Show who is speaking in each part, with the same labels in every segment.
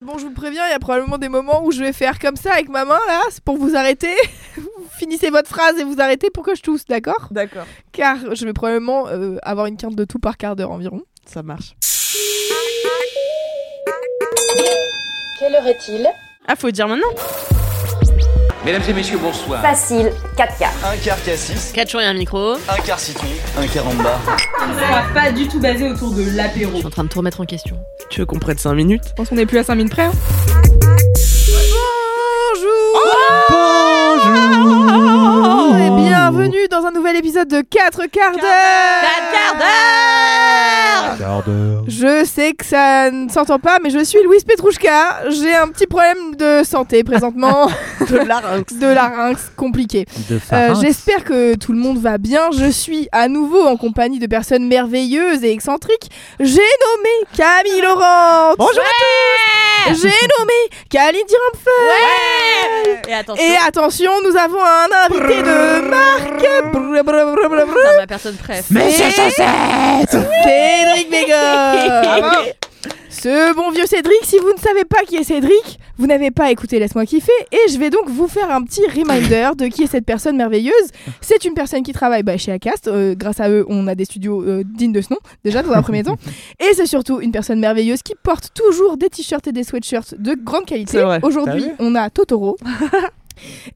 Speaker 1: Bon, je vous préviens, il y a probablement des moments où je vais faire comme ça avec ma main, là, c'est pour vous arrêter. vous finissez votre phrase et vous arrêtez pour que je tousse, d'accord
Speaker 2: D'accord,
Speaker 1: Car je vais probablement euh, avoir une quinte de tout par quart d'heure environ.
Speaker 2: ça marche.
Speaker 3: Quelle heure est-il
Speaker 2: Ah, faut dire maintenant
Speaker 4: Mesdames et messieurs, bonsoir.
Speaker 3: Facile, 4 quarts.
Speaker 5: Un quart cassis,
Speaker 6: 4 jours et un micro. Je
Speaker 5: un quart citron, un quart amba.
Speaker 6: suis en train de tout remettre en question.
Speaker 2: Tu veux qu'on prenne 5 minutes
Speaker 1: Je pense qu'on n'est plus à 5000 près. hein. Bonjour
Speaker 2: Oh
Speaker 1: Et bienvenue dans un nouvel épisode de 4 quarts d'heure Je sais que ça ne s'entend pas, mais je suis Louise Petrouchka. J'ai un petit problème de santé présentement,
Speaker 2: De larynx.
Speaker 1: de larynx compliqué.
Speaker 7: De
Speaker 1: Euh,
Speaker 7: Pharynx.
Speaker 1: J'espère que tout le monde va bien. Je suis à nouveau en compagnie de personnes merveilleuses et excentriques. J'ai nommé Camille Laurent. Bonjour à tous. J'ai nommé Khalid Rampfer.
Speaker 6: Et attention,
Speaker 1: Et attention, nous avons un invité de marque. Brr, brr, brr, brr, brr.
Speaker 6: putain, ma personne presse.
Speaker 1: Monsieur Cédric Bégor Ce bon vieux Cédric, si vous ne savez pas qui est Cédric, vous n'avez pas écouté Laisse-moi kiffer et je vais donc vous faire un petit reminder de qui est cette personne merveilleuse. C'est une personne qui travaille bah, chez Acast, euh, grâce à eux on a des studios euh, dignes de ce nom déjà dans un premier temps, et c'est surtout une personne merveilleuse qui porte toujours des t-shirts et des sweatshirts de grande qualité.
Speaker 2: C'est vrai.
Speaker 1: Aujourd'hui
Speaker 7: T'as vu
Speaker 1: on a Totoro.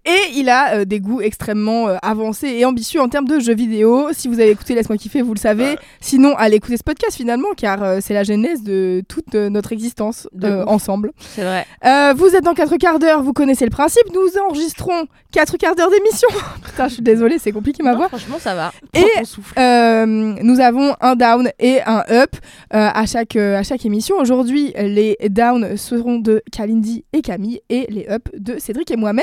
Speaker 1: Et il a euh, des goûts extrêmement euh, avancés et ambitieux en termes de jeux vidéo. Si vous avez écouté Laisse-moi kiffer, vous le savez.
Speaker 6: Bah.
Speaker 1: Sinon, allez écouter ce podcast finalement, car euh, c'est la genèse de toute euh, notre existence
Speaker 6: De
Speaker 1: euh,
Speaker 6: ouf.
Speaker 1: ensemble.
Speaker 6: C'est vrai.
Speaker 1: Euh, vous êtes dans 4 quarts d'heure, vous connaissez le principe. Nous enregistrons 4 quarts d'heure d'émission. Putain, je suis désolée, c'est compliqué
Speaker 7: Ah
Speaker 1: ma voix.
Speaker 6: Non, franchement, ça va.
Speaker 1: Et
Speaker 2: ton souffle.
Speaker 1: euh, nous avons un down et un up euh, à, chaque, euh, à chaque émission. Aujourd'hui, les downs seront de Kalindi et Camille et les up de Cédric et moi-même.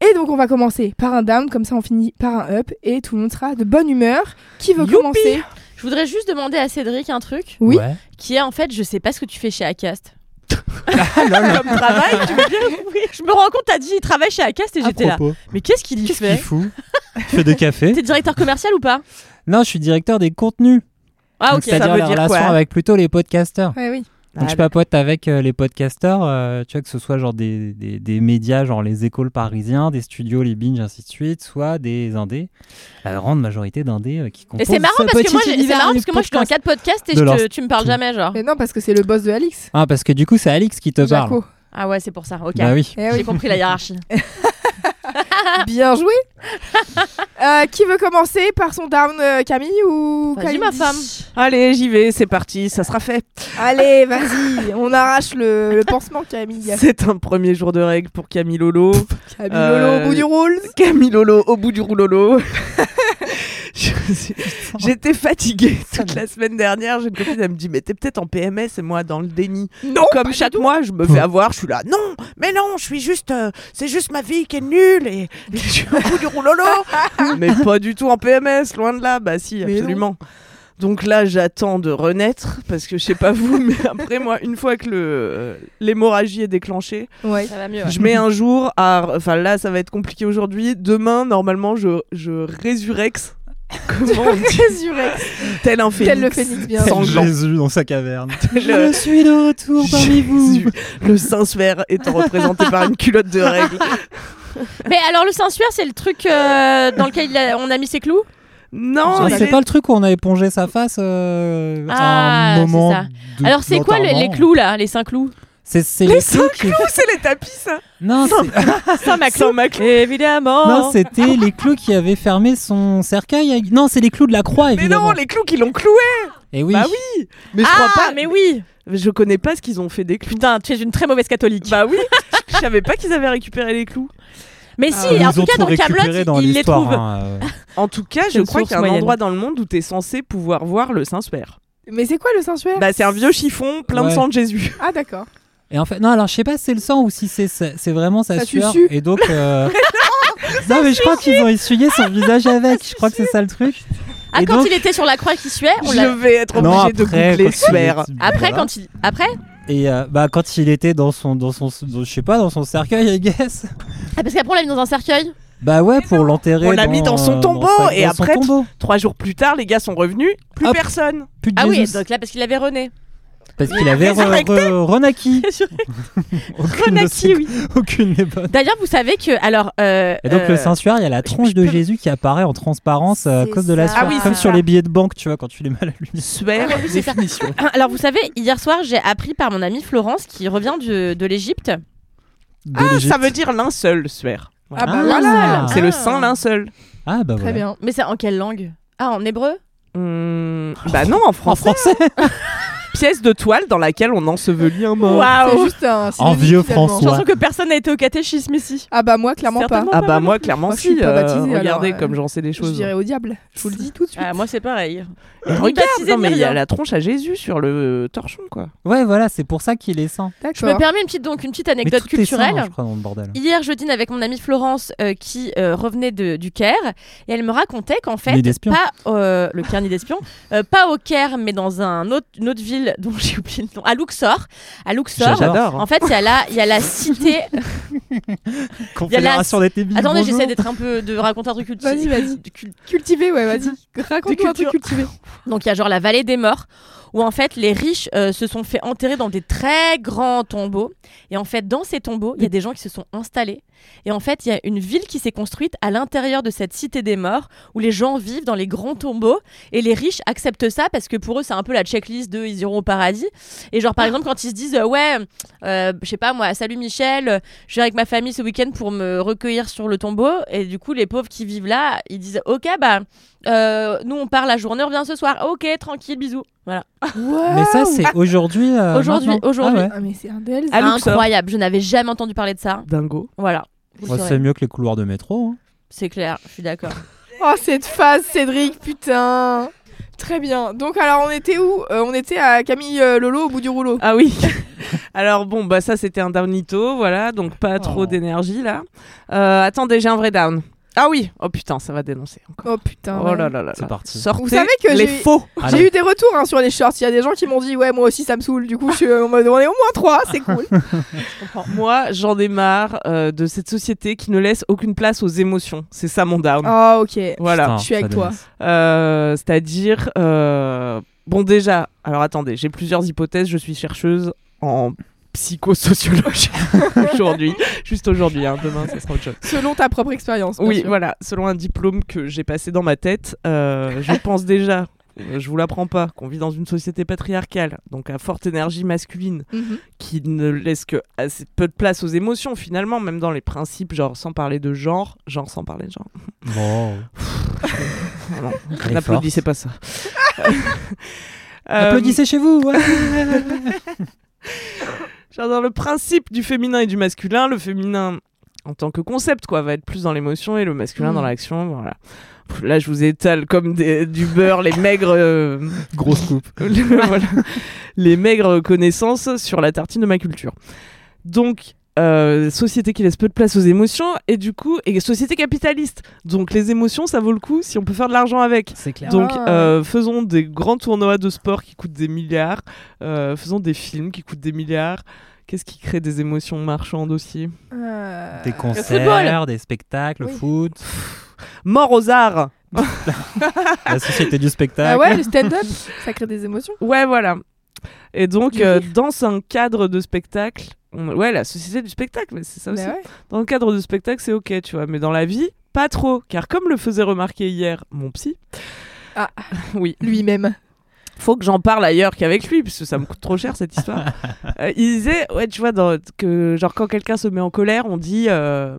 Speaker 1: Et donc, on va commencer par un down, comme ça on finit par un up et tout le monde sera de bonne humeur. Qui veut
Speaker 2: Youpi
Speaker 1: commencer
Speaker 6: Je voudrais juste demander à Cédric un truc,
Speaker 1: Oui.
Speaker 7: Ouais.
Speaker 6: qui est en fait, je sais pas ce que tu fais chez Acast.
Speaker 7: Ah,
Speaker 2: Comme travail, tu veux dire
Speaker 6: Je me rends compte, t'as dit, il travaille chez Acast et
Speaker 7: À
Speaker 6: j'étais là.
Speaker 7: Ah, propos,
Speaker 6: Mais qu'est-ce qu'il y
Speaker 7: qu'est-ce qu'il
Speaker 6: fait
Speaker 7: fout Tu fais de café
Speaker 6: T'es directeur commercial ou pas
Speaker 7: Non, je suis directeur des contenus.
Speaker 6: Ah
Speaker 7: Donc,
Speaker 6: ok.
Speaker 7: C'est-à-dire
Speaker 2: veut
Speaker 7: les
Speaker 2: dire
Speaker 7: relations
Speaker 2: quoi
Speaker 7: avec plutôt les podcasteurs.
Speaker 1: Ouais, oui.
Speaker 7: Donc, je
Speaker 2: Ah,
Speaker 7: papote avec euh, les podcasteurs, euh, tu vois, que ce soit genre des, des, des médias, genre les écoles parisiens, des studios, les binges, ainsi de suite, soit des indés, la grande majorité d'indés euh, qui composent
Speaker 6: Et c'est marrant
Speaker 7: ce
Speaker 6: parce que
Speaker 7: petit
Speaker 6: moi, j'ai- c'est
Speaker 7: univers
Speaker 6: marrant
Speaker 7: du
Speaker 6: parce que moi, je suis en
Speaker 7: podcast.
Speaker 6: 4 podcasts et
Speaker 7: De
Speaker 6: je
Speaker 7: leur-
Speaker 6: te- tu me parles jamais, genre.
Speaker 1: Mais non, parce que c'est le boss de Alix.
Speaker 7: Ah, parce que du coup, c'est Alix qui te parle.
Speaker 1: Jaco.
Speaker 6: Ah ouais, c'est pour ça. Ok.
Speaker 7: Bah oui.
Speaker 1: Eh oui.
Speaker 6: J'ai compris la hiérarchie.
Speaker 1: Bien joué. Euh, qui veut commencer par son down, euh, Camille ou
Speaker 6: Vas-y
Speaker 1: Kalindi
Speaker 6: ma femme.
Speaker 2: Allez, j'y vais, c'est parti, ça sera fait.
Speaker 1: Allez, vas-y, on arrache le, le pansement, Camille.
Speaker 2: C'est un premier jour de règle pour Camille Lolo.
Speaker 1: Camille
Speaker 2: Euh,
Speaker 1: Lolo au bout du rôle.
Speaker 2: Camille Lolo au bout du roulolo. Je suis- J'étais fatiguée toute la semaine dernière. J'ai une copine, elle me dit Mais t'es peut-être en PMS et moi dans le déni.
Speaker 1: Non,
Speaker 2: Comme chaque mois, je me fais avoir, je suis là Non, mais non, je suis juste. euh, c'est juste ma vie qui est nulle et, et je suis au bout du roulolo. mais pas du tout en PMS, loin de là. Bah si,
Speaker 1: Mais non.
Speaker 2: absolument. Donc là, j'attends de renaître parce que je sais pas vous, mais après moi, une fois que le- euh, l'hémorragie est déclenchée,
Speaker 1: Ouais.
Speaker 6: Ça va mieux. ouais.
Speaker 2: je mets un jour à. Enfin, là, ça va être compliqué aujourd'hui. Demain, normalement, je, je résurrex. Comment on dit
Speaker 1: Résurrex.
Speaker 2: Tel un phénix.
Speaker 1: Tel le phénix, bien sûr.
Speaker 2: Sans- Sanglant.
Speaker 7: Jésus dans sa caverne.
Speaker 2: Le-
Speaker 7: Je suis de retour parmi vous.
Speaker 2: Jésus. Le Saint-Sphère étant représenté par une culotte de règle.
Speaker 6: Mais alors le sensuaire, c'est le truc euh, dans lequel il a- on a mis ses clous Oh,
Speaker 2: Non,
Speaker 7: Ah,
Speaker 2: il
Speaker 7: c'est
Speaker 2: est-
Speaker 7: pas le truc où on a épongé sa face euh,
Speaker 6: Ah,
Speaker 7: à un
Speaker 6: c'est
Speaker 7: moment.
Speaker 6: ça.
Speaker 7: de-
Speaker 6: Alors c'est quoi le- les
Speaker 7: d'enterrement
Speaker 6: clous là, les 5 clous
Speaker 7: C'est c'est les
Speaker 2: cinq
Speaker 7: clous. qui-
Speaker 2: Où c'est les tapis, ça
Speaker 7: Non, c'est-
Speaker 6: Ça ma
Speaker 2: Sans ma clé.
Speaker 6: Évidemment.
Speaker 7: non, c'était les clous qui avaient fermé son cercueil. avec- Non, c'est les clous de la croix
Speaker 2: Mais non,
Speaker 7: évidemment.
Speaker 2: les clous qui l'ont cloué.
Speaker 7: Et oui.
Speaker 2: Bah oui. Mais je
Speaker 6: ah,
Speaker 2: crois pas.
Speaker 6: mais oui.
Speaker 2: Je connais pas ce qu'ils ont fait des clous.
Speaker 6: Putain, tu es une très mauvaise catholique.
Speaker 2: Bah oui. Je savais pas qu'ils avaient récupéré les clous.
Speaker 6: mais
Speaker 2: Ah,
Speaker 6: si,
Speaker 2: Ils
Speaker 7: Ils
Speaker 6: en tout
Speaker 7: ont
Speaker 6: cas
Speaker 7: tout
Speaker 6: dans
Speaker 7: récupéré
Speaker 6: Camelot,
Speaker 7: dans
Speaker 6: il les
Speaker 7: l'histoire.
Speaker 6: trouve.
Speaker 7: hein, euh.
Speaker 2: En tout cas,
Speaker 6: C'est
Speaker 2: je
Speaker 6: une
Speaker 2: crois qu'il y a un
Speaker 6: source moyenne.
Speaker 2: endroit dans le monde où tu es censé pouvoir voir le Saint-Sphère.
Speaker 1: Mais c'est quoi le sensuel
Speaker 2: Bah, c'est un vieux chiffon plein de
Speaker 7: Ouais.
Speaker 2: sang de Jésus.
Speaker 1: Ah, d'accord.
Speaker 7: Et en fait, non, alors je sais pas si c'est le sang ou si c'est c'est c'est vraiment sa
Speaker 1: Ça
Speaker 7: sueur.
Speaker 1: suçue.
Speaker 7: Et donc. euh, non, mais je crois qu'ils ont essuyé son visage avec. Je crois que c'est ça le truc.
Speaker 6: Ah,
Speaker 7: Et
Speaker 6: quand
Speaker 7: donc-
Speaker 6: il était sur la croix qui suait, on
Speaker 2: Je
Speaker 6: l'a.
Speaker 2: vais être obligé
Speaker 7: Non,
Speaker 2: de
Speaker 7: après,
Speaker 2: googler
Speaker 7: quand il
Speaker 2: suaire.
Speaker 7: était-
Speaker 6: Après,
Speaker 7: voilà.
Speaker 6: quand il. Après
Speaker 7: Et euh, bah, quand il était dans son. Dans son dans- je sais pas, dans son cercueil, I guess.
Speaker 6: Ah, parce qu'après, on l'a mis dans un cercueil.
Speaker 7: Bah ouais, pour l'enterrer.
Speaker 2: On l'a mis dans son
Speaker 7: euh,
Speaker 2: tombeau,
Speaker 7: sa-
Speaker 2: et
Speaker 7: dans son
Speaker 2: après-
Speaker 7: tombeau.
Speaker 2: Trois jours plus tard, les gars sont revenus, plus
Speaker 7: Hop.
Speaker 2: personne.
Speaker 7: Plus de
Speaker 6: Ah oui,
Speaker 7: Jésus.
Speaker 6: donc là, parce qu'il avait rené.
Speaker 7: Parce qu'il avait re- re- renaquis. Aucune de
Speaker 6: Renaquis,
Speaker 7: ses-
Speaker 6: oui.
Speaker 7: Aucune n'est bonne.
Speaker 6: D'ailleurs, vous savez que. Alors. euh,
Speaker 7: Et donc
Speaker 6: euh,
Speaker 7: le sensuaire, il y a la tronche de
Speaker 2: peux-
Speaker 7: Jésus qui apparaît en transparence euh, à
Speaker 8: C'est
Speaker 7: cause de la
Speaker 8: ça.
Speaker 7: sueur,
Speaker 2: Ah oui,
Speaker 7: comme
Speaker 2: c'est
Speaker 7: sur
Speaker 2: ça.
Speaker 7: les billets de banque, tu vois, quand tu les mets à la lumière.
Speaker 2: Suaire,
Speaker 6: Ah oui, c'est ça.
Speaker 2: définition.
Speaker 6: Alors vous savez, hier soir j'ai appris par mon amie Florence qui revient de, de l'Égypte.
Speaker 7: de
Speaker 2: Ah,
Speaker 7: l'Égypte.
Speaker 2: ça veut dire linceul, suaire.
Speaker 1: Ah, bah
Speaker 7: Ah.
Speaker 1: voilà.
Speaker 2: C'est le
Speaker 6: Ah.
Speaker 2: saint linceul.
Speaker 7: Ah bah
Speaker 1: Très
Speaker 7: voilà.
Speaker 1: bien.
Speaker 6: Mais c'est en quelle langue Ah en hébreu
Speaker 2: Hmm, bah non, en
Speaker 7: En
Speaker 2: français.
Speaker 7: français
Speaker 2: Pièce de toile dans laquelle on ensevelit un mort.
Speaker 1: C'est juste un.
Speaker 7: En
Speaker 1: synonyme,
Speaker 7: vieux
Speaker 1: finalement.
Speaker 7: François.
Speaker 6: J'ai l'impression que personne n'a été au catéchisme ici.
Speaker 1: Ah, bah, moi, clairement pas.
Speaker 6: Certainement.
Speaker 2: Ah bah moi clairement
Speaker 1: Moi, je
Speaker 2: si,
Speaker 1: suis pas
Speaker 2: euh,
Speaker 1: baptisée, alors,
Speaker 2: regardez
Speaker 1: euh,
Speaker 2: comme j'en sais des
Speaker 1: Je
Speaker 2: choses.
Speaker 1: dirais au diable. Je vous le dis tout de suite.
Speaker 6: Ah, moi c'est pareil.
Speaker 2: Et
Speaker 6: Ni
Speaker 2: regarde,
Speaker 6: baptisé,
Speaker 2: non
Speaker 6: ni
Speaker 2: mais il y a
Speaker 6: rien.
Speaker 2: la tronche à Jésus sur le torchon quoi.
Speaker 7: Ouais, voilà, c'est pour ça qu'il est saint.
Speaker 6: Je me
Speaker 1: D'accord.
Speaker 6: permets une petite donc une petite
Speaker 7: Mais
Speaker 6: anecdote
Speaker 7: tout est saint,
Speaker 6: culturelle.
Speaker 7: je crois, dans le bordel.
Speaker 6: Hier, je dîne avec mon amie Florence euh, qui euh, revenait de- du Caire et elle me racontait qu'en fait,
Speaker 7: Nid d'espion.
Speaker 6: pas euh, le Caire ni d'espion, euh, pas au Caire, mais dans un autre, une autre ville dont j'ai oublié le nom, à Luxor. À
Speaker 1: Ah, bah,
Speaker 6: Luxor,
Speaker 7: J'adore.
Speaker 2: J'adore. hein.
Speaker 6: en fait, il y a la, il y a la cité.
Speaker 7: Confédération des Tébis,
Speaker 6: Attendez,
Speaker 7: bonjour.
Speaker 6: j'essaie d'être un peu de raconter un truc culti-
Speaker 1: Vas-y, vas-y.
Speaker 6: cul-
Speaker 1: Cultiver, ouais, vas-y. Raconte-moi un truc
Speaker 6: culture.
Speaker 1: cultivé.
Speaker 6: Donc il y a genre la vallée des morts où en fait les riches euh, se sont fait enterrer dans des très grands tombeaux et en fait dans ces tombeaux il y a des gens qui se sont installés et en fait il y a une ville qui s'est construite à l'intérieur de cette cité des morts où les gens vivent dans les grands tombeaux et les riches acceptent ça parce que pour eux c'est un peu la checklist de ils iront au paradis et genre par exemple quand ils se disent euh, ouais euh, je sais pas moi salut Michel euh, je vais avec ma famille ce week-end pour me recueillir sur le tombeau et du coup les pauvres qui vivent là ils disent ok bah euh, nous on part la journée, on revient ce soir. Ok, tranquille, bisous. Voilà.
Speaker 7: Mais ça, c'est aujourd'hui. euh,
Speaker 6: Ah, Aujourd'hui,
Speaker 7: maintenant.
Speaker 6: aujourd'hui.
Speaker 7: Ah ouais.
Speaker 1: Ah, mais c'est un Delz.
Speaker 2: À Luxor.
Speaker 6: Incroyable, je n'avais jamais entendu parler de ça.
Speaker 2: Dingo.
Speaker 6: Voilà. Vous le
Speaker 7: Ouais,
Speaker 6: saurez.
Speaker 7: c'est mieux que les couloirs de métro. hein.
Speaker 6: C'est clair, je suis d'accord.
Speaker 1: Oh, cette phase, Cédric, putain. Très bien. Donc, alors, on était où Euh, On était à Camille euh, Lolo au bout du rouleau.
Speaker 2: Ah oui. Alors bon bah ça c'était un downito voilà donc pas trop
Speaker 7: Oh.
Speaker 2: d'énergie là. Euh, attendez j'ai un vrai down. Ah oui oh putain ça va dénoncer encore.
Speaker 1: Oh putain.
Speaker 2: Oh
Speaker 1: ouais.
Speaker 2: là là là.
Speaker 7: C'est
Speaker 2: là.
Speaker 7: parti.
Speaker 2: Sortez
Speaker 1: Vous savez que
Speaker 2: les
Speaker 1: j'ai-
Speaker 2: faux.
Speaker 7: Allez.
Speaker 1: J'ai eu des retours hein, sur les shorts. Il y a des gens qui m'ont dit Ouais, moi aussi, ça me saoule. Du coup, je suis euh, en mode On est au moins trois, c'est cool.
Speaker 2: Moi j'en ai marre euh, de cette société qui ne laisse aucune place aux émotions. C'est ça mon down.
Speaker 1: Oh, ok.
Speaker 2: Voilà.
Speaker 7: Putain,
Speaker 1: je suis avec
Speaker 7: ça
Speaker 1: toi.
Speaker 7: dénonce.
Speaker 2: Euh, c'est-à-dire, euh, bon déjà, alors attendez, j'ai plusieurs hypothèses, je suis chercheuse en psychosociologie aujourd'hui, juste aujourd'hui, hein, demain ça sera autre chose.
Speaker 1: Selon ta propre expérience. bien
Speaker 2: Oui,
Speaker 1: sûr.
Speaker 2: voilà, selon un diplôme que j'ai passé dans ma tête, euh, je pense déjà, euh, je vous l'apprends pas, qu'on vit dans une société patriarcale, donc à forte énergie masculine,
Speaker 1: Mhm.
Speaker 2: qui ne laisse que assez peu de place aux émotions finalement, même dans les principes, genre sans parler de genre, genre sans parler de genre.
Speaker 7: Bon.
Speaker 2: Ah non,
Speaker 7: Les
Speaker 2: N'applaudissez pas ça. Euh,
Speaker 7: Applaudissez chez vous. ouais.
Speaker 2: Euh, Genre dans le principe du féminin et du masculin, le féminin en tant que concept quoi va être plus dans l'émotion et le masculin
Speaker 1: Mm.
Speaker 2: dans l'action. Voilà. Pff, Là, je vous étale comme des- du beurre les maigres, euh,
Speaker 7: Grosse coupe.
Speaker 2: le- voilà, les maigres connaissances sur la tartine de ma culture. Donc euh, société qui laisse peu de place aux émotions et du coup et société capitaliste. Donc les émotions, ça vaut le coup si on peut faire de l'argent avec.
Speaker 7: C'est clair.
Speaker 2: Donc
Speaker 1: Ah.
Speaker 2: euh, faisons des grands tournois de sport qui coûtent des milliards, euh, faisons des films qui coûtent des milliards. Qu'est-ce qui crée des émotions marchandes aussi
Speaker 1: Euh,
Speaker 7: Des concerts,
Speaker 6: football.
Speaker 7: des spectacles, le
Speaker 1: Oui.
Speaker 7: foot,
Speaker 2: Mort aux arts
Speaker 7: la société du
Speaker 1: Ah
Speaker 7: spectacle.
Speaker 1: ouais, le stand-up, ça crée des émotions.
Speaker 2: Ouais, voilà. Et donc,
Speaker 1: Du
Speaker 2: euh,
Speaker 1: rire.
Speaker 2: dans un cadre de spectacle, on- ouais, la société du spectacle, mais c'est ça
Speaker 1: Mais
Speaker 2: aussi.
Speaker 1: bah ouais.
Speaker 2: Dans le cadre de spectacle, c'est ok, tu vois, mais dans la vie, pas trop. Car comme le faisait remarquer hier mon psy,
Speaker 1: Ah.
Speaker 2: oui,
Speaker 1: Lui-même.
Speaker 2: faut que j'en parle ailleurs qu'avec lui, parce que ça me coûte trop cher cette histoire. Euh, il disait, ouais, tu vois, dans- que genre quand quelqu'un se met en colère, on dit. euh,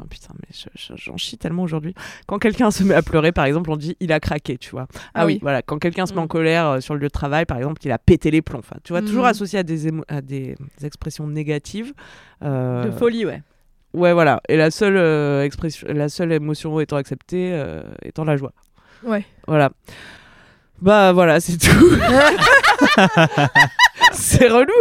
Speaker 2: Oh putain, mais je- je- j'en chie tellement aujourd'hui. Quand quelqu'un se met à pleurer, par exemple, on dit il a craqué, tu vois. Ah,
Speaker 1: Ah
Speaker 2: oui.
Speaker 1: oui.
Speaker 2: voilà. Quand quelqu'un se met en
Speaker 6: Mm.
Speaker 2: colère euh, sur le lieu de travail, par exemple, il a pété les plombs. Enfin, tu vois, toujours
Speaker 1: Mm.
Speaker 2: associé à des, émo- à des expressions négatives. euh,
Speaker 6: De folie, ouais.
Speaker 2: Ouais, voilà. Et la seule euh, expression, la seule émotion étant acceptée euh, étant la joie.
Speaker 1: Ouais.
Speaker 2: Voilà. Bah voilà, c'est tout. c'est relou.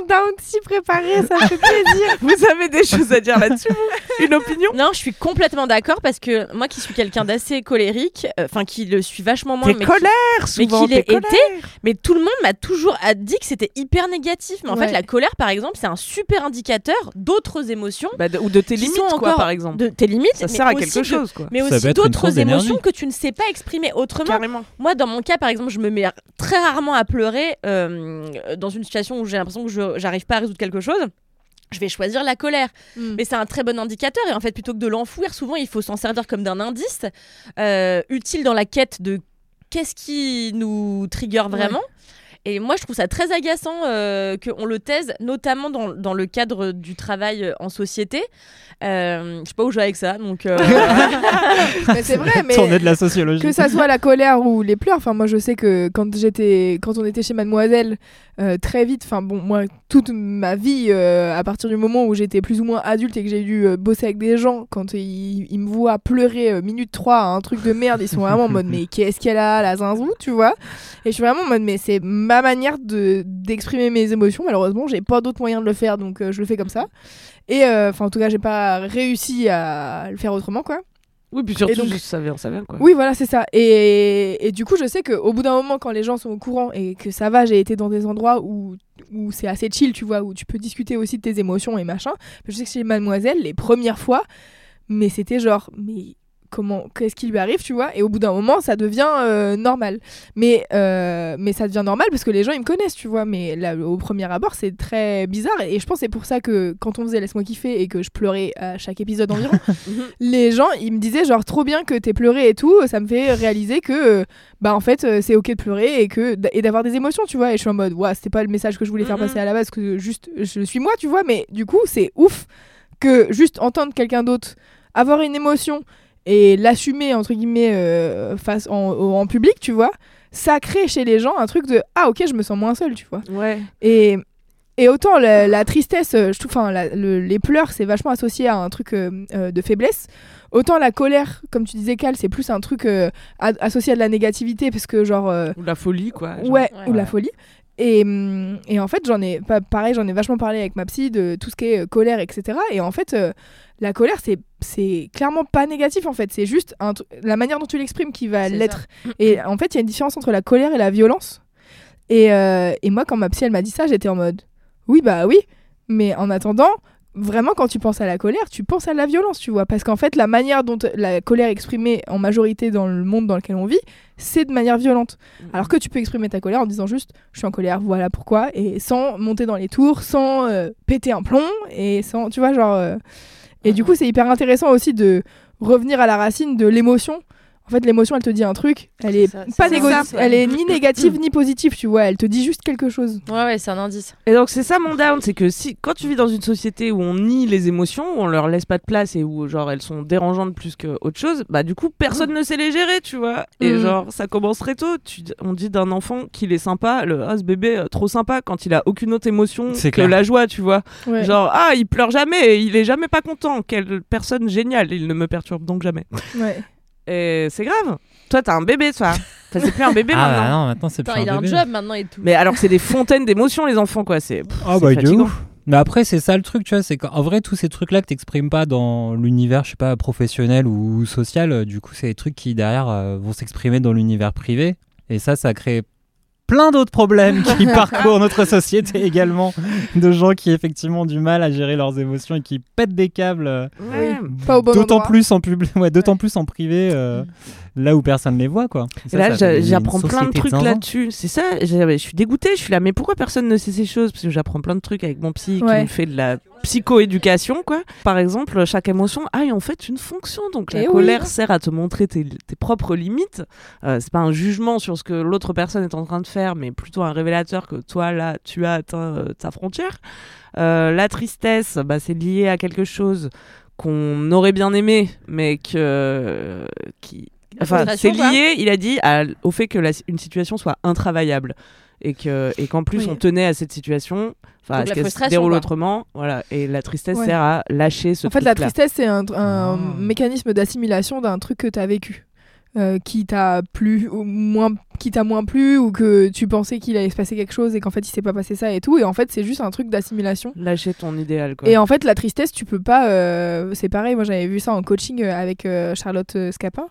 Speaker 1: Un down si préparé, ça fait plaisir.
Speaker 2: Vous avez des choses à dire là-dessus, vous Une opinion
Speaker 6: Non, je suis complètement d'accord parce que moi qui suis quelqu'un d'assez colérique, euh, enfin qui le suis vachement moins,
Speaker 2: T'es
Speaker 6: mais, qui-
Speaker 2: colère, souvent.
Speaker 6: qu'il ait
Speaker 2: t'es
Speaker 6: été,
Speaker 2: colère.
Speaker 6: mais tout le monde m'a toujours a- dit que c'était hyper négatif. Mais en
Speaker 1: Ouais.
Speaker 6: fait, la colère, par exemple, c'est un super indicateur d'autres émotions,
Speaker 2: Bah, de- ou de tes
Speaker 6: Qui
Speaker 2: limites,
Speaker 6: sont
Speaker 2: quoi,
Speaker 6: encore
Speaker 2: par exemple.
Speaker 6: de tes limites,
Speaker 2: Ça
Speaker 6: mais
Speaker 2: sert à
Speaker 6: aussi
Speaker 2: quelque
Speaker 6: de-
Speaker 2: chose, quoi.
Speaker 6: mais
Speaker 7: Ah, Ça peut
Speaker 6: aussi
Speaker 7: être une
Speaker 6: d'autres
Speaker 7: source d'énergie.
Speaker 6: émotions que tu ne sais pas exprimer autrement.
Speaker 2: Carrément.
Speaker 6: Moi, dans mon cas, par exemple, je me mets très rarement à pleurer euh, dans une situation où j'ai l'impression que je j'arrive pas à résoudre quelque chose. Je vais choisir la colère.
Speaker 1: Mhm.
Speaker 6: Mais c'est un très bon indicateur. Et en fait, plutôt que de l'enfouir, souvent, il faut s'en servir comme d'un indice euh, utile dans la quête de qu'est-ce qui nous trigger vraiment. Et moi, je trouve ça très agaçant euh, qu'on le taise, notamment dans, dans le cadre du travail euh, en société. Euh, je sais pas où je vais avec ça, donc... euh,
Speaker 1: Mais c'est vrai, mais
Speaker 7: Tournée de la sociologie.
Speaker 1: que ça soit la colère ou les pleurs. Enfin, moi, je sais que quand j'étais, quand on était chez Mademoiselle, euh, très vite. Enfin, bon, moi, toute ma vie, euh, à partir du moment où j'étais plus ou moins adulte et que j'ai dû euh, bosser avec des gens, quand ils, ils me voient pleurer euh, minute 3 à un truc de merde, ils sont vraiment en mode mais qu'est-ce qu'elle a, la zinzou, tu vois Et je suis vraiment en mode mais c'est ma manière de d'exprimer mes émotions. Malheureusement, j'ai pas d'autre moyen de le faire, donc euh, je le fais comme ça. Et euh, enfin, en tout cas, j'ai pas réussi à le faire autrement, quoi.
Speaker 2: Oui, puis surtout,
Speaker 1: Et donc-
Speaker 2: je- ça vient, ça vient, quoi.
Speaker 1: Oui, voilà, c'est ça. Et, et du coup, je sais qu'au bout d'un moment, quand les gens sont au courant et que ça va, j'ai été dans des endroits où, où c'est assez chill, tu vois, où tu peux discuter aussi de tes émotions et machin. Mais je sais que chez Mademoiselle, les premières fois, mais c'était genre, mais comment, qu'est-ce qui lui arrive, tu vois Et au bout d'un moment, ça devient euh, normal. Mais, euh, mais ça devient normal parce que les gens, ils me connaissent, tu vois. Mais là, au premier abord, c'est très bizarre. Et je pense que c'est pour ça que quand on faisait Laisse-moi kiffer et que je pleurais à chaque épisode environ, les gens, ils me disaient genre trop bien que t'aies pleuré et tout, ça me fait réaliser que euh, bah en fait euh, c'est ok de pleurer et que d- et d'avoir des émotions, tu vois. Et je suis en mode ouais, c'était pas le message que je voulais faire
Speaker 6: Mhm.
Speaker 1: passer à la base que juste je suis moi, tu vois, mais du coup, c'est ouf que juste entendre quelqu'un d'autre avoir une émotion et l'assumer entre guillemets euh, face en, au- en public, tu vois. Ça crée chez les gens un truc de ah ok je me sens moins seule tu vois
Speaker 2: Ouais.
Speaker 1: et et autant la, la tristesse euh, je trouve enfin la- le- les pleurs c'est vachement associé à un truc euh, euh, de faiblesse autant la colère comme tu disais Cal c'est plus un truc euh, a- associé à de la négativité parce que genre euh,
Speaker 2: Ou de la folie, quoi. genre.
Speaker 1: ouais,
Speaker 6: Ouais.
Speaker 1: ou la folie. Et, hum, et en fait, j'en ai pas pareil, j'en ai vachement parlé avec ma psy de tout ce qui est euh, colère, etc. Et en fait, euh, la colère, c'est c'est clairement pas négatif en fait. C'est juste un tru- la manière dont tu l'exprimes qui va
Speaker 6: C'est
Speaker 1: l'être. Et en fait, il y a une différence entre la colère et la violence. Et, euh, et moi, quand ma psy elle m'a dit ça, j'étais en mode oui bah oui, mais en attendant. Vraiment, quand tu penses à la colère, tu penses à la violence, tu vois. Parce qu'en fait, la manière dont la colère est exprimée en majorité dans le monde dans lequel on vit, c'est de manière violente.
Speaker 6: Mm.
Speaker 1: Alors que tu peux exprimer ta colère en disant juste je suis en colère, voilà pourquoi, et sans monter dans les tours, sans euh, péter un plomb, et sans, tu vois, genre. euh, Et du coup, c'est hyper intéressant aussi de revenir à la racine de l'émotion. En fait, l'émotion, elle te dit un truc, elle est,
Speaker 6: ça, c'est
Speaker 1: pas
Speaker 6: ça.
Speaker 1: négo-
Speaker 6: C'est ça, ouais.
Speaker 1: elle est ni négative ni positive, tu vois, elle te dit juste quelque chose.
Speaker 6: Ouais, ouais, c'est un indice.
Speaker 2: Et donc c'est ça mon down, c'est que si quand tu vis dans une société où on nie les émotions, où on leur laisse pas de place et où genre elles sont dérangeantes plus que autre chose, bah du coup
Speaker 7: Mm.
Speaker 2: personne ne sait les gérer, tu vois. Et
Speaker 1: Mm.
Speaker 2: genre ça commence très tôt. Tu, on dit d'un enfant qu'il est sympa, le ah ce bébé euh, trop sympa quand il a aucune autre émotion
Speaker 7: C'est
Speaker 2: que
Speaker 7: clair.
Speaker 2: la joie, tu vois.
Speaker 1: Ouais.
Speaker 2: Genre ah il pleure jamais, il est jamais pas content, quelle personne géniale, il ne me perturbe donc jamais.
Speaker 1: Ouais.
Speaker 2: Et c'est grave. Toi t'as un bébé, toi. Enfin c'est plus un bébé
Speaker 7: Ah
Speaker 2: maintenant.
Speaker 7: bah non, maintenant c'est plus
Speaker 6: Putain, il a un
Speaker 7: bébé.
Speaker 6: job maintenant et tout.
Speaker 2: Mais alors c'est des fontaines d'émotions les enfants quoi, c'est. pff,
Speaker 7: Ah
Speaker 2: c'est
Speaker 7: bah il est
Speaker 2: fatigant.
Speaker 7: ouf. Mais après c'est ça le truc, tu vois, c'est qu'en vrai tous ces trucs-là que t'exprimes pas dans l'univers, je sais pas, professionnel ou social, euh, du coup c'est des trucs qui derrière euh, vont s'exprimer dans l'univers privé. Et ça, ça crée plein d'autres problèmes qui parcourent notre société également, de gens qui effectivement ont du mal à gérer leurs émotions et qui pètent des câbles. euh,
Speaker 2: Ouais.
Speaker 1: Pas au bon
Speaker 7: D'autant
Speaker 1: endroit.
Speaker 7: plus en public, ouais, d'autant plus en privé, euh, là où personne ne les voit quoi.
Speaker 2: Et
Speaker 7: Ça,
Speaker 2: là,
Speaker 7: ça
Speaker 2: j'a-
Speaker 7: fait une
Speaker 2: j'apprends plein de
Speaker 7: société
Speaker 2: trucs
Speaker 7: zinzin.
Speaker 2: là-dessus. C'est ça, j'ai- je suis dégoûtée. Je suis là, mais pourquoi personne ne sait ces choses Parce que j'apprends plein de trucs avec mon psy
Speaker 1: Ouais.
Speaker 2: qui me fait de la psychoéducation, quoi. Par exemple, chaque émotion a en fait une fonction. Donc la
Speaker 1: Eh oui.
Speaker 2: colère sert à te montrer tes, tes propres limites. Euh, c'est pas un jugement sur ce que l'autre personne est en train de faire, mais plutôt un révélateur que toi, là, tu as atteint euh, ta frontière. Euh, la tristesse, bah, c'est lié à quelque chose qu'on aurait bien aimé, mais que qui
Speaker 6: La
Speaker 2: Enfin, c'est
Speaker 6: frustration, quoi.
Speaker 2: lié, il a dit, à- au fait que la- une situation soit intravaillable et que et qu'en plus
Speaker 1: Oui.
Speaker 2: on tenait à cette situation,
Speaker 6: Donc
Speaker 2: enfin, à ce
Speaker 6: la
Speaker 2: qu'elle se
Speaker 6: frustration,
Speaker 2: déroule
Speaker 6: quoi.
Speaker 2: autrement, voilà. Et la tristesse
Speaker 1: Ouais.
Speaker 2: sert à lâcher ce
Speaker 1: En fait, la
Speaker 2: truc-là.
Speaker 1: tristesse, c'est un, un
Speaker 7: Ah.
Speaker 1: mécanisme d'assimilation d'un truc que t'as vécu. euh, qui t'a plu ou moins qui t'a moins plu ou que tu pensais qu'il allait se passer quelque chose et qu'en fait il s'est pas passé ça et tout et en fait c'est juste un truc d'assimilation
Speaker 2: Lâcher ton idéal, quoi.
Speaker 1: et en fait la tristesse tu peux pas euh, c'est pareil moi j'avais vu ça en coaching euh, avec euh, Charlotte euh, Scapin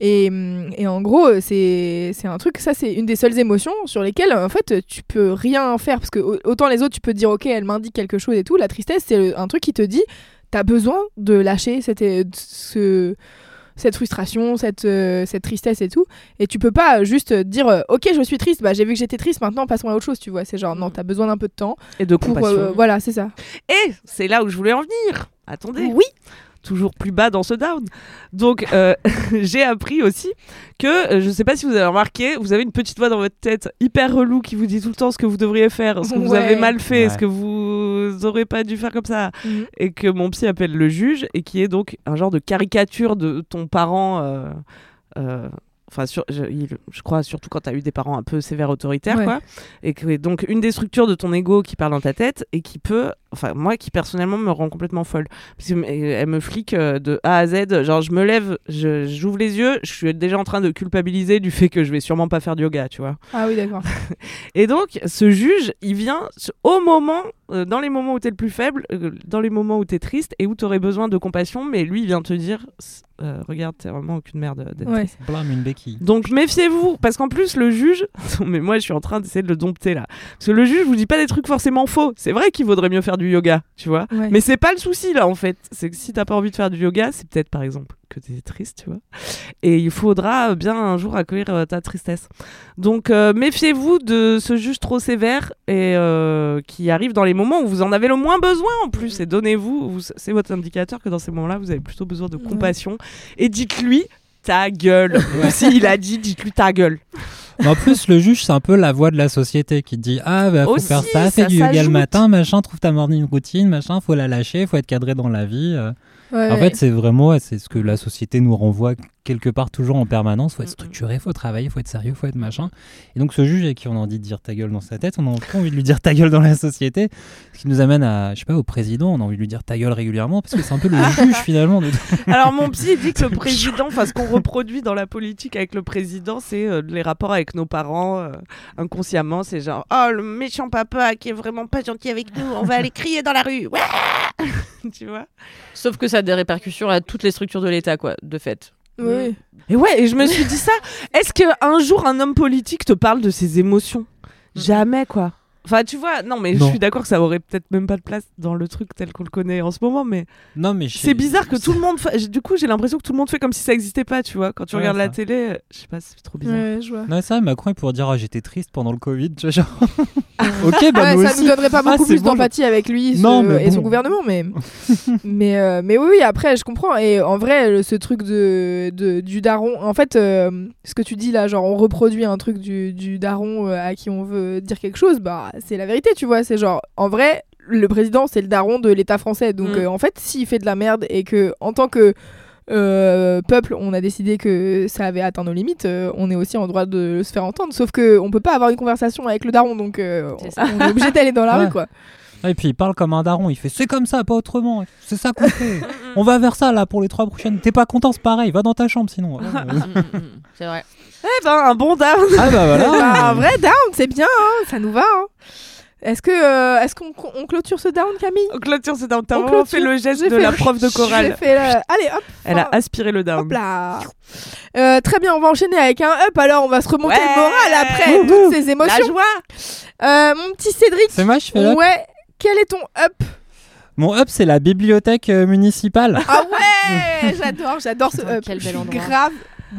Speaker 1: et, hum, et en gros euh, c'est c'est un truc ça c'est une des seules émotions sur lesquelles en fait tu peux rien faire parce que au- autant les autres tu peux te dire ok elle m'indique quelque chose et tout la tristesse c'est le- un truc qui te dit t'as besoin de lâcher cette, euh, ce- cette frustration, cette, euh, cette tristesse et tout. Et tu peux pas euh, juste euh, dire euh, Ok, je suis triste, bah, j'ai vu que j'étais triste, maintenant passons à autre chose. Tu vois, c'est genre Non, t'as besoin d'un peu de temps
Speaker 2: Et de
Speaker 1: pour.
Speaker 2: Mm. compassion.
Speaker 1: euh, voilà, c'est ça.
Speaker 2: Et c'est là où je voulais en venir. Attendez. Oui. Toujours plus bas dans ce down. Donc, euh, j'ai appris aussi que, euh, je ne sais pas si vous avez remarqué, vous avez une petite voix dans votre tête hyper relou qui vous dit tout le temps ce que vous devriez faire, ce que vous
Speaker 1: Ouais.
Speaker 2: avez mal fait,
Speaker 7: Ouais.
Speaker 2: ce que vous aurez pas dû faire comme ça.
Speaker 1: Mhm.
Speaker 2: Et que mon psy appelle le juge et qui est donc un genre de caricature de ton parent. euh, euh, Enfin, sur- je, il- je crois surtout quand tu as eu des parents un peu sévères autoritaires,
Speaker 1: Ouais.
Speaker 2: quoi et que donc une des structures de ton ego qui parle dans ta tête et qui peut enfin moi qui personnellement me rend complètement folle parce que m- elle me flique euh, de A à Z genre je me lève je- j'ouvre les yeux je suis déjà en train de culpabiliser du fait que je vais sûrement pas faire de yoga tu vois
Speaker 1: Ah oui, d'accord.
Speaker 2: et donc, ce juge, il vient ce- au moment, euh, dans les moments où t'es le plus faible, euh, dans les moments où t'es triste et où t'aurais besoin de compassion, mais lui, il vient te dire s- euh, Regarde, t'es vraiment aucune merde euh, d'être
Speaker 1: Ouais.
Speaker 2: triste.
Speaker 7: Blâme une béquille.
Speaker 2: Donc, méfiez-vous, parce qu'en plus, le juge. mais moi, je suis en train d'essayer de le dompter là. Parce que le juge vous dit pas des trucs forcément faux. C'est vrai qu'il vaudrait mieux faire du yoga, tu vois.
Speaker 1: Ouais.
Speaker 2: Mais c'est pas le souci là en fait. C'est que si t'as pas envie de faire du yoga, c'est peut-être par exemple que t'es triste, tu vois. Et il faudra euh, bien un jour accueillir euh, ta tristesse. Donc euh, méfiez-vous de ce juge trop sévère et euh, qui arrive dans les moments où vous en avez le moins besoin en plus. Et donnez-vous, vous- c'est votre indicateur que dans ces moments-là, vous avez plutôt besoin de
Speaker 1: Ouais.
Speaker 2: compassion. Et dites-lui ta gueule. si il a dit, dites-lui ta gueule.
Speaker 7: Mais en plus, le juge, c'est un peu la voix de la société qui dit Ah, bah, faut
Speaker 2: Aussi,
Speaker 7: faire ça,
Speaker 2: ça
Speaker 7: fais du yoga le
Speaker 2: s'ajoute.
Speaker 7: matin, machin, trouve ta morning routine, machin, faut la lâcher, faut être cadré dans la vie. euh.
Speaker 1: Ouais,
Speaker 7: En
Speaker 1: ouais.
Speaker 7: fait, c'est vraiment ouais, c'est ce que la société nous renvoie quelque part toujours en permanence. Faut être
Speaker 2: Mm, mm.
Speaker 7: structuré, faut travailler, faut être sérieux, faut être machin. Et donc, ce juge à qui on a envie de dire ta gueule dans sa tête, on a pas envie de lui dire ta gueule dans la société. Ce qui nous amène à, je sais pas, au président, on a envie de lui dire ta gueule régulièrement parce que c'est un peu le juge finalement. de-
Speaker 2: Alors mon psy il dit que le président, enfin ce qu'on reproduit dans la politique avec le président, c'est euh, les rapports avec nos parents euh, inconsciemment, c'est genre oh le méchant papa qui est vraiment pas gentil avec nous, on va aller crier dans la rue, Ouais tu vois.
Speaker 6: Sauf que ça a des répercussions à toutes les structures de l'État, quoi, de fait.
Speaker 1: Ouais.
Speaker 2: Et ouais, et je me suis dit ça. Est-ce que un jour un homme politique te parle de ses émotions Jamais quoi. Mm. Enfin tu vois, non mais
Speaker 7: Non.
Speaker 2: je suis d'accord que ça aurait peut-être même pas de place dans le truc tel qu'on le connaît en ce moment, mais
Speaker 7: Non, mais
Speaker 2: C'est bizarre que tout le monde. fa- Du coup, j'ai l'impression que tout le monde fait comme si ça existait pas, tu vois. Quand tu
Speaker 7: Ouais,
Speaker 2: regardes la
Speaker 7: ça.
Speaker 2: télé, euh, je sais pas, c'est trop bizarre.
Speaker 1: Ouais, je vois.
Speaker 7: Non, ça, Macron, il pourrait dire Ah, j'étais triste pendant le Covid. Tu vois, genre. ok, bah,
Speaker 1: Ah Ouais,
Speaker 7: nous
Speaker 1: ça
Speaker 7: aussi.
Speaker 1: nous donnerait pas
Speaker 7: Ah,
Speaker 1: beaucoup
Speaker 7: c'est
Speaker 1: plus
Speaker 7: bon,
Speaker 1: d'empathie avec lui ce-
Speaker 7: Non, mais
Speaker 1: et son
Speaker 7: bon.
Speaker 1: gouvernement, mais mais euh, mais oui, oui, après je comprends. Et en vrai, le- ce truc de, de- du daron, en fait, euh, ce que tu dis là, genre on reproduit un truc du, du daron euh, à qui on veut dire quelque chose, bah c'est la vérité, tu vois. C'est genre en vrai, le président c'est le daron de l'État français, donc
Speaker 2: Mm.
Speaker 1: euh, en fait, s'il fait de la merde et que en tant que euh, peuple, on a décidé que ça avait atteint nos limites, euh, on est aussi en droit de se faire entendre. Sauf que on peut pas avoir une conversation avec le daron, donc euh,
Speaker 6: C'est ça.
Speaker 1: on est obligé d'aller dans la
Speaker 7: Ouais.
Speaker 1: rue, quoi.
Speaker 7: Ah, Et puis il parle comme un daron, il fait c'est comme ça, pas autrement, c'est ça qu'on
Speaker 1: Mm,
Speaker 7: fait. On va vers ça là pour les trois prochaines. T'es pas content, c'est pareil, va dans ta chambre sinon. ah
Speaker 6: Mm, C'est vrai.
Speaker 2: Eh ben, un bon dame
Speaker 7: bah voilà.
Speaker 1: Bah, en vrai, down, c'est bien, hein, ça nous va. hein. Est-ce que euh, est-ce qu'on on clôture ce down, Camille
Speaker 2: On clôture ce down. T'as
Speaker 1: On
Speaker 2: vraiment
Speaker 1: clôture.
Speaker 2: fait le geste
Speaker 1: J'ai
Speaker 2: de
Speaker 1: fait-
Speaker 2: la prof de
Speaker 1: J'ai
Speaker 2: chorale.
Speaker 1: fait la- Allez, hop,
Speaker 2: Elle a aspiré le down.
Speaker 1: hop là. Euh, très bien, on va enchaîner avec un up. Alors, on va se remonter
Speaker 2: Ouais.
Speaker 1: le moral après
Speaker 2: Wouhou.
Speaker 1: toutes ces
Speaker 2: La
Speaker 1: émotions.
Speaker 2: joie
Speaker 1: Euh, mon petit Cédric,
Speaker 7: C'est moi, je fais là.
Speaker 1: ouais, quel est ton up
Speaker 7: Mon up, c'est la bibliothèque euh, municipale.
Speaker 1: Ah ouais, j'adore, j'adore ce up.
Speaker 6: Quel bel
Speaker 1: Je suis
Speaker 6: endroit.
Speaker 1: Grave.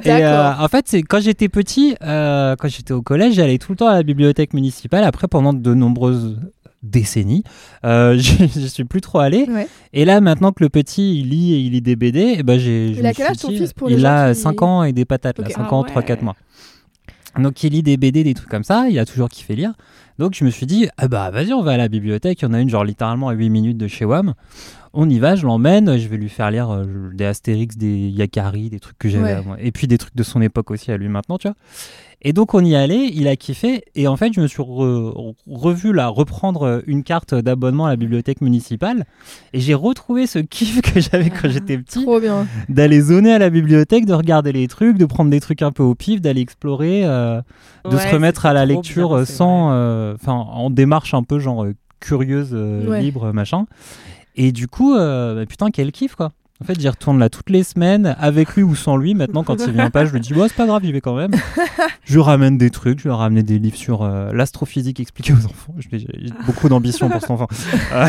Speaker 7: Et euh,
Speaker 1: D'accord.
Speaker 7: en fait, c'est quand j'étais petit, euh, quand j'étais au collège, j'allais tout le temps à la bibliothèque municipale. Après, pendant de nombreuses décennies, euh, j'y j'y suis plus trop allé.
Speaker 1: Ouais.
Speaker 7: Et là, maintenant que le petit il lit et il lit des BD, et ben j'ai. je
Speaker 1: Il a
Speaker 7: me
Speaker 1: quel
Speaker 7: suis
Speaker 1: âge ton
Speaker 7: dit,
Speaker 1: fils pour les
Speaker 7: Il
Speaker 1: gens
Speaker 7: a
Speaker 1: qui-
Speaker 7: 5 ans et des patates,
Speaker 1: Ok.
Speaker 7: là, 5
Speaker 2: Ah
Speaker 7: ans,
Speaker 2: ouais.
Speaker 7: 3-4 mois. Donc il lit des BD, des trucs comme ça, il a toujours kiffé lire. Donc je me suis dit, ah bah vas-y, on va à la bibliothèque, il y en a une genre littéralement à 8 minutes de chez WAM. On y va, je l'emmène, je vais lui faire lire euh, des Astérix, des Yakari, des trucs que j'avais
Speaker 1: Ouais.
Speaker 7: à moi. Et puis des trucs de son époque aussi à lui maintenant, tu vois. Et donc on y allait, il a kiffé, et en fait je me suis re- revu là reprendre euh, une carte d'abonnement à la bibliothèque municipale, et j'ai retrouvé ce kiff que j'avais quand j'étais petit,
Speaker 1: Ah, Trop bien.
Speaker 7: d'aller zoner à la bibliothèque, de regarder les trucs, de prendre des trucs un peu au pif, d'aller explorer, euh, de
Speaker 6: Ouais,
Speaker 7: se remettre à la
Speaker 6: c'était trop
Speaker 7: lecture
Speaker 6: bien,
Speaker 7: euh,
Speaker 6: c'est
Speaker 7: sans, euh, enfin en démarche un peu genre euh, curieuse, euh,
Speaker 1: Ouais.
Speaker 7: libre, machin. Et du coup, euh, bah, putain quel kiff quoi. En fait, j'y retourne là toutes les semaines, avec lui ou sans lui. Maintenant, quand il vient pas, je lui dis, bon, c'est pas grave, il vais quand même. Je lui ramène des trucs, je lui ai ramené des livres sur euh, l'astrophysique expliquée aux enfants. Je l'ai- J'ai beaucoup d'ambition pour cet enfant. Euh,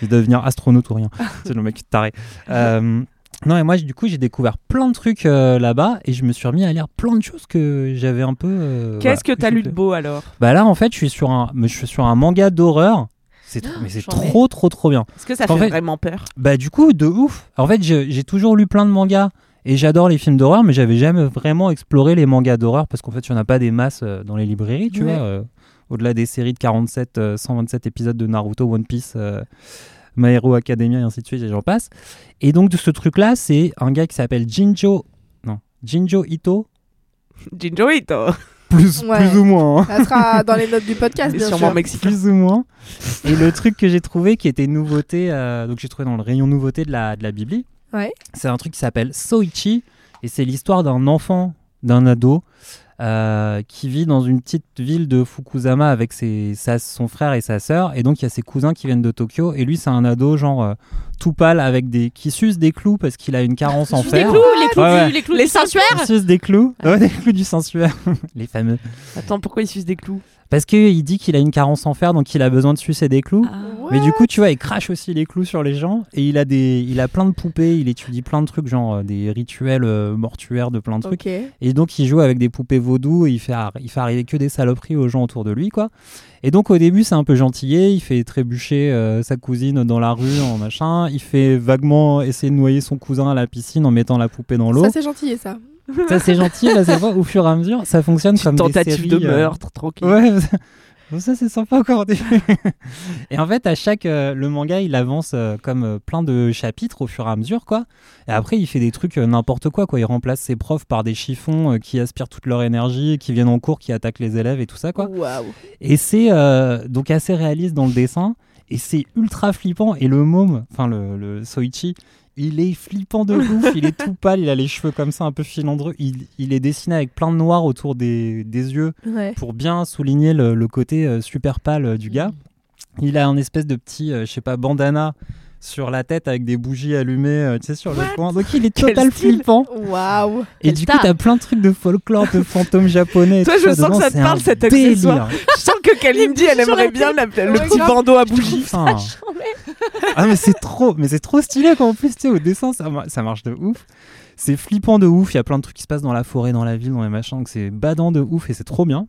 Speaker 7: il doit devenir astronaute ou rien. C'est le mec taré. Euh, non, et moi, j- du coup, j'ai découvert plein de trucs euh, là-bas et je me suis remis à lire plein de choses que j'avais un peu. euh,
Speaker 2: Qu'est-ce que
Speaker 7: voilà,
Speaker 2: t'as lu de beau alors
Speaker 7: Bah là, en fait, je suis sur un, mais je suis sur un manga d'horreur. C'est
Speaker 2: Oh,
Speaker 7: tr- mais c'est
Speaker 6: j'en ai.
Speaker 7: trop, trop, trop bien.
Speaker 2: Est-ce que ça fait,
Speaker 7: En fait-
Speaker 2: vraiment peur
Speaker 7: Bah du coup, de ouf. En fait, j'ai j'ai toujours lu plein de mangas et j'adore les films d'horreur, mais j'avais jamais vraiment exploré les mangas d'horreur parce qu'en fait, il n'y en a pas des masses euh, dans les librairies, tu
Speaker 1: Ouais.
Speaker 7: vois. euh, Au-delà des séries de 47, euh, 127 épisodes de Naruto, One Piece, euh, My Hero Academia et ainsi de suite, et j'en passe. Et donc de ce truc-là, c'est un gars qui s'appelle Jinjo... Non, Jinjo Ito.
Speaker 2: Jinjo Ito
Speaker 7: Plus,
Speaker 1: Ouais.
Speaker 7: plus ou moins. hein.
Speaker 1: Ça sera dans les notes du podcast,
Speaker 2: Il est
Speaker 1: Ah, bien
Speaker 2: sûrement
Speaker 1: sûr.
Speaker 2: mexicain.
Speaker 7: plus ou moins. Et le truc que j'ai trouvé qui était nouveauté, euh, donc j'ai trouvé dans le rayon nouveauté de la, de la Bibli,
Speaker 1: Ouais.
Speaker 7: c'est un truc qui s'appelle Soichi, et c'est l'histoire d'un enfant, d'un ado, euh, qui vit dans une petite ville de Fukuzama avec ses, sa- son frère et sa sœur, et donc il y a ses cousins qui viennent de Tokyo, et lui c'est un ado genre euh, tout pâle avec des qui suce des clous parce qu'il a une carence en
Speaker 6: Juste les
Speaker 7: fer.
Speaker 6: clous, les clous,
Speaker 7: Ouais,
Speaker 6: du-
Speaker 7: ouais.
Speaker 6: les clous
Speaker 2: Les
Speaker 6: du
Speaker 2: sensuaires.
Speaker 6: sensuaire.
Speaker 7: Il suce des clous, Ouais, des clous du sensuaire, les fameux.
Speaker 2: Attends, pourquoi il suce des clous
Speaker 7: Parce qu'il dit qu'il a une carence en fer, donc il a besoin de sucer des clous.
Speaker 6: Ah.
Speaker 7: Mais du coup, tu vois, il crache aussi les clous sur les gens et il a des, il a plein de poupées, il étudie plein de trucs, genre euh, des rituels euh, mortuaires de plein de trucs.
Speaker 1: Ok.
Speaker 7: Et donc, il joue avec des poupées vaudou et il fait, arri- il fait arriver que des saloperies aux gens autour de lui, quoi. Et donc, au début, c'est un peu gentillet, il fait trébucher euh, sa cousine dans la rue, en machin. Il fait vaguement essayer de noyer son cousin à la piscine en mettant la poupée dans l'eau.
Speaker 1: Ça, c'est gentil, ça.
Speaker 7: Ça, c'est gentil, là, ça va. Au fur et à mesure, ça fonctionne
Speaker 2: Une
Speaker 7: comme
Speaker 2: tentative
Speaker 7: des
Speaker 2: de
Speaker 7: séries, euh,
Speaker 2: meurtre, tranquille.
Speaker 7: Ouais, ça- bon, ça c'est sympa encore. au début. et en fait, à chaque euh, le manga, il avance euh, comme euh, plein de chapitres au fur et à mesure, quoi. Et après, il fait des trucs euh, n'importe quoi, quoi. Il remplace ses profs par des chiffons euh, qui aspirent toute leur énergie, qui viennent en cours, qui attaquent les élèves et tout ça, quoi.
Speaker 1: Waouh.
Speaker 7: Et c'est euh, donc assez réaliste dans le dessin. Et c'est ultra flippant. Et le môme, enfin le, le Soichi, il est flippant de ouf. il est tout pâle. Il a les cheveux comme ça, un peu filandreux. Il, il est dessiné avec plein de noir autour des, des yeux
Speaker 1: Ouais.
Speaker 7: pour bien souligner le, le côté euh, super pâle euh, du gars. Il a un espèce de petit, euh, je sais pas, bandana sur la tête avec des bougies allumées, euh, tu sais, sur le coin. Donc il est
Speaker 2: Quel
Speaker 7: total
Speaker 2: style
Speaker 7: flippant.
Speaker 1: Waouh.
Speaker 7: Et
Speaker 6: Quel
Speaker 7: du
Speaker 6: tas.
Speaker 7: coup, t'as plein de trucs de folklore, de fantômes japonais. et
Speaker 2: Toi,
Speaker 7: tout
Speaker 2: je sens
Speaker 7: dedans,
Speaker 2: que ça te
Speaker 7: c'est
Speaker 2: parle,
Speaker 7: un
Speaker 2: cet accessoire.
Speaker 7: délire.
Speaker 2: Je sens que Kalindi, elle aimerait bien la- le petit bandeau à bougie.
Speaker 7: Putain. Ah mais c'est trop, mais c'est trop stylé quoi. En plus, tu sais, au dessin, ça, mar- ça marche de ouf. C'est flippant de ouf. Il y a plein de trucs qui se passent dans la forêt, dans la ville, dans les machins. Donc c'est badant de ouf et c'est trop bien.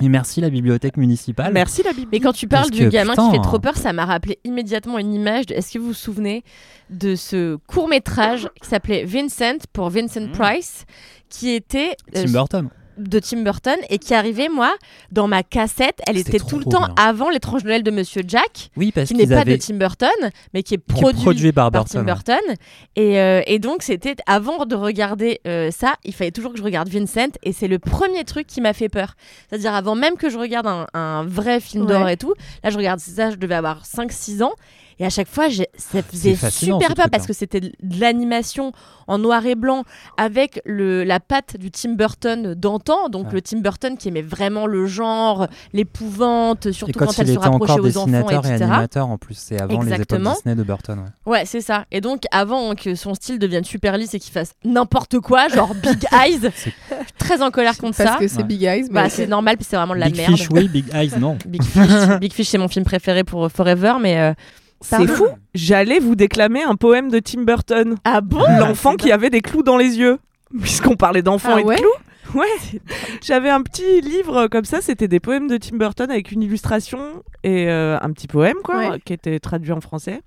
Speaker 7: Et merci la bibliothèque municipale.
Speaker 2: Merci la Bible.
Speaker 6: Mais quand tu parles
Speaker 7: Parce
Speaker 6: du
Speaker 7: que,
Speaker 6: gamin
Speaker 7: putain.
Speaker 6: qui fait trop peur, ça m'a rappelé immédiatement une image. de- Est-ce que vous vous souvenez de ce court métrage qui s'appelait Vincent pour Vincent Price, qui était euh,
Speaker 7: Tim Burton.
Speaker 6: de Tim Burton et qui arrivait moi dans ma cassette. Elle
Speaker 7: C'était
Speaker 6: était tout le
Speaker 7: trop
Speaker 6: temps
Speaker 7: bien.
Speaker 6: avant l'étrange Noël de Monsieur Jack,
Speaker 7: Oui, parce
Speaker 6: qui n'est
Speaker 7: qu'ils
Speaker 6: pas de
Speaker 7: avaient
Speaker 6: Tim Burton, mais qui est
Speaker 7: qui est
Speaker 6: produit.
Speaker 7: produit par
Speaker 6: par
Speaker 7: Burton. hein.
Speaker 6: Tim
Speaker 7: ouais.
Speaker 6: Burton et, euh, et donc c'était avant de regarder euh, ça il fallait toujours que je regarde Vincent et c'est le premier truc qui m'a fait peur c'est à dire avant même que je regarde un, un vrai film
Speaker 1: Ouais.
Speaker 6: d'horreur et tout là je regarde ça je devais avoir 5-6 ans et à chaque fois j'ai- ça faisait
Speaker 7: fascinant, ce hein.
Speaker 6: super peur
Speaker 7: truc-là.
Speaker 6: parce que c'était de l'animation en noir et blanc avec le, la patte du Tim Burton d'antan donc
Speaker 7: Ouais.
Speaker 6: le Tim Burton qui aimait vraiment le genre l'épouvante
Speaker 7: Et
Speaker 6: surtout
Speaker 7: quand,
Speaker 6: quand, elle
Speaker 7: il
Speaker 6: se
Speaker 7: était
Speaker 6: rapprochait
Speaker 7: encore
Speaker 6: aux enfants
Speaker 7: dessinateur et
Speaker 6: etc
Speaker 7: animateur en plus, c'est avant les
Speaker 6: Exactement.
Speaker 7: époques Disney de Burton. ouais.
Speaker 6: Ouais, c'est ça. Et donc, avant que son style devienne super lisse et qu'il fasse n'importe quoi, genre Big Eyes, je suis très en colère contre
Speaker 1: Parce
Speaker 6: ça.
Speaker 1: que c'est
Speaker 7: Ouais.
Speaker 1: Big Eyes, mais
Speaker 6: Bah,
Speaker 1: ok.
Speaker 6: c'est normal, puis c'est vraiment de la
Speaker 7: Big
Speaker 6: merde.
Speaker 7: Fish, oui, Big Eyes, non.
Speaker 6: Big Fish, Big Fish, c'est mon film préféré pour euh, Forever, mais. euh,
Speaker 2: C'est
Speaker 6: pardon
Speaker 2: fou. J'allais vous déclamer un poème de Tim Burton.
Speaker 6: Ah bon
Speaker 2: L'enfant qui avait des clous dans les yeux. Puisqu'on parlait d'enfants
Speaker 1: Ah
Speaker 2: et
Speaker 1: ouais
Speaker 2: de clous. Ouais. J'avais un petit livre comme ça, c'était des poèmes de Tim Burton avec une illustration et euh, un petit poème quoi,
Speaker 1: Ouais.
Speaker 2: qui était traduit en français.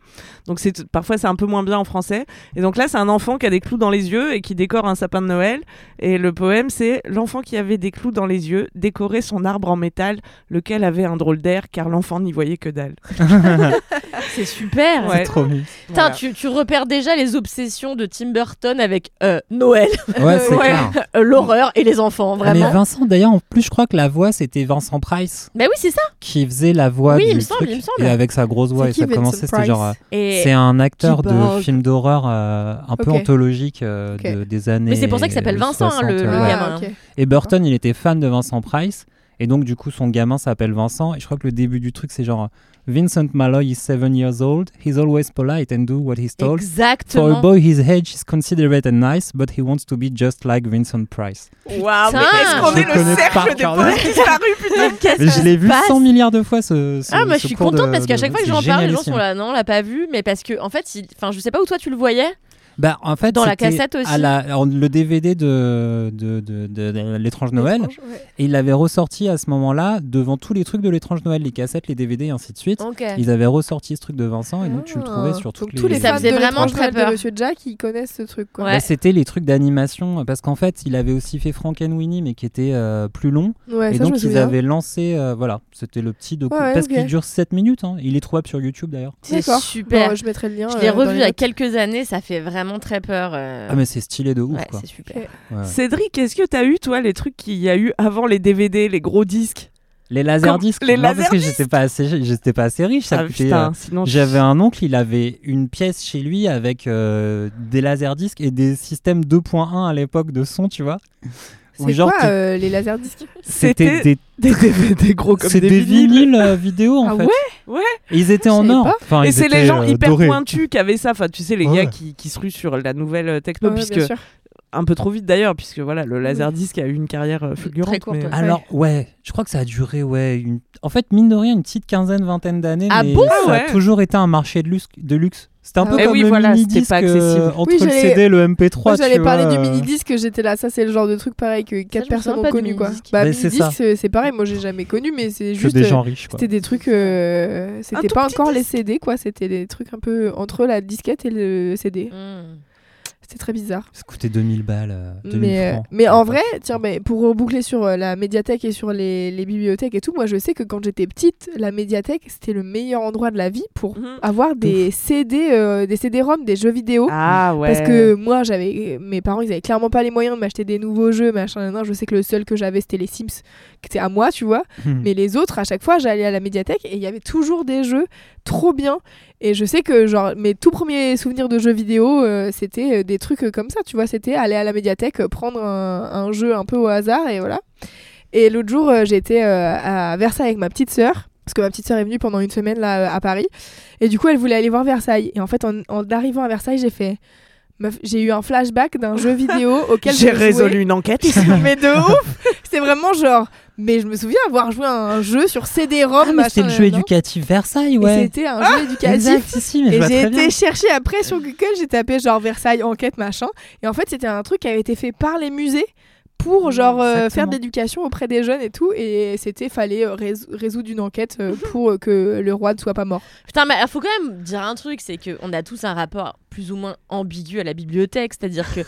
Speaker 2: Donc c'est parfois c'est un peu moins bien en français. Et donc là c'est un enfant qui a des clous dans les yeux et qui décore un sapin de Noël. Et le poème c'est l'enfant qui avait des clous dans les yeux décorait son arbre en métal, lequel avait un drôle d'air car l'enfant n'y voyait que dalle.
Speaker 6: Ah, C'est super.
Speaker 2: Ouais.
Speaker 7: Trop mignon.
Speaker 6: Putain,
Speaker 2: Voilà.
Speaker 6: tu, tu repères déjà les obsessions de Tim Burton avec euh, Noël,
Speaker 7: Ouais, c'est
Speaker 6: Ouais.
Speaker 7: clair. Ah,
Speaker 6: euh, l'horreur et les enfants,
Speaker 7: Mais
Speaker 6: vraiment.
Speaker 7: Vincent, d'ailleurs, en plus, je crois que la voix, c'était Vincent Price
Speaker 6: Bah oui, c'est ça.
Speaker 7: qui faisait la voix
Speaker 6: Oui, il
Speaker 7: du
Speaker 6: me semble,
Speaker 7: truc.
Speaker 6: il me semble.
Speaker 7: Et avec sa grosse voix,
Speaker 1: C'est
Speaker 7: et
Speaker 1: qui
Speaker 7: ça
Speaker 1: Vincent
Speaker 7: commençait, c'était
Speaker 1: Price
Speaker 7: genre. euh,
Speaker 6: Et
Speaker 7: C'est un acteur
Speaker 1: qui
Speaker 7: de
Speaker 1: parle.
Speaker 7: film d'horreur euh, un peu
Speaker 1: Ok.
Speaker 7: anthologique euh,
Speaker 1: Ok.
Speaker 7: de- des années.
Speaker 6: Mais c'est pour ça qu'il s'appelle Vincent, hein, le-
Speaker 7: 60,
Speaker 6: le
Speaker 7: ouais.
Speaker 6: gamin.
Speaker 1: ok.
Speaker 7: Et Burton, il était fan de Vincent Price. Et donc, du coup, son gamin s'appelle Vincent. Et je crois que le début du truc, c'est genre Vincent Malloy is seven years old. He's always polite and do what he's told. For a
Speaker 6: exactement.
Speaker 7: boy his age, he's considerate and nice, but he wants to be just like Vincent Price.
Speaker 2: Waouh,
Speaker 6: Putain.
Speaker 2: mais est-ce qu'on
Speaker 7: Je
Speaker 2: est
Speaker 7: connais
Speaker 2: le
Speaker 7: par
Speaker 2: cercle des
Speaker 7: cœur.
Speaker 2: poètes disparus, putain
Speaker 6: Qu'est-ce
Speaker 7: Mais je
Speaker 6: qui
Speaker 7: l'ai
Speaker 6: Ah, se
Speaker 7: vu
Speaker 6: passe
Speaker 7: 100 milliards de fois ce. ce
Speaker 6: Ah, moi
Speaker 7: ce
Speaker 6: je suis
Speaker 7: cours de-
Speaker 6: contente parce qu'à
Speaker 7: de-
Speaker 6: chaque fois que
Speaker 7: c'est
Speaker 6: j'en parle, les gens
Speaker 7: génialissime.
Speaker 6: sont là, non, on l'a pas vu, mais parce que en fait, il... enfin, je sais pas où toi tu le voyais.
Speaker 7: Bah, en fait,
Speaker 6: Dans la
Speaker 7: c'était
Speaker 6: cassette aussi.
Speaker 7: à la- en- le DVD de, de, de- de- de l'étrange Noël. Et il l'avait ressorti à ce moment-là devant tous les trucs de l'étrange Noël, les cassettes, les DVD et ainsi de suite.
Speaker 6: Ok.
Speaker 7: Ils avaient ressorti ce truc de Vincent et donc Oh, tu le
Speaker 6: Ah.
Speaker 7: trouvais sur tous
Speaker 1: Donc
Speaker 7: les.
Speaker 1: tous les
Speaker 6: Ça
Speaker 1: fans de
Speaker 6: faisait vraiment
Speaker 1: l'étrange
Speaker 6: très
Speaker 1: Noël
Speaker 6: peur.
Speaker 1: de Monsieur Jack, ils connaissent ce truc. Quoi.
Speaker 6: Ouais.
Speaker 7: Bah, c'était les trucs d'animation parce qu'en fait il avait aussi fait Frankenweenie mais qui était euh, plus long
Speaker 1: Ouais,
Speaker 7: et
Speaker 1: ça, je me
Speaker 7: donc ils
Speaker 1: souviens.
Speaker 7: avaient lancé euh, voilà c'était le petit docu
Speaker 1: Ouais, ouais,
Speaker 7: parce
Speaker 1: ok.
Speaker 7: qu'il dure 7 minutes hein. il est trouvable sur YouTube d'ailleurs
Speaker 6: C'est
Speaker 1: D'accord.
Speaker 6: super.
Speaker 1: Bon, je mettrai le lien.
Speaker 6: Je l'ai
Speaker 1: euh, dans
Speaker 6: revu
Speaker 1: les
Speaker 6: il y a
Speaker 1: notes.
Speaker 6: quelques années, ça fait vraiment très peur. euh.
Speaker 7: ah mais c'est stylé de ouf
Speaker 6: ouais,
Speaker 7: quoi
Speaker 6: c'est super.
Speaker 7: Ouais.
Speaker 2: Cédric, est-ce que t'as eu, toi, les trucs qu'il y a eu avant les DVD, les gros disques
Speaker 7: les laserdiscs
Speaker 2: les
Speaker 7: non parce que j'étais pas assez j'étais pas assez riche ça
Speaker 2: Ah,
Speaker 7: coûtait, euh,
Speaker 2: putain, sinon...
Speaker 7: J'avais un oncle, il avait une pièce chez lui avec euh, des laserdiscs et des systèmes 2.1 à l'époque de son, tu vois. Ou
Speaker 1: C'est
Speaker 7: genre,
Speaker 1: quoi
Speaker 7: tu-
Speaker 1: euh, les laserdiscs
Speaker 7: c'était
Speaker 2: C'était
Speaker 7: des,
Speaker 2: Des DVD gros comme
Speaker 7: c'est
Speaker 2: des,
Speaker 7: des
Speaker 2: vinyles.
Speaker 7: vinyles euh, vidéo en
Speaker 1: Ah
Speaker 7: fait.
Speaker 1: ouais
Speaker 2: Ouais.
Speaker 7: Et ils étaient
Speaker 1: Je
Speaker 7: en
Speaker 1: savais
Speaker 7: or.
Speaker 1: pas.
Speaker 7: Enfin,
Speaker 2: Et
Speaker 7: ils
Speaker 2: c'est les
Speaker 7: étaient,
Speaker 2: gens
Speaker 7: euh,
Speaker 2: hyper
Speaker 7: dorés.
Speaker 2: pointus qui avaient ça. Enfin, tu sais, les
Speaker 7: Ouais.
Speaker 2: gars qui, qui se ruent sur la nouvelle euh, techno,
Speaker 1: Ouais, bien
Speaker 2: puisque
Speaker 1: sûr.
Speaker 2: un peu trop vite d'ailleurs, puisque voilà, le laserdisc a eu une carrière euh, fulgurante.
Speaker 6: Très courte,
Speaker 2: mais-
Speaker 6: ouais.
Speaker 7: Alors ouais, je crois que ça a duré ouais une- en fait mine de rien une petite quinzaine vingtaine d'années
Speaker 6: Ah
Speaker 7: mais
Speaker 6: bon
Speaker 7: ça
Speaker 2: Ouais.
Speaker 7: a toujours été un marché de luxe de luxe. C'était un
Speaker 1: Ah
Speaker 7: peu
Speaker 1: ouais.
Speaker 7: comme
Speaker 2: Eh oui,
Speaker 7: le
Speaker 2: voilà,
Speaker 7: mini
Speaker 2: c'était
Speaker 7: disque euh,
Speaker 2: pas accessible.
Speaker 7: entre
Speaker 1: Oui,
Speaker 7: le
Speaker 1: j'allais-
Speaker 7: CD et le MP3
Speaker 1: Moi, j'allais
Speaker 7: tu
Speaker 1: parler
Speaker 7: vois,
Speaker 1: du
Speaker 7: euh.
Speaker 1: mini disque, j'étais là. Ça, c'est le genre de truc pareil que quatre
Speaker 6: me
Speaker 1: personnes
Speaker 6: souviens
Speaker 1: ont
Speaker 6: pas du
Speaker 1: connu, quoi.
Speaker 6: mini-disque.
Speaker 1: Bah,
Speaker 7: Mais
Speaker 1: mini
Speaker 7: c'est
Speaker 1: disque,
Speaker 7: ça.
Speaker 1: c'est c'est pareil. Moi, j'ai jamais connu, mais c'est
Speaker 7: que
Speaker 1: juste.
Speaker 7: des
Speaker 1: euh,
Speaker 7: gens riches quoi.
Speaker 1: C'était des trucs. euh, C'était
Speaker 2: tout
Speaker 1: pas
Speaker 2: petit
Speaker 1: encore les CD, quoi. C'était des trucs un peu entre la disquette et le CD.
Speaker 6: Mm.
Speaker 1: C'était très bizarre.
Speaker 7: Ça coûtait 2000 balles, euh, 2000
Speaker 1: Mais, euh,
Speaker 7: francs.
Speaker 1: mais en vrai, tiens, mais pour reboucler sur euh, la médiathèque et sur les, les bibliothèques et tout, moi je sais que quand j'étais petite, la médiathèque c'était le meilleur endroit de la vie
Speaker 6: Mm.
Speaker 1: pour
Speaker 2: Mhm.
Speaker 1: avoir des CD, euh, des CD-ROM, des jeux vidéo.
Speaker 2: Ah ouais.
Speaker 1: Parce que moi, j'avais mes parents, ils avaient clairement pas les moyens de m'acheter des nouveaux jeux, machin. nan, nan. je sais que le seul que j'avais, c'était les Sims, qui était à moi, tu vois.
Speaker 2: Mm.
Speaker 1: Mais les autres, à chaque fois, j'allais à la médiathèque et il y avait toujours des jeux trop bien. Et je sais que genre mes tout premiers souvenirs de jeux vidéo, euh, c'était euh, des trucs euh, comme ça, tu vois. C'était aller à la médiathèque, euh, prendre un, un jeu un peu au hasard et voilà. Et l'autre jour, euh, j'étais euh, à Versailles avec ma petite sœur. Parce que ma petite sœur est venue pendant une semaine là euh, à Paris. Et du coup, elle voulait aller voir Versailles. Et en fait, en, en arrivant à Versailles, j'ai fait. Meuf, J'ai eu un flashback d'un jeu vidéo auquel
Speaker 2: j'ai
Speaker 1: je jouais.
Speaker 2: résolu une enquête.
Speaker 1: mais de ouf C'était vraiment genre. Mais je me souviens avoir joué à un jeu sur CD-ROM.
Speaker 7: Ah, mais c'était
Speaker 1: machin,
Speaker 7: le jeu
Speaker 1: nanana.
Speaker 7: éducatif Versailles,
Speaker 1: Et
Speaker 7: ouais. Ah,
Speaker 1: C'était un jeu éducatif.
Speaker 7: Exact, ici, mais je
Speaker 1: Et
Speaker 7: vois
Speaker 1: j'ai
Speaker 7: très bien.
Speaker 1: été chercher après sur Google, j'ai tapé genre Versailles enquête machin. Et en fait, c'était un truc qui avait été fait par les musées pour genre euh,
Speaker 7: Hmm, Exactement.
Speaker 1: faire de l'éducation auprès des jeunes et tout. Et c'était fallait euh, rés- résoudre une enquête euh, pour euh, que le roi ne soit pas mort.
Speaker 6: Putain, mais il faut quand même dire un truc, c'est qu'on a tous un rapport plus ou moins ambigu à la bibliothèque, c'est-à-dire que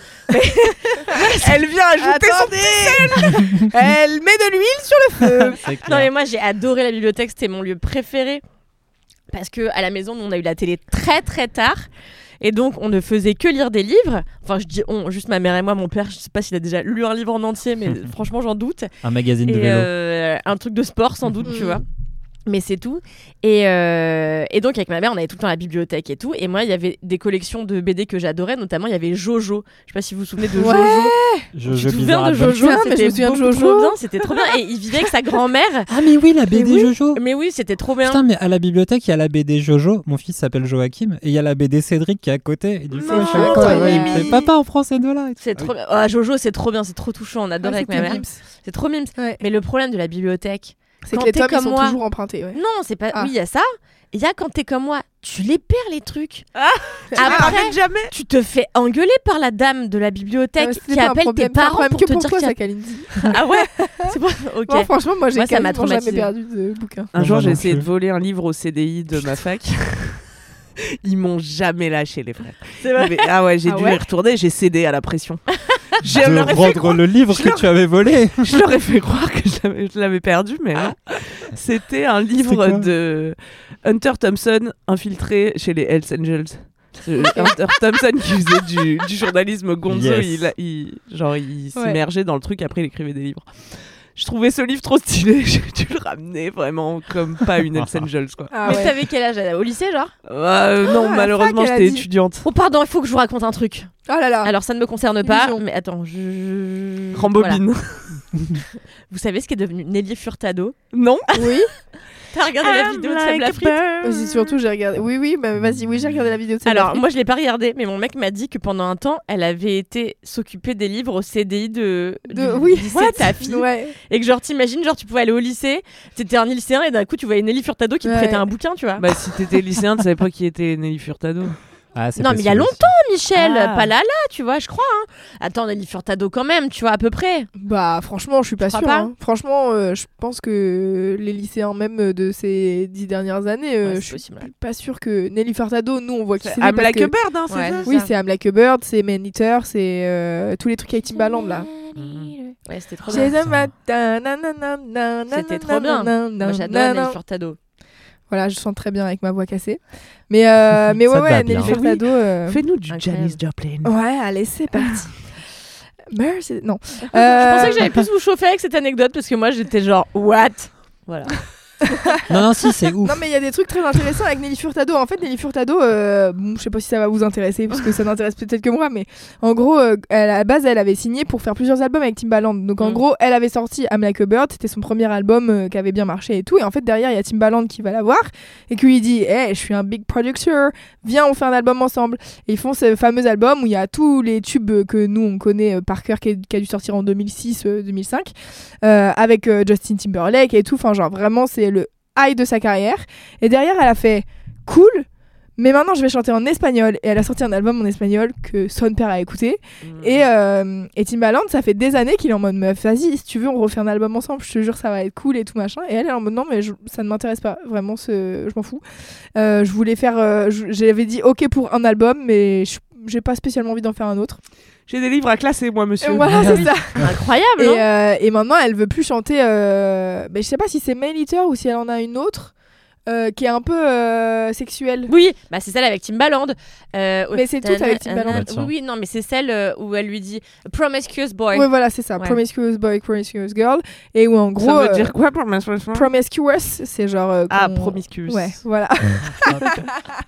Speaker 2: Elle vient
Speaker 6: Ah,
Speaker 2: ajouter son.
Speaker 1: Elle met de l'huile sur le feu.
Speaker 7: C'est clair.
Speaker 6: Non mais moi j'ai adoré la bibliothèque, c'était mon lieu préféré parce que à la maison nous, on a eu la télé très très tard et donc on ne faisait que lire des livres. Enfin je dis on, juste ma mère et moi, mon père, je sais pas s'il a déjà lu un livre en entier mais franchement j'en doute.
Speaker 7: Un magazine de
Speaker 6: Et
Speaker 7: vélo.
Speaker 6: euh, un truc de sport sans doute, tu
Speaker 1: Mm.
Speaker 6: vois. Mais c'est tout. Et, euh, et donc, avec ma mère, on allait tout le temps à la bibliothèque et tout. Et moi, il y avait des collections de BD que j'adorais, notamment il y avait Jojo. Je sais pas si vous vous souvenez de
Speaker 1: Ouais.
Speaker 6: Jojo.
Speaker 7: Je,
Speaker 6: Tu
Speaker 7: je
Speaker 6: te souviens
Speaker 7: bizarre
Speaker 6: de
Speaker 7: à
Speaker 6: Jojo
Speaker 1: Putain, mais je
Speaker 6: C'était
Speaker 1: me souviens de
Speaker 6: beaucoup
Speaker 1: Jojo.
Speaker 6: trop bien, C'était trop bien. Et il vivait avec sa grand-mère.
Speaker 7: Ah, mais oui, la BD
Speaker 6: oui.
Speaker 7: Jojo.
Speaker 6: Mais oui, c'était trop bien.
Speaker 7: Putain, mais à la bibliothèque, il y a la BD Jojo. Mon fils s'appelle Joachim. Et il y a la BD Cédric qui est à côté. Et du coup,
Speaker 2: Non,
Speaker 7: à chaque fois,
Speaker 6: trop
Speaker 7: ouais, il me
Speaker 1: mimi.
Speaker 7: fait Papa, on prend ces deux-là. Et tout.
Speaker 6: C'est trop bien. Ah, Jojo, c'est trop bien, c'est trop touchant. On
Speaker 1: Ouais,
Speaker 6: adorait avec ma
Speaker 1: Ah, c'était
Speaker 6: mère.
Speaker 1: mimes.
Speaker 6: C'est trop mimes.
Speaker 1: Ouais.
Speaker 6: Mais le problème de la bibliothèque,
Speaker 1: C'est
Speaker 6: Quand
Speaker 1: que les
Speaker 6: t'es
Speaker 1: tomes ils
Speaker 6: comme
Speaker 1: sont
Speaker 6: moi.
Speaker 1: toujours empruntés. ouais.
Speaker 6: non, c'est pas.
Speaker 1: Ah.
Speaker 6: Oui, il y a ça. Il y a quand t'es comme moi, tu les perds les trucs.
Speaker 2: Ah. Ah,
Speaker 6: Après,
Speaker 2: ramène jamais.
Speaker 6: tu te fais engueuler par la dame de la
Speaker 1: Ah,
Speaker 6: bibliothèque
Speaker 1: mais c'était
Speaker 6: qui
Speaker 1: pas un
Speaker 6: appelle
Speaker 1: problème,
Speaker 6: tes
Speaker 1: c'est un
Speaker 6: parents
Speaker 1: problème
Speaker 6: pour
Speaker 1: que
Speaker 6: te
Speaker 1: pour
Speaker 6: dire
Speaker 1: toi,
Speaker 6: qu'il y a-
Speaker 1: ça, Kalindi.
Speaker 6: Ah ouais C'est pas... Ok.
Speaker 1: Non, franchement, moi, j'ai
Speaker 6: Moi, ça m'a
Speaker 1: quasiment jamais
Speaker 6: traumatisée.
Speaker 1: perdu de bouquin.
Speaker 2: Un
Speaker 7: Non,
Speaker 2: jour,
Speaker 7: moi
Speaker 2: j'ai
Speaker 7: non
Speaker 2: essayé de
Speaker 7: plus.
Speaker 2: voler un livre au CDI de ma fac. Ils m'ont jamais lâché, les frères.
Speaker 6: C'est vrai.
Speaker 2: Mais- ah ouais, j'ai
Speaker 1: Ah
Speaker 2: dû
Speaker 1: ouais
Speaker 2: y retourner, j'ai cédé à la pression. Je
Speaker 7: de
Speaker 2: leur ai fait
Speaker 7: rendre
Speaker 2: croire-
Speaker 7: le livre
Speaker 2: Je
Speaker 7: que
Speaker 2: leur-
Speaker 7: tu avais volé.
Speaker 2: je leur ai fait croire que je l'avais- je l'avais perdu, mais non. C'était un
Speaker 7: quoi
Speaker 2: livre de Hunter Thompson infiltré chez les Hells Angels. Euh, Hunter Thompson qui faisait du, du journalisme gonzo,
Speaker 7: Yes.
Speaker 2: il, a- il- genre il
Speaker 1: Ouais.
Speaker 2: s'immergeait dans le truc, après il écrivait des livres. Je trouvais ce livre trop stylé, j'ai dû le ramener vraiment comme pas une Hells Angels quoi.
Speaker 1: Ah
Speaker 6: Mais
Speaker 1: ouais.
Speaker 6: t'avais quel âge elle- Au lycée, genre
Speaker 2: Euh, non,
Speaker 1: Ah, la
Speaker 2: malheureusement
Speaker 1: fac, elle a
Speaker 2: j'étais
Speaker 1: dit.
Speaker 2: étudiante.
Speaker 6: Oh, pardon, il faut que je vous raconte un truc.
Speaker 1: Oh là là.
Speaker 6: Alors, ça ne me concerne pas,
Speaker 1: Illusion.
Speaker 6: mais attends, je- je. je- voilà.
Speaker 2: Rambobine.
Speaker 6: Vous savez ce qu'est devenu Nelly Furtado
Speaker 2: Non
Speaker 1: oui.
Speaker 6: T'as regardé Ah, la vidéo
Speaker 1: Ah,
Speaker 6: de Seb Lafrite
Speaker 1: Vas-y, surtout, j'ai regardé. Oui, oui, bah, vas-y, oui, j'ai regardé la vidéo de Seb
Speaker 6: Alors,
Speaker 1: Lafrite.
Speaker 6: moi, je l'ai pas regardé, mais mon mec m'a dit que pendant un temps, elle avait été s'occuper des livres au CDI de,
Speaker 1: De-
Speaker 6: du
Speaker 1: oui,
Speaker 6: lycée
Speaker 1: what
Speaker 6: de ta fille.
Speaker 1: Ouais.
Speaker 6: Et que, genre, t'imagines, genre, tu pouvais aller au lycée, t'étais un lycéen et d'un coup, tu voyais Nelly Furtado qui
Speaker 1: Ouais.
Speaker 6: te prêtait un bouquin, tu vois.
Speaker 2: Bah si t'étais lycéen, tu savais pas qui était Nelly Furtado.
Speaker 7: Ah, c'est
Speaker 6: Non, mais il y a
Speaker 7: possible
Speaker 6: longtemps, Michel,
Speaker 2: Ah.
Speaker 6: pas là, là, tu vois, je crois. hein. Attends, Nelly Furtado quand même, tu vois, à peu près.
Speaker 1: Bah, franchement, je suis pas
Speaker 6: crois
Speaker 1: sûre.
Speaker 6: pas
Speaker 1: hein. Franchement, euh, je pense que les lycéens, même euh, de ces dix dernières années, euh,
Speaker 6: Ouais, c'est
Speaker 1: je suis
Speaker 6: possible. ouais.
Speaker 1: pas sûre que Nelly Furtado, nous, on voit qui c'est.
Speaker 2: I'm
Speaker 1: parce
Speaker 2: like
Speaker 1: que-
Speaker 2: a bird, hein, c'est
Speaker 6: Ouais,
Speaker 2: ça
Speaker 6: c'est
Speaker 1: Oui, c'est I'm Like a Bird, c'est Man Eater, c'est euh, tous les trucs avec Timbaland là.
Speaker 6: Mmh. Ouais, c'était trop bien.
Speaker 1: Chez un
Speaker 7: putain.
Speaker 1: matin, nanana, nanana,
Speaker 6: C'était trop bien.
Speaker 1: nanana,
Speaker 6: Moi, j'adore
Speaker 1: nanana.
Speaker 6: Nelly Furtado.
Speaker 1: Voilà, je chante très bien avec ma voix cassée. Mais, euh, mais
Speaker 7: Ça
Speaker 1: ouais,
Speaker 7: te
Speaker 1: ouais,
Speaker 7: va bien.
Speaker 1: Nelly Furtado. euh,
Speaker 2: Fais-nous du
Speaker 6: Incroyable.
Speaker 2: Janis Joplin.
Speaker 1: Ouais, allez, c'est parti. Merci. Non.
Speaker 6: Je
Speaker 1: Euh,
Speaker 6: pensais que j'allais plus vous chauffer avec cette anecdote parce que moi, j'étais genre, what Voilà.
Speaker 7: Non, non, si, c'est ouf.
Speaker 1: Non mais il y a des trucs très intéressants avec Nelly Furtado. En fait, Nelly Furtado, euh, bon, je sais pas si ça va vous intéresser parce que ça n'intéresse peut-être que moi, mais en gros, euh, elle- à la base, elle avait signé pour faire plusieurs albums avec Timbaland. Donc en
Speaker 6: Mm.
Speaker 1: gros, elle avait sorti I'm Like a Bird, c'était son premier album euh, qui avait bien marché et tout. Et en fait, derrière, il y a Timbaland qui va la voir et qui lui dit, hey, je suis un big producer, viens, on fait un album ensemble. Et ils font ce fameux album où il y a tous les tubes euh, que nous on connaît euh, par cœur qui, est- qui a dû sortir en 2006-2005 avec euh, Justin Timberlake et tout. Enfin, genre vraiment, c'est le high de sa carrière. Et derrière, elle a fait cool, mais maintenant je vais chanter en espagnol. Et elle a sorti un album en espagnol que son père a écouté. Et, euh, et Timbaland, ça fait des années qu'il est en mode meuf, vas-y, si tu veux, on refait un album ensemble, je te jure, ça va être cool et tout machin. Et elle, elle est en mode non, mais je- ça ne m'intéresse pas, vraiment, ce, je m'en fous. Euh, je voulais faire. euh, je- J'avais dit ok pour un album, mais je- j'ai pas spécialement envie d'en faire un autre.
Speaker 2: J'ai des livres à classer, moi,
Speaker 1: Et
Speaker 2: monsieur.
Speaker 1: voilà, c'est ça.
Speaker 6: Incroyable,
Speaker 1: Et,
Speaker 2: hein.
Speaker 6: non
Speaker 1: euh, et maintenant, elle veut plus chanter. Euh, mais je sais pas si c'est Mail Eater ou si elle en a une autre euh, qui est un peu euh, sexuelle.
Speaker 6: Oui, bah c'est celle avec Timbaland. Euh,
Speaker 1: Mais c'est tout avec Timbaland.
Speaker 7: Bah, tiens.
Speaker 6: Oui, oui, non, mais c'est celle euh, où elle lui dit Promiscuous Boy.
Speaker 1: Ouais, voilà, c'est ça.
Speaker 6: Ouais.
Speaker 1: Promiscuous boy, promiscuous girl. Et où en gros.
Speaker 2: Ça veut
Speaker 1: euh,
Speaker 2: dire quoi pour ma soirée
Speaker 1: promiscuous, c'est genre. euh,
Speaker 2: Ah,
Speaker 1: qu'on-
Speaker 2: promiscuous.
Speaker 1: Ouais, voilà.
Speaker 7: Ah,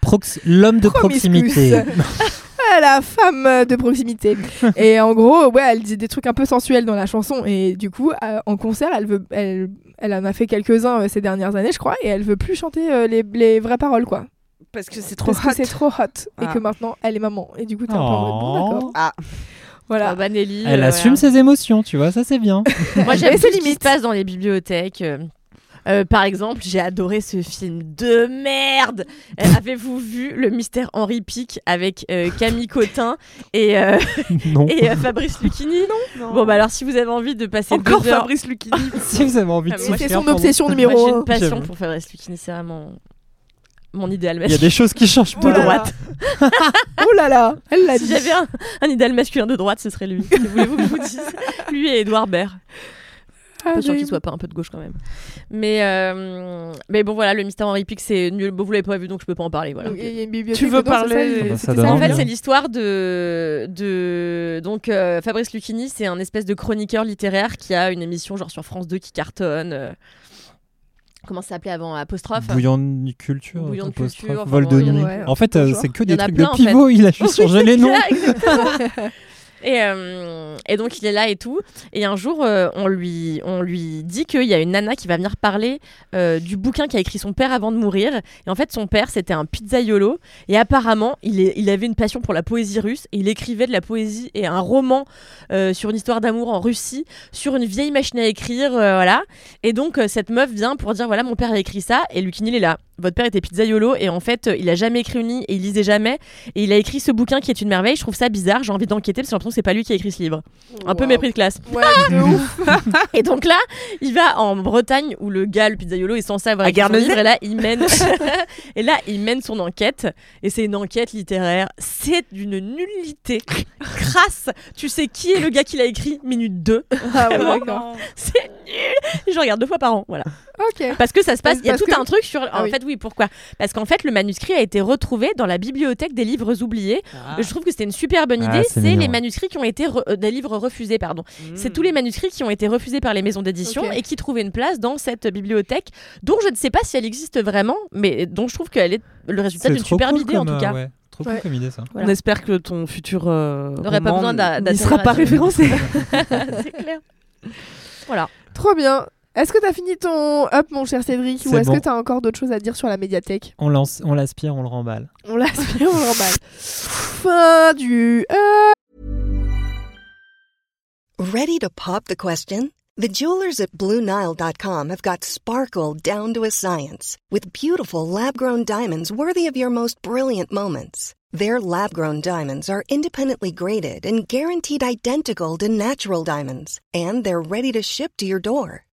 Speaker 7: Prox- L'homme de
Speaker 1: Promiscuous.
Speaker 7: proximité.
Speaker 1: Ah, la femme euh, de proximité. et en gros, ouais, elle dit des trucs un peu sensuels dans la chanson. Et du coup, euh, en concert, elle, veut, elle, elle en a fait quelques-uns euh, ces dernières années, je crois. Et elle veut plus chanter euh, les, les vraies paroles, quoi.
Speaker 2: Parce que c'est trop
Speaker 1: Parce que
Speaker 2: hot.
Speaker 1: c'est trop hot. Et
Speaker 2: Ah.
Speaker 1: que maintenant, elle est maman. Et du coup, t'es un peu en mode, bon,
Speaker 7: Oh.
Speaker 1: d'accord.
Speaker 2: Ah.
Speaker 1: Voilà.
Speaker 6: Ah, bah, Nelly,
Speaker 7: Elle
Speaker 6: euh,
Speaker 7: assume
Speaker 6: voilà.
Speaker 7: ses émotions, tu vois, ça c'est bien.
Speaker 6: Moi, j'aime
Speaker 1: Mais
Speaker 6: tout
Speaker 1: c'est
Speaker 6: ce qui se
Speaker 1: limite.
Speaker 6: passe dans les bibliothèques. euh, euh, par exemple, j'ai adoré ce film de merde. Euh, Avez-vous vu le mystère Henri Pic avec euh, Camille Cotin et, euh,
Speaker 7: Non.
Speaker 6: et euh, Fabrice Lucchini Bon, bah alors, si vous avez envie de passer
Speaker 2: Encore
Speaker 6: deux heures-
Speaker 2: Fabrice Lucchini.
Speaker 7: Si vous avez envie de
Speaker 6: Ah, moi,
Speaker 7: souffrir
Speaker 1: C'était son
Speaker 7: pendant-
Speaker 1: obsession
Speaker 6: Moi,
Speaker 1: numéro
Speaker 6: j'ai une
Speaker 1: 1.
Speaker 6: passion
Speaker 7: J'avoue.
Speaker 6: pour Fabrice Lucchini, c'est vraiment mon idéal
Speaker 7: Il y a
Speaker 6: masculin.
Speaker 7: des choses qui changent
Speaker 1: Oh
Speaker 7: pas.
Speaker 1: là là. Oh là là, elle l'a
Speaker 6: Si
Speaker 1: dit.
Speaker 6: j'avais un, un idéal masculin de droite, ce serait lui. Si Voulez-vous que je vous dise Lui et Edouard Baird.
Speaker 1: Ah,
Speaker 6: Pas sûr
Speaker 1: mais-
Speaker 6: qu'il soit pas un peu de gauche quand même. Mais, euh, mais bon, voilà, le mystère Henri Pic, c'est nul. Bon, vous l'avez pas vu, donc je peux pas en parler. Voilà.
Speaker 1: Oui, il y a une bibliothèque
Speaker 2: Tu veux
Speaker 1: dedans, c'est ça,
Speaker 2: parler- Ah bah,
Speaker 1: il-
Speaker 7: ça
Speaker 1: c'était
Speaker 7: donne
Speaker 1: ça,
Speaker 6: En
Speaker 7: envie,
Speaker 6: fait,
Speaker 7: hein.
Speaker 6: c'est l'histoire de, de donc euh, Fabrice Lucchini, c'est un espèce de chroniqueur littéraire qui a une émission genre sur France 2 qui cartonne. euh, comment ça s'appelait avant Apostrophe.
Speaker 7: Bouillon de culture,
Speaker 6: Bouillon de
Speaker 7: apostrophe,
Speaker 6: culture, enfin,
Speaker 7: vol de
Speaker 6: bon,
Speaker 7: nuit.
Speaker 1: ouais.
Speaker 7: En fait, euh, c'est que
Speaker 6: Il y
Speaker 7: des
Speaker 6: en a
Speaker 7: trucs
Speaker 6: plein, en
Speaker 7: de
Speaker 6: fait.
Speaker 7: pivot, il a juste changé les noms.
Speaker 6: Là, exactement. Et, euh, et donc il est là et tout. Et un jour, euh, on, lui, on lui dit qu'il y a une nana qui va venir parler euh, du bouquin qu'a écrit son père avant de mourir. Et en fait, son père, c'était un pizzaiolo. Et apparemment, il, est- il avait une passion pour la poésie russe. Et il écrivait de la poésie et un roman euh, sur une histoire d'amour en Russie, sur une vieille machine à écrire. euh, voilà. Et donc, euh, cette meuf vient pour dire voilà, mon père a écrit ça. Et Lucini, il est là. votre père était pizzaiolo et en fait, euh, il a jamais écrit une ligne et il lisait jamais. Et il a écrit ce bouquin qui est une merveille. Je trouve ça bizarre. J'ai envie d'enquêter parce que j'ai l'impression que c'est pas lui qui a écrit ce livre. Un peu
Speaker 1: Wow.
Speaker 6: mépris de classe.
Speaker 1: Ouais, de ouf.
Speaker 6: Et donc là, il va en Bretagne où le gars, le pizzaiolo, est censé avoir
Speaker 2: À
Speaker 6: écrit son
Speaker 2: Guernesey.
Speaker 6: livre. Et là, il mène, et là, il mène son enquête. Et c'est une enquête littéraire. C'est d'une nullité crasse. Tu sais qui est le gars qui l'a écrit Minute 2.
Speaker 1: Ah ouais, d'accord.
Speaker 6: C'est nul. Je regarde deux fois par an. Voilà.
Speaker 1: Ok.
Speaker 6: Parce que ça se passe. Il y a
Speaker 1: Parce
Speaker 6: tout
Speaker 1: que-
Speaker 6: un truc sur.
Speaker 1: Ah
Speaker 6: en
Speaker 1: oui.
Speaker 6: fait, oui. Pourquoi Parce qu'en fait, le manuscrit a été retrouvé dans la bibliothèque des livres oubliés.
Speaker 1: Ah.
Speaker 6: Je trouve que c'était une super bonne
Speaker 7: Ah,
Speaker 6: idée.
Speaker 7: c'est
Speaker 6: c'est
Speaker 7: mignon.
Speaker 6: les manuscrits qui ont été re- euh, des livres refusés, pardon.
Speaker 2: Mm.
Speaker 6: C'est tous les manuscrits qui ont été refusés par les maisons d'édition
Speaker 1: Hmm. Ok.
Speaker 6: et qui trouvaient une place dans cette bibliothèque, dont je ne sais pas si elle existe vraiment, mais dont je trouve qu'elle est le résultat d'une superbe idée en tout cas.
Speaker 7: euh, Trop
Speaker 1: cool Ouais.
Speaker 7: cool comme idée ça.
Speaker 6: Voilà.
Speaker 2: On espère que ton futur euh,
Speaker 6: N'aurait pas
Speaker 2: roman
Speaker 6: besoin d'a-
Speaker 2: n'y sera pas
Speaker 6: d'atterrir
Speaker 2: référencé.
Speaker 6: C'est clair. Voilà.
Speaker 1: Trop bien. Est-ce que t'as fini ton up, mon cher Cédric, ou
Speaker 7: C'est
Speaker 1: est-ce
Speaker 7: bon.
Speaker 1: que t'as encore d'autres choses à dire sur la médiathèque
Speaker 7: On lance, on l'aspire, on le remballe.
Speaker 6: Oh,
Speaker 1: On l'aspire, on l'emballe. Fin du
Speaker 8: Ready to pop the question? The jewelers at BlueNile.com have got sparkle down to a science with beautiful lab grown diamonds worthy of your most brilliant moments. Their lab grown diamonds are independently graded and guaranteed identical to natural diamonds, and they're ready to ship to your door.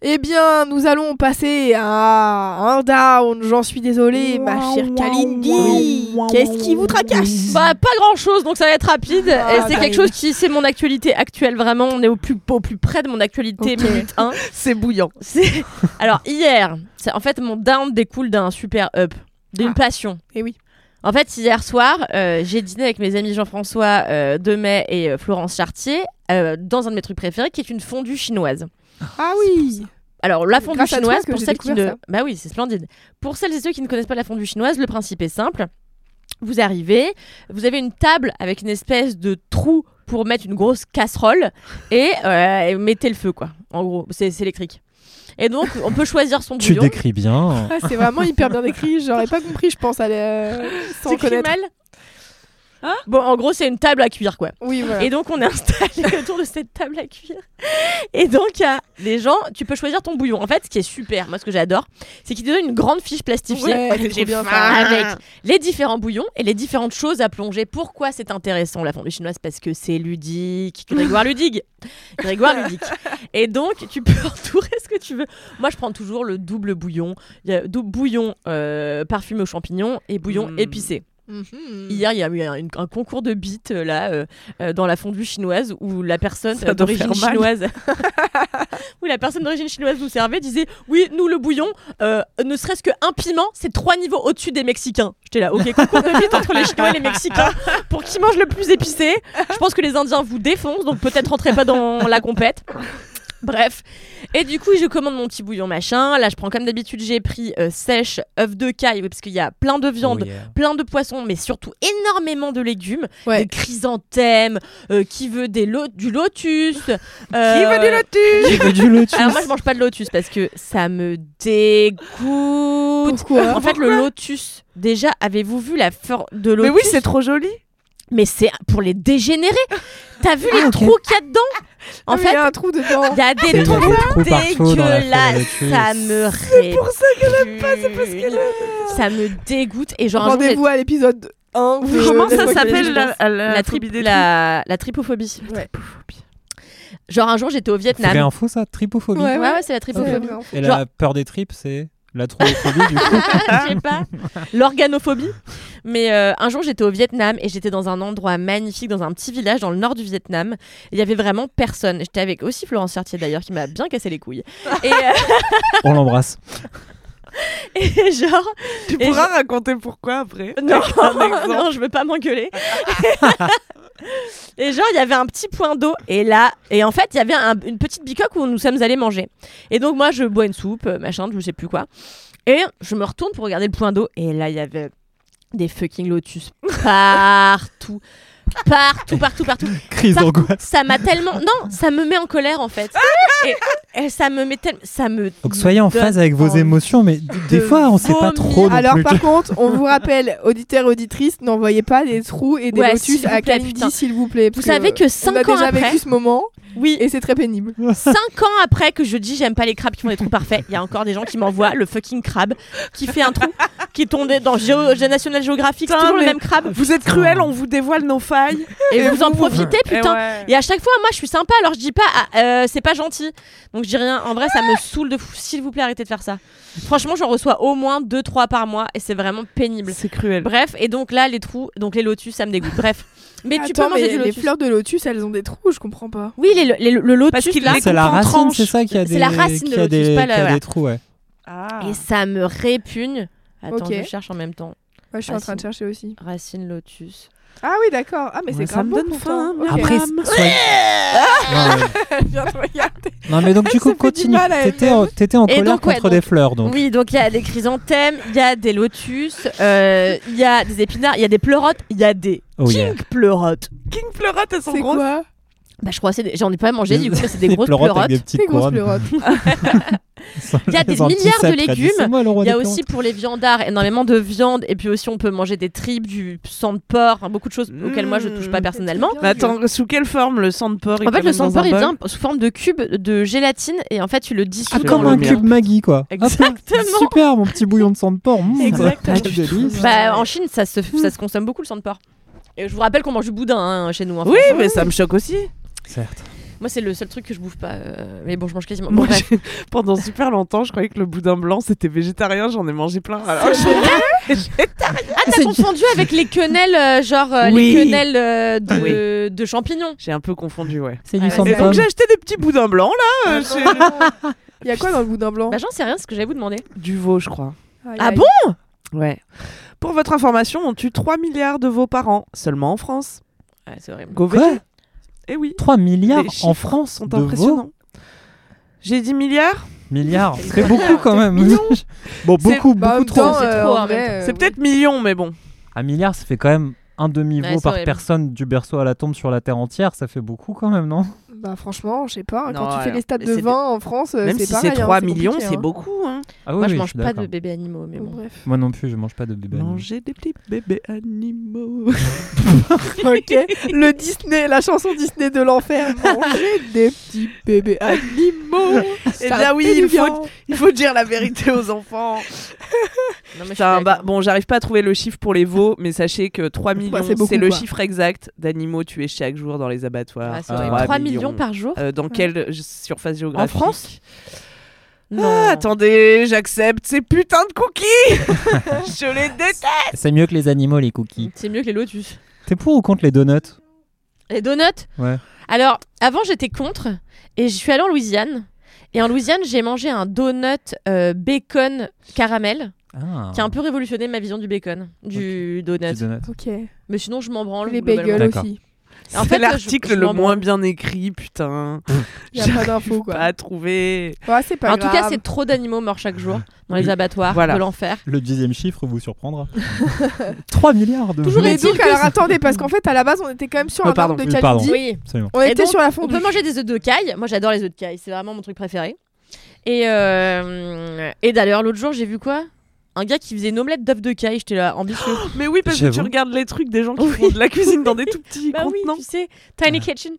Speaker 1: Eh bien, nous allons passer à un down. J'en suis désolée, ma chère Kalindi. Qu'est-ce qui vous tracasse
Speaker 6: Bah pas grand chose, donc ça va être rapide.
Speaker 1: Ah,
Speaker 6: et c'est
Speaker 1: dingue.
Speaker 6: quelque chose qui, c'est mon actualité actuelle vraiment. On est au plus au plus près de mon actualité
Speaker 1: Ok.
Speaker 6: minute 1.
Speaker 2: C'est bouillant.
Speaker 6: C'est- Alors hier, c'est- en fait mon down découle d'un super up, d'une
Speaker 1: Ah.
Speaker 6: passion.
Speaker 1: Eh oui.
Speaker 6: En fait, hier soir, euh, j'ai dîné avec mes amis Jean-François euh, Demet et euh, Florence Chartier euh, dans un de mes trucs préférés, qui est une fondue chinoise.
Speaker 1: Ah oui.
Speaker 6: Alors, la fondue
Speaker 1: Grâce à toi
Speaker 6: chinoise,
Speaker 1: que
Speaker 6: pour
Speaker 1: j'ai
Speaker 6: celles qui ne...
Speaker 1: découvert ça.
Speaker 6: Bah oui, c'est splendide. Pour celles et ceux qui ne connaissent pas la fondue chinoise, le principe est simple. Vous arrivez, vous avez une table avec une espèce de trou pour mettre une grosse casserole et, euh, et mettez le feu, quoi. En gros, c'est c'est électrique. Et donc, on peut choisir son
Speaker 7: Tu
Speaker 6: bouillon.
Speaker 7: décris bien. Oh,
Speaker 1: Ah, c'est vraiment hyper bien écrit. J'aurais pas compris, je pense, à la- sans
Speaker 6: T'écris
Speaker 1: connaître. Hein
Speaker 6: mal Bon, en gros, c'est une table à cuire, quoi.
Speaker 1: Oui, voilà.
Speaker 6: Et donc on est installé autour de cette table à cuire. Et donc il y a des gens, tu peux choisir ton bouillon. En fait, ce qui est super, moi ce que j'adore, c'est qu'ils te donnent une grande fiche plastifiée
Speaker 1: Ouais, c'est trop
Speaker 6: J'ai
Speaker 1: bien,
Speaker 6: faim.
Speaker 1: ça.
Speaker 6: avec les différents bouillons et les différentes choses à plonger. Pourquoi c'est intéressant la fondue chinoise Parce que c'est ludique. Grégoire Ludig. Grégoire Ludig. Et donc tu peux entourer ce que tu veux. Moi je prends toujours le double bouillon. Il y a double bouillon euh, parfumé aux champignons et bouillon
Speaker 2: Mm.
Speaker 6: épicé.
Speaker 2: Hmm.
Speaker 1: Mhm.
Speaker 6: Hier, il y a eu un, une- un concours de bites euh, là euh, euh, dans la fondue chinoise où la personne
Speaker 2: Ça
Speaker 6: euh,
Speaker 2: doit
Speaker 6: d'origine
Speaker 2: faire mal.
Speaker 6: chinoise, où la personne d'origine chinoise nous servait disait oui, nous le bouillon, euh, ne serait-ce qu'un piment, c'est trois niveaux au-dessus des Mexicains. J'étais là, ok, concours de bites entre les Chinois et les Mexicains pour qui mange le plus épicé. Je pense que les Indiens vous défoncent, donc peut-être rentrez pas dans la compète. Bref, et du coup je commande mon petit bouillon machin. Là je prends comme d'habitude j'ai pris euh, sèche, œuf de caille parce qu'il y a plein de viande,
Speaker 7: Oh, yeah.
Speaker 6: plein de poissons, mais surtout énormément de légumes,
Speaker 1: Ouais.
Speaker 6: des chrysanthèmes, euh, qui veut des lo- du lotus. euh,
Speaker 2: Euh,
Speaker 1: Qui veut du lotus
Speaker 7: J'ai vu du lotus.
Speaker 6: Alors moi je mange pas de lotus parce que ça me dégoûte.
Speaker 1: Pourquoi
Speaker 6: en fait le lotus, déjà avez-vous vu la forme de
Speaker 2: Mais
Speaker 6: lotus
Speaker 2: oui, c'est trop joli.
Speaker 6: Mais c'est pour les dégénérés. T'as vu les trous qu'il y a dedans En
Speaker 1: Ah, mais il
Speaker 6: fait,
Speaker 1: y a un trou dedans.
Speaker 6: il y a
Speaker 7: Il y a
Speaker 6: des
Speaker 7: des
Speaker 6: trous
Speaker 7: trous partout dans la fleur de
Speaker 6: dégueulasses.
Speaker 7: lotus.
Speaker 6: Ça me C'est pour ça que j'aime pas, c'est parce qu'elle Ça me dégoûte et genre un jour, j'ai-
Speaker 1: Rendez-vous à l'épisode 1. de
Speaker 2: Comment ça
Speaker 1: Laisse-moi
Speaker 2: s'appelle
Speaker 1: kiffer.
Speaker 2: la, la,
Speaker 6: la,
Speaker 2: tribu
Speaker 6: trip-
Speaker 2: des
Speaker 6: la, la tripophobie.
Speaker 1: Ouais.
Speaker 6: Genre un jour j'étais au Vietnam.
Speaker 7: Vraie info ça, tripophobie.
Speaker 1: Ouais,
Speaker 6: Ouais,
Speaker 1: ouais.
Speaker 6: ouais, c'est la
Speaker 1: C'est
Speaker 6: tripophobie.
Speaker 1: bien.
Speaker 7: Et
Speaker 6: Genre-
Speaker 7: la peur des tripes, c'est la troupophobie du coup.
Speaker 6: Je sais Ah, pas. L'organophobie. Mais euh, un jour j'étais au Vietnam et j'étais dans un endroit magnifique, dans un petit village dans le nord du Vietnam. Et Il y avait vraiment personne. J'étais avec aussi Florence Chartier d'ailleurs qui m'a bien cassé les couilles. Et, euh,
Speaker 7: On l'embrasse.
Speaker 6: Et genre.
Speaker 2: Tu
Speaker 6: et
Speaker 2: pourras
Speaker 6: je- Euh,
Speaker 2: raconter pourquoi après.
Speaker 6: Non,
Speaker 2: Avec un exemple.
Speaker 6: non, je veux pas m'engueuler. et genre, il y avait un petit point d'eau. Et là, et en fait, il y avait un- une petite bicoque où nous sommes allés manger. Et donc, moi, je bois une soupe, euh, machin, je sais plus quoi. Et je me retourne pour regarder le point d'eau. Et là, il y avait des fucking lotus partout. Partout, partout, partout.
Speaker 7: Crise
Speaker 6: Partout.
Speaker 7: d'angoisse.
Speaker 6: Ça m'a tellement. Non, ça me met en colère en fait. Et, et ça me met tellement. Ça me.
Speaker 7: Donc soyez en
Speaker 6: donne
Speaker 7: phase avec vos
Speaker 6: envie.
Speaker 7: émotions, mais d- des
Speaker 6: de
Speaker 7: fois on sait
Speaker 6: vomir.
Speaker 7: pas trop. non
Speaker 1: Alors
Speaker 7: plus.
Speaker 1: par contre, on vous rappelle, auditeurs auditrices, n'envoyez pas des trous et des
Speaker 6: Ouais, s'il
Speaker 1: lotus
Speaker 6: vous
Speaker 1: à
Speaker 6: plaît, putain.
Speaker 1: Kalindi, s'il vous plaît.
Speaker 6: Vous
Speaker 1: parce
Speaker 6: savez que cinq
Speaker 1: on a
Speaker 6: ans
Speaker 1: déjà
Speaker 6: après-
Speaker 1: vécu ce moment
Speaker 6: Oui,
Speaker 1: et c'est très pénible.
Speaker 6: 5 ans après que je dis j'aime pas les crabes qui font des trous parfaits, il y a encore des gens qui m'envoient le fucking crabe qui fait un trou, qui est tombé dans Géo- Gé- National Geographic, c'est
Speaker 2: Putain,
Speaker 6: toujours le
Speaker 2: mais-
Speaker 6: même crabe.
Speaker 2: Vous êtes cruel, on vous dévoile nos failles.
Speaker 6: Et, vous, en
Speaker 2: vous-
Speaker 6: profitez,
Speaker 2: Et
Speaker 6: putain.
Speaker 2: ouais.
Speaker 6: Et à chaque fois, moi je suis sympa, alors je dis pas, ah, euh, c'est pas gentil. Donc je dis rien. En vrai, ça me saoule de fou. S'il vous plaît, arrêtez de faire ça. Franchement, j'en reçois au moins 2-3 par mois et c'est vraiment pénible.
Speaker 2: C'est cruel.
Speaker 6: Bref, et donc là, les trous, donc les lotus, ça me dégoûte. Bref. Mais tu peux
Speaker 1: Attends,
Speaker 6: manger
Speaker 1: mais
Speaker 6: du
Speaker 1: les
Speaker 6: lotus.
Speaker 1: fleurs de lotus, elles ont des trous, je comprends pas.
Speaker 6: Oui, les, les- le
Speaker 2: Parce
Speaker 6: lotus,
Speaker 2: qu'il
Speaker 6: là.
Speaker 2: les
Speaker 7: c'est la
Speaker 2: coupe en
Speaker 7: racine,
Speaker 2: tranches.
Speaker 7: c'est ça qui a
Speaker 6: C'est
Speaker 7: des,
Speaker 6: la racine
Speaker 7: qui
Speaker 6: de
Speaker 7: a
Speaker 6: l'eau,
Speaker 7: des,
Speaker 6: c'est pas
Speaker 7: qui
Speaker 6: la-
Speaker 7: a des
Speaker 6: voilà.
Speaker 7: trous. Ouais.
Speaker 2: Ah.
Speaker 6: Et ça me répugne. Attends,
Speaker 1: Ok.
Speaker 6: je cherche en même temps.
Speaker 1: Moi, je
Speaker 6: Ah,
Speaker 1: suis en train de chercher aussi.
Speaker 6: Racine lotus.
Speaker 1: Ah oui, d'accord. Ah, mais
Speaker 2: Ouais,
Speaker 1: c'est
Speaker 2: ça
Speaker 1: grave
Speaker 2: me
Speaker 1: bon
Speaker 2: donne
Speaker 1: pourtant.
Speaker 2: faim, hein,
Speaker 1: Ok.
Speaker 2: bien.
Speaker 7: Après,
Speaker 2: Madame.
Speaker 7: soyez- Non, mais-
Speaker 1: Viens de regarder.
Speaker 7: Non mais donc du
Speaker 1: Elle
Speaker 7: coup
Speaker 1: se fait du
Speaker 7: continue.
Speaker 1: mal à
Speaker 7: T'étais
Speaker 1: elle-même.
Speaker 7: en, t'étais en
Speaker 6: Et
Speaker 7: colère
Speaker 6: donc, ouais,
Speaker 7: contre
Speaker 6: donc-
Speaker 7: des fleurs donc.
Speaker 6: Oui, donc il y a des chrysanthèmes, il y a des lotus, euh, il y a des épinards, il y a des pleurotes, il y a des
Speaker 7: Oh yeah.
Speaker 6: king pleurotes.
Speaker 2: King Pleurote, elles sont
Speaker 1: C'est
Speaker 2: grosses.
Speaker 1: quoi
Speaker 6: Bah, je crois que c'est des- j'en ai pas mangé, du coup, c'est des
Speaker 7: Des
Speaker 6: grosses
Speaker 7: pleurotes
Speaker 6: pleurotes.
Speaker 7: avec des petites
Speaker 1: Des grosses
Speaker 7: couronnes.
Speaker 1: pleurotes.
Speaker 7: Il
Speaker 6: y a des milliards de légumes. Il y a aussi pour les viandards énormément de viande, et puis aussi on peut manger des tripes, du sang de porc, enfin, beaucoup de choses auxquelles moi je touche pas
Speaker 2: Mmh.
Speaker 6: personnellement.
Speaker 2: Mais attends, sous quelle forme le sang de porc
Speaker 6: En fait, le sang de porc il vient sous forme de cube de gélatine, et en fait tu le dissous
Speaker 7: Ah,
Speaker 6: dans
Speaker 7: comme
Speaker 6: le
Speaker 7: un
Speaker 6: mien.
Speaker 7: cube Maggie quoi. Hop,
Speaker 6: Exactement.
Speaker 7: Super mon petit bouillon de sang de porc. Mmh,
Speaker 2: Exactement.
Speaker 7: quelle délice.
Speaker 6: Bah, en Chine, ça se, ça se consomme beaucoup le sang de porc. Et je vous rappelle qu'on mange du boudin hein, chez nous. en
Speaker 2: Oui,
Speaker 6: France.
Speaker 2: mais ça me choque aussi.
Speaker 7: Certes.
Speaker 6: Moi, c'est le seul truc que je bouffe pas. euh, Mais bon, je mange quasiment. Bon,
Speaker 2: Moi,
Speaker 6: bref.
Speaker 2: j'ai- pendant super longtemps, je croyais que le boudin blanc c'était végétarien, j'en ai mangé plein. Alors, je-
Speaker 6: Ah, t'as confondu avec les quenelles, euh, genre euh,
Speaker 2: Oui.
Speaker 6: les quenelles euh, de, de champignons.
Speaker 2: j'ai un peu confondu, ouais.
Speaker 7: C'est
Speaker 6: Ah,
Speaker 7: du
Speaker 6: ouais,
Speaker 7: sang de
Speaker 2: Et
Speaker 7: pomme.
Speaker 2: donc j'ai acheté des petits boudins blancs
Speaker 6: Ah.
Speaker 2: là, euh, chez-
Speaker 1: Il y a quoi dans le boudin blanc
Speaker 6: Bah, j'en sais rien, c'est ce que j'allais vous demander.
Speaker 2: du veau, je crois.
Speaker 1: Aïe,
Speaker 6: Ah
Speaker 1: aïe.
Speaker 6: bon
Speaker 2: Ouais. Pour votre information, on tue 3 milliards de veaux par an, seulement en France.
Speaker 6: Ouais, c'est horrible.
Speaker 2: Go
Speaker 7: Quoi
Speaker 2: végé. Eh oui.
Speaker 7: 3 milliards
Speaker 2: Les chiffres
Speaker 7: en France
Speaker 2: sont
Speaker 7: de veaux.
Speaker 2: impressionnants. J'ai dit milliards
Speaker 7: Milliards, c'est beaucoup quand même. bon, beaucoup,
Speaker 1: Bah, en
Speaker 7: beaucoup
Speaker 1: même
Speaker 7: trop.
Speaker 1: temps,
Speaker 6: C'est
Speaker 1: euh,
Speaker 6: trop,
Speaker 1: en
Speaker 6: en même
Speaker 1: vrai, euh,
Speaker 2: C'est peut-être millions, mais bon.
Speaker 7: Un milliard, ça fait quand même un
Speaker 6: Ouais,
Speaker 7: demi-veau
Speaker 6: c'est
Speaker 7: par
Speaker 6: horrible.
Speaker 7: personne du berceau à la tombe sur la terre entière. Ça fait beaucoup quand même, non
Speaker 1: Bah franchement, je sais pas. hein,
Speaker 2: Non,
Speaker 1: quand tu fais
Speaker 2: alors,
Speaker 1: les stades
Speaker 2: mais
Speaker 1: de
Speaker 2: c'est
Speaker 1: 20 en France, euh,
Speaker 2: Même
Speaker 1: c'est
Speaker 2: si
Speaker 1: pareil,
Speaker 2: c'est
Speaker 1: hein,
Speaker 2: 3 millions, c'est
Speaker 1: compliqué, hein.
Speaker 2: beaucoup. Hein.
Speaker 7: Ah oui,
Speaker 6: Moi, je
Speaker 7: oui,
Speaker 6: mange
Speaker 7: suis
Speaker 6: pas
Speaker 7: d'accord.
Speaker 6: de bébés animaux, mais bon.
Speaker 1: Bref.
Speaker 7: Moi Bah non plus, je mange pas de bébé. animaux.
Speaker 2: Manger des petits bébés animaux.
Speaker 1: ok. Le Disney, la chanson Disney de l'enfer. Manger des petits bébés
Speaker 6: Ah,
Speaker 1: animaux.
Speaker 2: Eh
Speaker 1: Ça
Speaker 2: bien oui,
Speaker 1: fait du
Speaker 2: il faut,
Speaker 1: Ah, bien.
Speaker 2: il faut dire la vérité aux enfants.
Speaker 6: Non, mais je suis
Speaker 2: Putain, bah,
Speaker 6: d'accord.
Speaker 2: bon, j'arrive pas à trouver le chiffre pour les veaux, mais sachez que 3 millions,
Speaker 1: c'est
Speaker 2: c'est
Speaker 1: beaucoup,
Speaker 2: le
Speaker 1: quoi.
Speaker 2: chiffre exact d'animaux tués chaque jour dans les abattoirs.
Speaker 6: Ah, c'est
Speaker 7: Ah,
Speaker 6: horrible.
Speaker 7: trois
Speaker 6: 3 millions par jour
Speaker 2: Euh, dans quelle surface géographique
Speaker 6: France Non.
Speaker 2: Ah, attendez, j'accepte ces putains de cookies Je les déteste
Speaker 7: C'est mieux que les animaux, les cookies.
Speaker 6: C'est mieux que les lotus.
Speaker 7: T'es pour ou contre les donuts
Speaker 6: Les donuts
Speaker 7: Ouais.
Speaker 6: Alors, avant, j'étais contre et je suis allée en Louisiane. Et en Louisiane, j'ai mangé un donut euh, bacon caramel
Speaker 7: Ah,
Speaker 6: qui a un peu révolutionné ma vision du bacon, du donut.
Speaker 7: petit donut.
Speaker 1: Ok.
Speaker 6: Mais sinon, je m'en branle.
Speaker 1: Les
Speaker 6: globalement.
Speaker 1: bagels
Speaker 7: D'accord.
Speaker 1: aussi.
Speaker 6: En
Speaker 2: C'est
Speaker 6: fait, je-
Speaker 2: l'article
Speaker 6: je
Speaker 2: le
Speaker 6: m'en
Speaker 2: moins
Speaker 6: branle.
Speaker 2: bien écrit, putain.
Speaker 1: Y a pas d'info quoi.
Speaker 2: Pas trouvé.
Speaker 1: Ouais, c'est pas
Speaker 6: en
Speaker 1: grave.
Speaker 6: tout cas, c'est trop d'animaux morts chaque jour dans les abattoirs
Speaker 2: Ah. Voilà.
Speaker 6: de l'enfer.
Speaker 7: Le dixième chiffre vous surprendra. 3 milliards de
Speaker 1: Toujours
Speaker 7: veaux.
Speaker 1: et donc, alors attendez, parce qu'en fait, à la base, on était quand même sur
Speaker 2: Oh,
Speaker 1: un
Speaker 2: pardon.
Speaker 1: nombre de
Speaker 7: Oui, pardon.
Speaker 1: Kalindi.
Speaker 6: Oui.
Speaker 7: Absolument.
Speaker 1: On
Speaker 6: Et
Speaker 1: était
Speaker 6: donc,
Speaker 1: sur la
Speaker 6: On
Speaker 1: fondue.
Speaker 6: peut manger des œufs de caille. Moi, j'adore les œufs de caille. C'est vraiment mon truc préféré. Et, euh, et d'ailleurs, l'autre jour, j'ai vu quoi Un gars qui faisait une omelette d'œufs de caille. J'étais là, ambitieux.
Speaker 2: Mais oui, parce que tu
Speaker 7: J'avoue.
Speaker 2: regardes les trucs des gens qui
Speaker 6: Oui.
Speaker 2: font de la cuisine dans des tout petits
Speaker 6: bah oui,
Speaker 2: contenants.
Speaker 6: tu sais, Tiny Kitchen.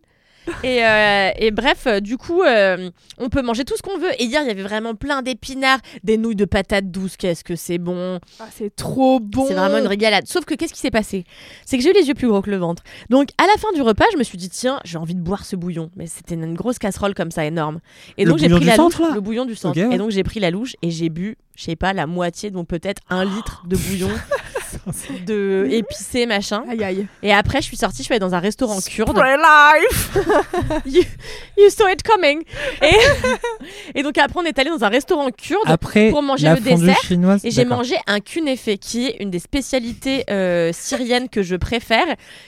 Speaker 6: Et, euh, et bref, euh, du coup, euh, on peut manger tout ce qu'on veut. Et hier, il y avait vraiment plein d'épinards, des nouilles de patates douces. Qu'est-ce que c'est bon!
Speaker 1: Ah, c'est trop bon.
Speaker 6: C'est vraiment une régalade. Sauf que qu'est-ce qui s'est passé C'est que j'ai eu les yeux plus gros que le ventre. Donc à la fin du repas, je me suis dit tiens, j'ai envie de boire ce bouillon. Mais c'était une grosse casserole comme ça énorme. Et
Speaker 7: Le
Speaker 6: donc j'ai
Speaker 7: bouillon
Speaker 6: pris
Speaker 7: du
Speaker 6: la
Speaker 7: centre,
Speaker 6: louche,
Speaker 7: là
Speaker 6: le bouillon du centre.
Speaker 7: Ok, ouais. Oh,
Speaker 6: Et donc j'ai pris la louche et j'ai bu, je sais pas, la moitié, donc peut-être un litre de bouillon sauce de épicée machin. Et après, je suis sortie, je suis allée dans un restaurant kurde.
Speaker 2: life.
Speaker 6: you, you saw it coming. Et, et donc après, on est allé dans un restaurant kurde
Speaker 2: Ah,
Speaker 7: Après
Speaker 6: pour manger
Speaker 7: la
Speaker 6: le
Speaker 7: fondue
Speaker 6: dessert.
Speaker 7: chinoise.
Speaker 6: Et j'ai
Speaker 7: d'accord.
Speaker 6: mangé un kunefé, qui est une des spécialités euh, syriennes que je préfère,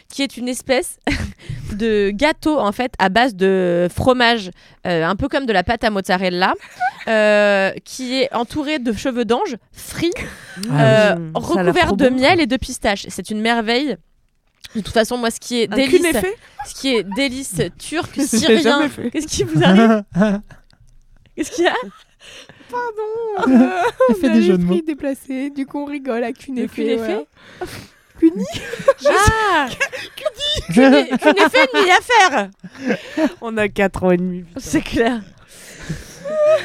Speaker 6: qui est une espèce de gâteau en fait à base de fromage, euh, un peu comme de la pâte à mozzarella, euh, qui est entouré de cheveux d'ange frits,
Speaker 7: Ah
Speaker 6: euh,
Speaker 2: oui. Ça a l'air
Speaker 6: recouverts
Speaker 2: trop
Speaker 6: de
Speaker 2: bon.
Speaker 6: miel et de pistache. C'est une merveille. De toute façon, moi, ce qui est
Speaker 2: Un
Speaker 6: délice,
Speaker 2: cunéfé
Speaker 6: ce qui est délice turc,
Speaker 2: l'ai
Speaker 6: syrien,
Speaker 2: jamais fait.
Speaker 6: qu'est-ce qui vous arrive
Speaker 7: Ah,
Speaker 6: Qu'est-ce qu'il y a Oh,
Speaker 7: Elle
Speaker 6: bah,
Speaker 7: fait des jeux de mots.
Speaker 1: déplacé, du coup on rigole à
Speaker 6: Le
Speaker 1: Cunéfé.
Speaker 6: cunéfé
Speaker 1: Cuny
Speaker 6: Ah Cunéfé, une nuit à faire
Speaker 2: On a 4 ans et demi.
Speaker 6: C'est clair.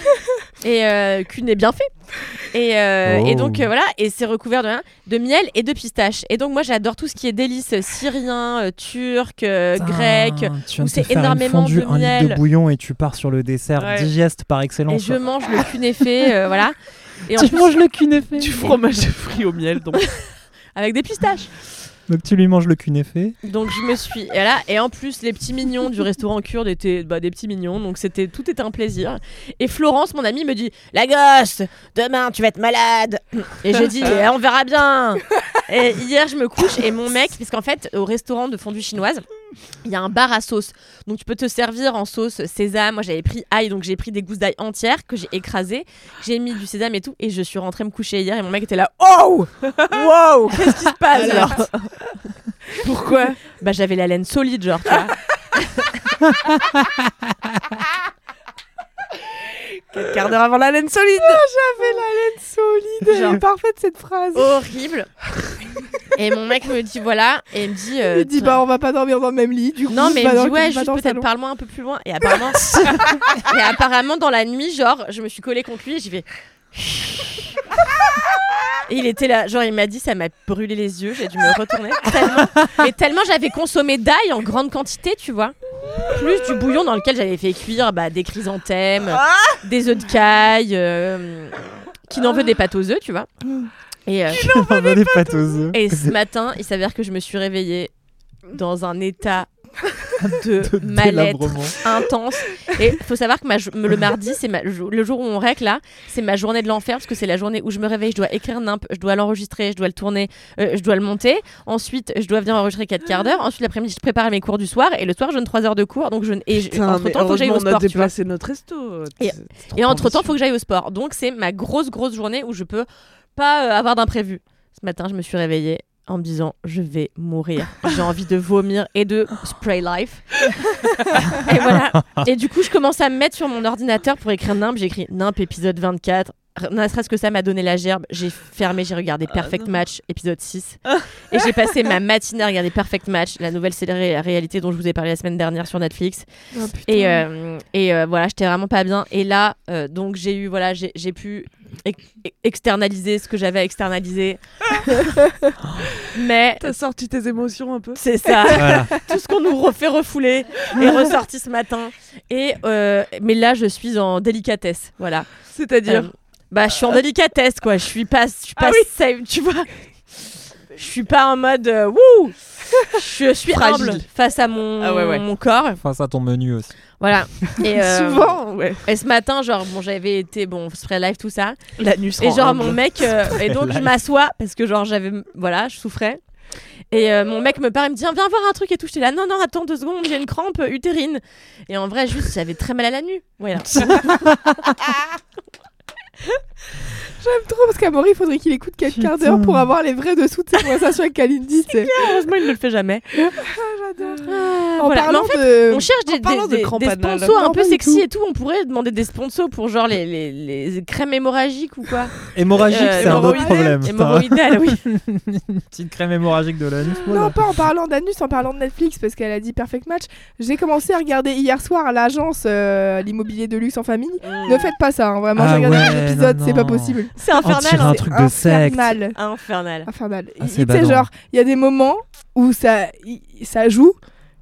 Speaker 6: et euh, Kuhn est bien fait. Et, euh,
Speaker 7: Oh.
Speaker 6: et donc euh, voilà, et c'est recouvert de, de miel et de pistache. Et donc moi j'adore tout ce qui est délice syrien, euh, turc, euh,
Speaker 7: Putain,
Speaker 6: grec.
Speaker 7: tu viens de
Speaker 6: c'est
Speaker 7: te faire une
Speaker 6: énormément
Speaker 7: fondue,
Speaker 6: de
Speaker 7: un litre
Speaker 6: miel.
Speaker 7: de bouillon et tu pars sur le dessert
Speaker 2: Ouais.
Speaker 7: digeste par
Speaker 6: Et
Speaker 7: excellence.
Speaker 6: je mange le cunéfé, euh, voilà. Et en
Speaker 7: tu
Speaker 6: plus,
Speaker 7: manges le cunéfé.
Speaker 2: Du fromage de fruits au miel. Donc.
Speaker 6: avec des pistaches.
Speaker 7: Donc tu lui manges le cunéfé.
Speaker 6: Donc je me suis. Et, là, et en plus, les petits mignons du restaurant kurde étaient bah, des petits mignons. Donc c'était tout était un plaisir. Et Florence, mon amie, me dit La gosse, demain tu vas être malade. Et je dis Eh, On verra bien. Et hier, je me couche et mon mec, parce qu'en fait, au restaurant de fondue chinoise, il y a un bar à sauce. Donc tu peux te servir en sauce sésame. Moi j'avais pris ail, donc j'ai pris des gousses d'ail entières que j'ai écrasées. J'ai mis du sésame et tout. Et je suis rentrée me coucher hier et mon mec était là Oh Wow Qu'est-ce qui se passe alors Pourquoi Bah j'avais la laine solide, genre, tu vois.
Speaker 2: Quatre quarts d'heure avant la laine solide.
Speaker 1: J'avais la laine solide. Elle est parfaite cette phrase.
Speaker 7: Oh,
Speaker 6: Horrible. Et mon mec me dit voilà. Et il me dit. euh,
Speaker 1: Il dit bah on va pas dormir dans le même lit. Du coup,
Speaker 6: Non mais il
Speaker 1: bah,
Speaker 6: me
Speaker 1: dans
Speaker 6: dit
Speaker 1: le-
Speaker 6: ouais
Speaker 1: bah,
Speaker 6: juste
Speaker 1: dans le
Speaker 6: peut-être
Speaker 1: salon.
Speaker 6: parle-moi un peu plus loin et apparemment et apparemment dans la nuit genre je me suis collée contre lui et j'ai fait et il était là genre il m'a dit ça m'a brûlé les yeux j'ai dû me retourner tellement mais tellement j'avais consommé d'ail en grande quantité tu vois plus du bouillon dans lequel j'avais fait cuire bah, des chrysanthèmes
Speaker 1: Ah
Speaker 6: des œufs de caille euh, qui n'en veut des pâtes aux œufs tu vois et euh,
Speaker 7: On va des pâtes aux œufs.
Speaker 6: et ce matin, il s'avère que je me suis réveillée dans un état de,
Speaker 7: De
Speaker 6: mal-être
Speaker 7: délabrement.
Speaker 6: intense. Et faut savoir que ma jo- le mardi, c'est ma jo- le jour où on règle là, c'est ma journée de l'enfer parce que c'est la journée où je me réveille, je dois écrire Nimp, je dois l'enregistrer, je dois le tourner, euh, je dois le monter. Ensuite, je dois venir enregistrer 4 quarts d'heure. Ensuite, l'après-midi, je prépare mes cours du soir et le soir, je donne 3 heures de cours. Donc je et je-
Speaker 2: Putain, mais
Speaker 6: entre-temps, faut que j'aille
Speaker 2: heureusement,
Speaker 6: au
Speaker 2: on a
Speaker 6: sport, tu vois.
Speaker 2: déplacé notre resto.
Speaker 6: Et- Et entre temps, faut que j'aille au sport. Donc c'est ma grosse, grosse journée où je peux pas euh, avoir d'imprévu. Ce matin, je me suis réveillée en me disant je vais mourir. J'ai envie de vomir et de spray life. et voilà. Et du coup, je commence à me mettre sur mon ordinateur pour écrire Nimp. J'écris Nimp épisode 24. R- Ne serait-ce que ça m'a donné la gerbe. J'ai fermé, j'ai regardé Perfect Match épisode 6. et j'ai passé ma matinée à regarder Perfect Match, la nouvelle série réalité dont je vous ai parlé la semaine dernière sur Netflix.
Speaker 1: Ah, putain.
Speaker 6: Et, euh, et euh, voilà, j'étais vraiment pas bien. Et là, euh, donc j'ai eu, voilà, j'ai j'ai pu ex- externaliser ce que j'avais à externaliser. Mais
Speaker 2: T'as sorti tes émotions un peu
Speaker 6: c'est ça,
Speaker 7: Voilà.
Speaker 6: tout ce qu'on nous refait refouler est ressorti ce matin. Et euh, mais là, je suis en délicatesse, voilà.
Speaker 2: C'est-à-dire
Speaker 6: Euh, bah, je suis en délicatesse, quoi. Je suis pas, je suis pas
Speaker 2: Ah oui.
Speaker 6: safe, tu vois. Je suis pas en mode euh, wouh. Je suis
Speaker 2: Fragile.
Speaker 6: humble face à mon,
Speaker 2: Ah ouais, ouais.
Speaker 6: mon corps,
Speaker 7: Enfin, ça ton menu aussi.
Speaker 6: voilà. Et, euh,
Speaker 2: Souvent, ouais.
Speaker 6: et ce matin, genre, bon, j'avais été, bon, spray live, tout ça.
Speaker 2: L'anus
Speaker 6: Et
Speaker 2: rend
Speaker 6: genre,
Speaker 2: humble.
Speaker 6: mon mec, euh, et donc je
Speaker 7: live.
Speaker 6: m'assois parce que, genre, j'avais, voilà, je souffrais. Et euh, mon mec me parle, il me dit, viens voir un truc et tout. J'étais là, non, non, attends deux secondes, j'ai une crampe euh, utérine. Et en vrai, juste, j'avais très mal à la nuit. Voilà.
Speaker 1: J'aime trop parce qu'à Maury, il faudrait qu'il écoute 4 quarts d'heure pour avoir les vrais dessous de ses conversations avec Kalindi. tu sais.
Speaker 6: Heureusement, il ne le fait jamais.
Speaker 1: En
Speaker 6: Ah, Voilà. Mais
Speaker 1: Ah, parlant
Speaker 6: en
Speaker 1: de.
Speaker 6: On cherche des,
Speaker 2: parlant
Speaker 6: des,
Speaker 2: de
Speaker 6: des-
Speaker 2: crampes
Speaker 6: des
Speaker 2: anales.
Speaker 6: sponsors un
Speaker 1: Non,
Speaker 6: peu
Speaker 1: pas du
Speaker 6: sexy
Speaker 1: tout.
Speaker 6: et tout. On pourrait demander des sponsors pour genre les, les, les crèmes hémorragiques ou quoi.
Speaker 7: Hémorragique,
Speaker 6: Euh,
Speaker 7: c'est un autre
Speaker 6: hémorroïdale.
Speaker 7: problème. putain.
Speaker 6: Hémorroïdales, oui.
Speaker 7: Une petite crème hémorragique de l'anus.
Speaker 1: Non,
Speaker 7: voilà.
Speaker 1: pas en parlant d'anus, en parlant de Netflix, parce qu'elle a dit Perfect Match. J'ai commencé à regarder hier soir à l'agence euh, l'immobilier de luxe en famille.
Speaker 6: Mmh.
Speaker 1: Ne faites pas ça, hein, vraiment.
Speaker 7: Ah
Speaker 1: J'ai regardé un
Speaker 7: ouais,
Speaker 1: épisode,
Speaker 7: non,
Speaker 1: c'est pas
Speaker 7: non.
Speaker 1: possible.
Speaker 6: C'est
Speaker 7: On
Speaker 6: infernal.
Speaker 7: tire un
Speaker 6: hein.
Speaker 7: truc de secte.
Speaker 1: Infernal.
Speaker 6: Infernal.
Speaker 1: Infernal.
Speaker 7: Ah,
Speaker 1: Il-
Speaker 7: c'est
Speaker 1: tu sais,
Speaker 7: badant.
Speaker 1: genre, il y a des moments où ça, il- ça joue.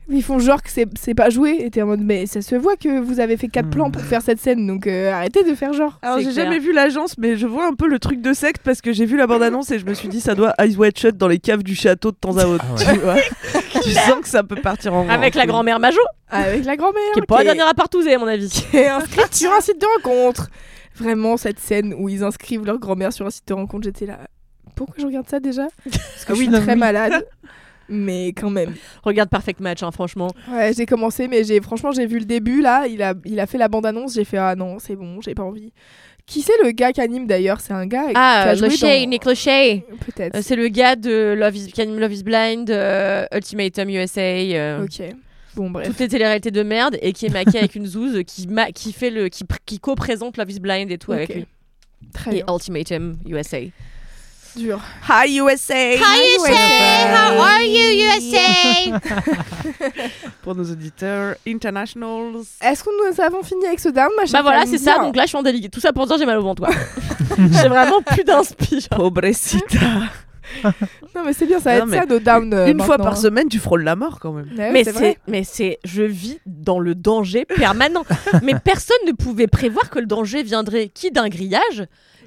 Speaker 1: Ils font genre que c'est c'est pas joué. Et t'es en mode, mais ça se voit que vous avez fait quatre plans
Speaker 7: Hmm.
Speaker 1: pour faire cette scène, donc euh, arrêtez de faire genre.
Speaker 2: Alors j'ai jamais vu l'agence, mais je vois un peu le truc de secte parce que j'ai vu la bande-annonce et je me suis dit ça doit Eyes Wide Shut dans les caves du château de temps à autre.
Speaker 7: Ah ouais.
Speaker 2: Tu, vois Tu sens que ça peut partir en
Speaker 6: Avec la grand-mère Majo,
Speaker 1: Avec la grand-mère.
Speaker 6: qui est pas la
Speaker 1: qui est-
Speaker 6: dernière à partouzer, à mon avis.
Speaker 1: qui est inscrite sur un site de rencontre. Vraiment, cette scène où ils inscrivent leur grand-mère sur un site de rencontre, j'étais là. Pourquoi je regarde ça déjà Parce que
Speaker 7: Ah
Speaker 1: je
Speaker 7: oui,
Speaker 1: suis
Speaker 7: non,
Speaker 1: très
Speaker 7: oui.
Speaker 1: malade. Mais quand même.
Speaker 6: Regarde Perfect Match, hein, franchement.
Speaker 1: Ouais, j'ai commencé, mais j'ai franchement, j'ai vu le début là. Il a, il a fait la bande-annonce. J'ai fait ah non, c'est bon, j'ai pas envie. Qui c'est le gars qui anime d'ailleurs C'est un gars qui
Speaker 6: Ah,
Speaker 1: a joué
Speaker 6: Lochet,
Speaker 1: dans-
Speaker 6: Nick Lochet.
Speaker 1: Peut-être.
Speaker 6: Euh, C'est le gars de Love is, qui anime Love is Blind, euh, Ultimatum USA, euh,
Speaker 1: ok. Bon bref.
Speaker 6: toutes les téléréalités de merde, et qui est maqué avec une zouze qui, ma- qui, fait le, qui, pr- qui co-présente Love is Blind et tout
Speaker 1: Ok.
Speaker 6: avec lui.
Speaker 1: Très
Speaker 6: Et
Speaker 1: bien.
Speaker 6: Ultimatum USA.
Speaker 1: dur.
Speaker 2: Hi USA.
Speaker 1: Hi, USA, how
Speaker 6: are you USA?
Speaker 2: Pour nos auditeurs internationals.
Speaker 1: Est-ce que nous avons fini avec ce down, ma chère
Speaker 6: bah voilà,
Speaker 1: Camille
Speaker 6: c'est ça,
Speaker 1: Bien.
Speaker 6: donc là je suis en délicat. Tout ça pour dire j'ai mal au ventre, quoi. j'ai vraiment plus d'inspiration.
Speaker 2: Pobrecita.
Speaker 1: Non mais c'est bien, ça va
Speaker 2: Non,
Speaker 1: être
Speaker 2: mais
Speaker 1: ça nos down. euh,
Speaker 2: Une fois
Speaker 1: maintenant,
Speaker 2: par
Speaker 1: hein.
Speaker 2: semaine, tu frôles la mort quand même.
Speaker 1: Ouais,
Speaker 6: Mais
Speaker 1: Ah c'est vrai.
Speaker 6: c'est, mais c'est, je vis dans le danger permanent. mais personne ne pouvait prévoir que le danger viendrait qui d'un grillage,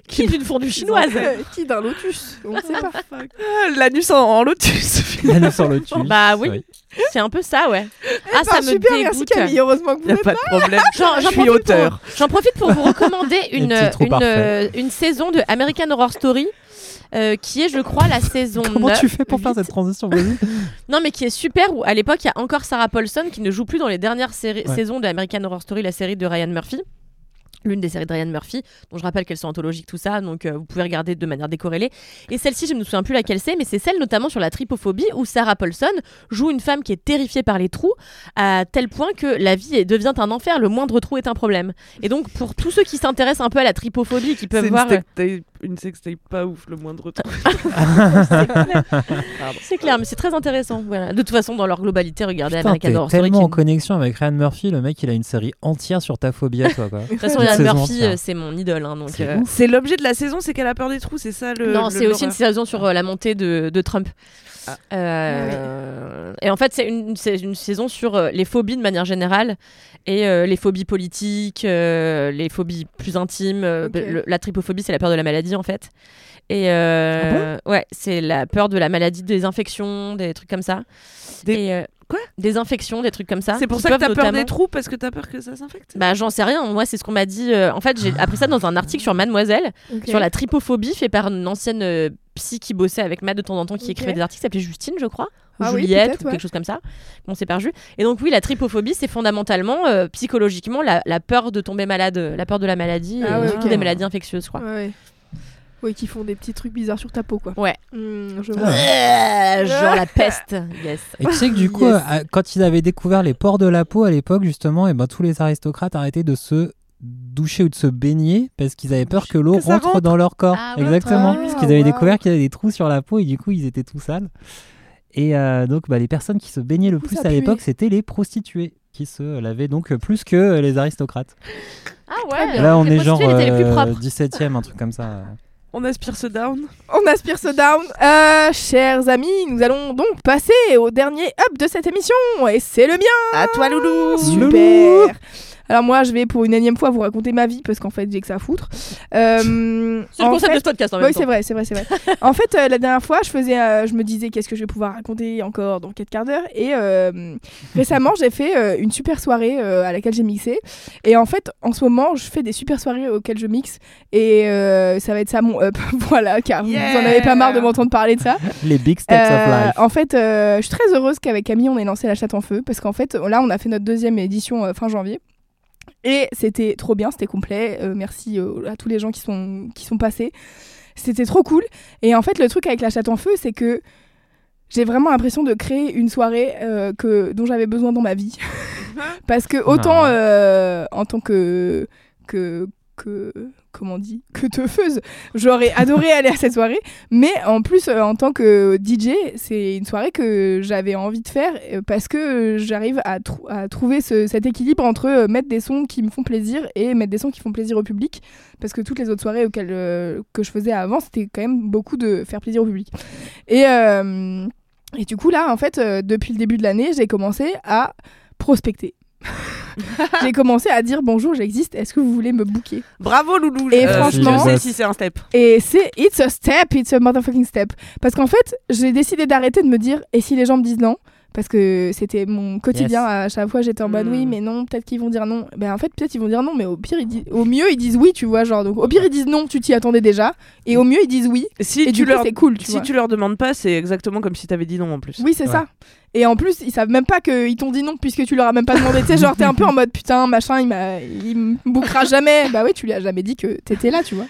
Speaker 6: qui d'une fondue chinoise.
Speaker 1: qui d'un lotus On ne sait pas.
Speaker 2: Ah, L'anus en, en lotus.
Speaker 7: La nous sort le tulle.
Speaker 6: Bah oui. C'est un peu ça, ouais. ah, ça
Speaker 1: Enfin,
Speaker 6: me
Speaker 1: Eh ben, super, merci
Speaker 6: dégoûte.
Speaker 1: Camille. Heureusement que vous
Speaker 2: Y a
Speaker 1: êtes
Speaker 2: pas de problème.
Speaker 6: J'en, j'en
Speaker 2: Je suis
Speaker 6: profite pour,
Speaker 2: auteur.
Speaker 6: j'en profite pour vous recommander une,
Speaker 7: petits trous
Speaker 6: une, euh, une saison de American Horror Story. euh, qui est, je crois, la saison
Speaker 7: Comment
Speaker 6: 9,
Speaker 7: tu fais pour faire cette transition vas-y
Speaker 6: Non, mais qui est super. Où à l'époque, il y a encore Sarah Paulson qui ne joue plus dans les dernières séries-
Speaker 7: Ouais.
Speaker 6: saisons de American Horror Story, la série de Ryan Murphy. L'une des séries de Ryan Murphy, dont je rappelle qu'elles sont anthologiques, tout ça, donc euh, vous pouvez regarder de manière décorrélée. Et celle-ci, je ne me souviens plus laquelle c'est, mais c'est celle notamment sur la tripophobie où Sarah Paulson joue une femme qui est terrifiée par les trous à tel point que la vie est- devient un enfer, le moindre trou est un problème. Et donc, pour tous ceux qui s'intéressent un peu à la tripophobie, qui
Speaker 2: C'est
Speaker 6: peuvent
Speaker 2: une
Speaker 6: voir.
Speaker 2: sextape, une sextape pas ouf, le moindre truc.
Speaker 6: euh, C'est clair, mais c'est très intéressant. Voilà. De toute façon, dans leur globalité, regardez
Speaker 7: Putain,
Speaker 6: American
Speaker 7: t'es
Speaker 6: Horror Story.
Speaker 7: tellement
Speaker 6: qui est
Speaker 7: en connexion avec Ryan Murphy, le mec il a une série entière sur ta phobie à toi quoi.
Speaker 6: De toute façon,
Speaker 7: Une
Speaker 6: Ryan
Speaker 7: saison
Speaker 6: Murphy,
Speaker 7: entière.
Speaker 6: euh, c'est mon idole. hein, donc,
Speaker 7: C'est
Speaker 6: euh,
Speaker 7: ouf.
Speaker 2: C'est l'objet de la saison, c'est qu'elle a peur des trous, c'est ça le. Ah.
Speaker 6: Non,
Speaker 2: le-
Speaker 6: c'est aussi une
Speaker 2: l'horreur.
Speaker 6: saison sur euh, la montée de, de Trump.
Speaker 2: Ah
Speaker 6: Euh, Et en fait, c'est une, c'est une saison sur euh, les phobies de manière générale et euh, les phobies politiques, euh, les phobies plus intimes. euh,
Speaker 1: Ok.
Speaker 6: le- la tripophobie, c'est la peur de la maladie en fait. Et euh,
Speaker 2: Ah
Speaker 6: ouais, c'est la peur de la maladie, des infections, des trucs comme ça.
Speaker 2: Des-
Speaker 6: Et, euh,
Speaker 2: Quoi
Speaker 6: Des infections, des trucs comme ça.
Speaker 1: Hein,
Speaker 2: C'est pour
Speaker 6: qui
Speaker 2: ça que
Speaker 6: peuvent
Speaker 2: t'as peur
Speaker 6: notamment-
Speaker 2: des trous, parce que t'as peur que ça s'infecte
Speaker 6: Bah, j'en sais rien. Moi, c'est ce qu'on m'a dit. euh, en fait, j'ai appris ça dans un article sur Mademoiselle Euh, sur la tripophobie fait par une ancienne euh, psy qui bossait avec Matt de temps en temps qui
Speaker 1: Ok.
Speaker 6: écrivait des articles qui s'appelait Justine je crois ou
Speaker 1: Ah oui,
Speaker 6: Juliette
Speaker 1: peut-être,
Speaker 6: ou
Speaker 1: ouais.
Speaker 6: quelque chose comme ça bon c'est par jus et donc oui la tripophobie c'est fondamentalement euh, psychologiquement la, la peur de tomber malade euh, la peur de la maladie
Speaker 1: Ah
Speaker 6: et
Speaker 1: ouais,
Speaker 6: surtout
Speaker 1: ok.
Speaker 6: des maladies infectieuses je crois
Speaker 1: Ouais, ouais. Oui, qui font des petits trucs bizarres sur ta peau, quoi.
Speaker 6: Ouais.
Speaker 1: Hmm, je vois.
Speaker 7: Ah.
Speaker 6: Euh, genre la peste yes
Speaker 7: Et tu sais que du coup,
Speaker 1: Yes.
Speaker 7: euh, quand ils avaient découvert les pores de la peau à l'époque, justement, et ben, tous les aristocrates arrêtaient de se doucher ou de se baigner parce qu'ils avaient peur que l'eau
Speaker 2: Que ça
Speaker 7: rentre,
Speaker 2: rentre.
Speaker 7: dans leur corps.
Speaker 6: Ah ouais,
Speaker 7: Exactement.
Speaker 1: ah,
Speaker 7: parce qu'ils avaient
Speaker 1: waouh.
Speaker 7: découvert qu'il y avait des trous sur la peau et du coup, ils étaient tout sales. Et euh, donc, bah, les personnes qui se baignaient le
Speaker 1: Ça
Speaker 7: plus à
Speaker 1: puait.
Speaker 7: l'époque, c'était les prostituées qui se lavaient donc plus que euh, les aristocrates.
Speaker 6: ah
Speaker 1: Très
Speaker 6: ouais
Speaker 1: bien.
Speaker 7: Là, on est genre
Speaker 6: les plus
Speaker 7: euh,
Speaker 6: propres
Speaker 7: 17e, un truc comme ça.
Speaker 2: On aspire ce down.
Speaker 1: On aspire ce down. Euh, chers amis, nous allons donc passer au dernier up de cette émission. Et c'est le mien.
Speaker 2: À toi, loulou
Speaker 1: Super. Alors, moi, je vais pour une énième fois vous raconter ma vie parce qu'en fait, j'ai que ça à foutre. Euh,
Speaker 6: c'est le
Speaker 1: en
Speaker 6: concept
Speaker 1: fait-
Speaker 6: de ce podcast en
Speaker 1: Oui,
Speaker 6: même
Speaker 1: c'est
Speaker 6: temps
Speaker 1: vrai, c'est vrai, c'est vrai. en fait, euh, la dernière fois, je faisais, euh, je me disais qu'est-ce que je vais pouvoir raconter encore dans 4 quarts d'heure. Et euh, récemment, j'ai fait euh, une super soirée euh, à laquelle j'ai mixé. Et en fait, en ce moment, je fais des super soirées auxquelles je mixe. Et euh, ça va être ça mon up. voilà, car vous en avez pas marre de m'entendre parler de ça.
Speaker 7: Les big steps of
Speaker 1: Euh,
Speaker 7: life.
Speaker 1: En fait, euh, je suis très heureuse qu'avec Camille, on ait lancé la chatte en feu parce qu'en fait, là, on a fait notre deuxième édition euh, fin janvier. Et c'était trop bien, c'était complet. Euh, merci euh, à tous les gens qui sont, qui sont passés. C'était trop cool. Et en fait, le truc avec la chatte en feu, c'est que j'ai vraiment l'impression de créer une soirée euh, que, dont j'avais besoin dans ma vie. parce que autant
Speaker 7: Non.
Speaker 1: euh, en tant que, que, que comment on dit, que teufeuse, j'aurais adoré aller à cette soirée. Mais en plus, euh, en tant que DJ, c'est une soirée que j'avais envie de faire euh, parce que euh, j'arrive à, trou- à trouver ce- cet équilibre entre euh, mettre des sons qui me font plaisir et mettre des sons qui font plaisir au public. Parce que toutes les autres soirées auxquelles, euh, que je faisais avant, c'était quand même beaucoup de faire plaisir au public. Et. euh, Et du coup, là, en fait, euh, depuis le début de l'année, j'ai commencé à prospecter. j'ai commencé à dire bonjour, j'existe, est-ce que vous voulez me booker
Speaker 2: Bravo Loulou.
Speaker 1: Et
Speaker 2: euh,
Speaker 1: franchement-
Speaker 2: je sais si c'est un step.
Speaker 1: Et c'est it's a step, it's a motherfucking step. Parce qu'en fait, j'ai décidé d'arrêter de me dire et si les gens me disent non parce que c'était mon quotidien à chaque fois j'étais en mode
Speaker 2: Mm.
Speaker 1: oui mais non peut-être qu'ils vont dire non ben en fait peut-être ils vont dire non mais au pire ils disent, au mieux ils disent oui tu vois genre donc au pire ils disent non tu t'y attendais déjà et au mieux ils disent oui et
Speaker 2: Si Hmm. tu
Speaker 1: du coup
Speaker 2: leur
Speaker 1: c'est cool tu
Speaker 2: si
Speaker 1: vois
Speaker 2: tu leur demandes pas, c'est exactement comme si t'avais dit non en plus.
Speaker 1: oui c'est
Speaker 7: Ouais.
Speaker 1: ça et en plus ils savent même pas qu'ils t'ont dit non puisque tu leur as même pas demandé tu sais genre t'es un peu en mode putain machin il m'a il me bouquera jamais bah ouais tu lui as jamais dit que t'étais là tu vois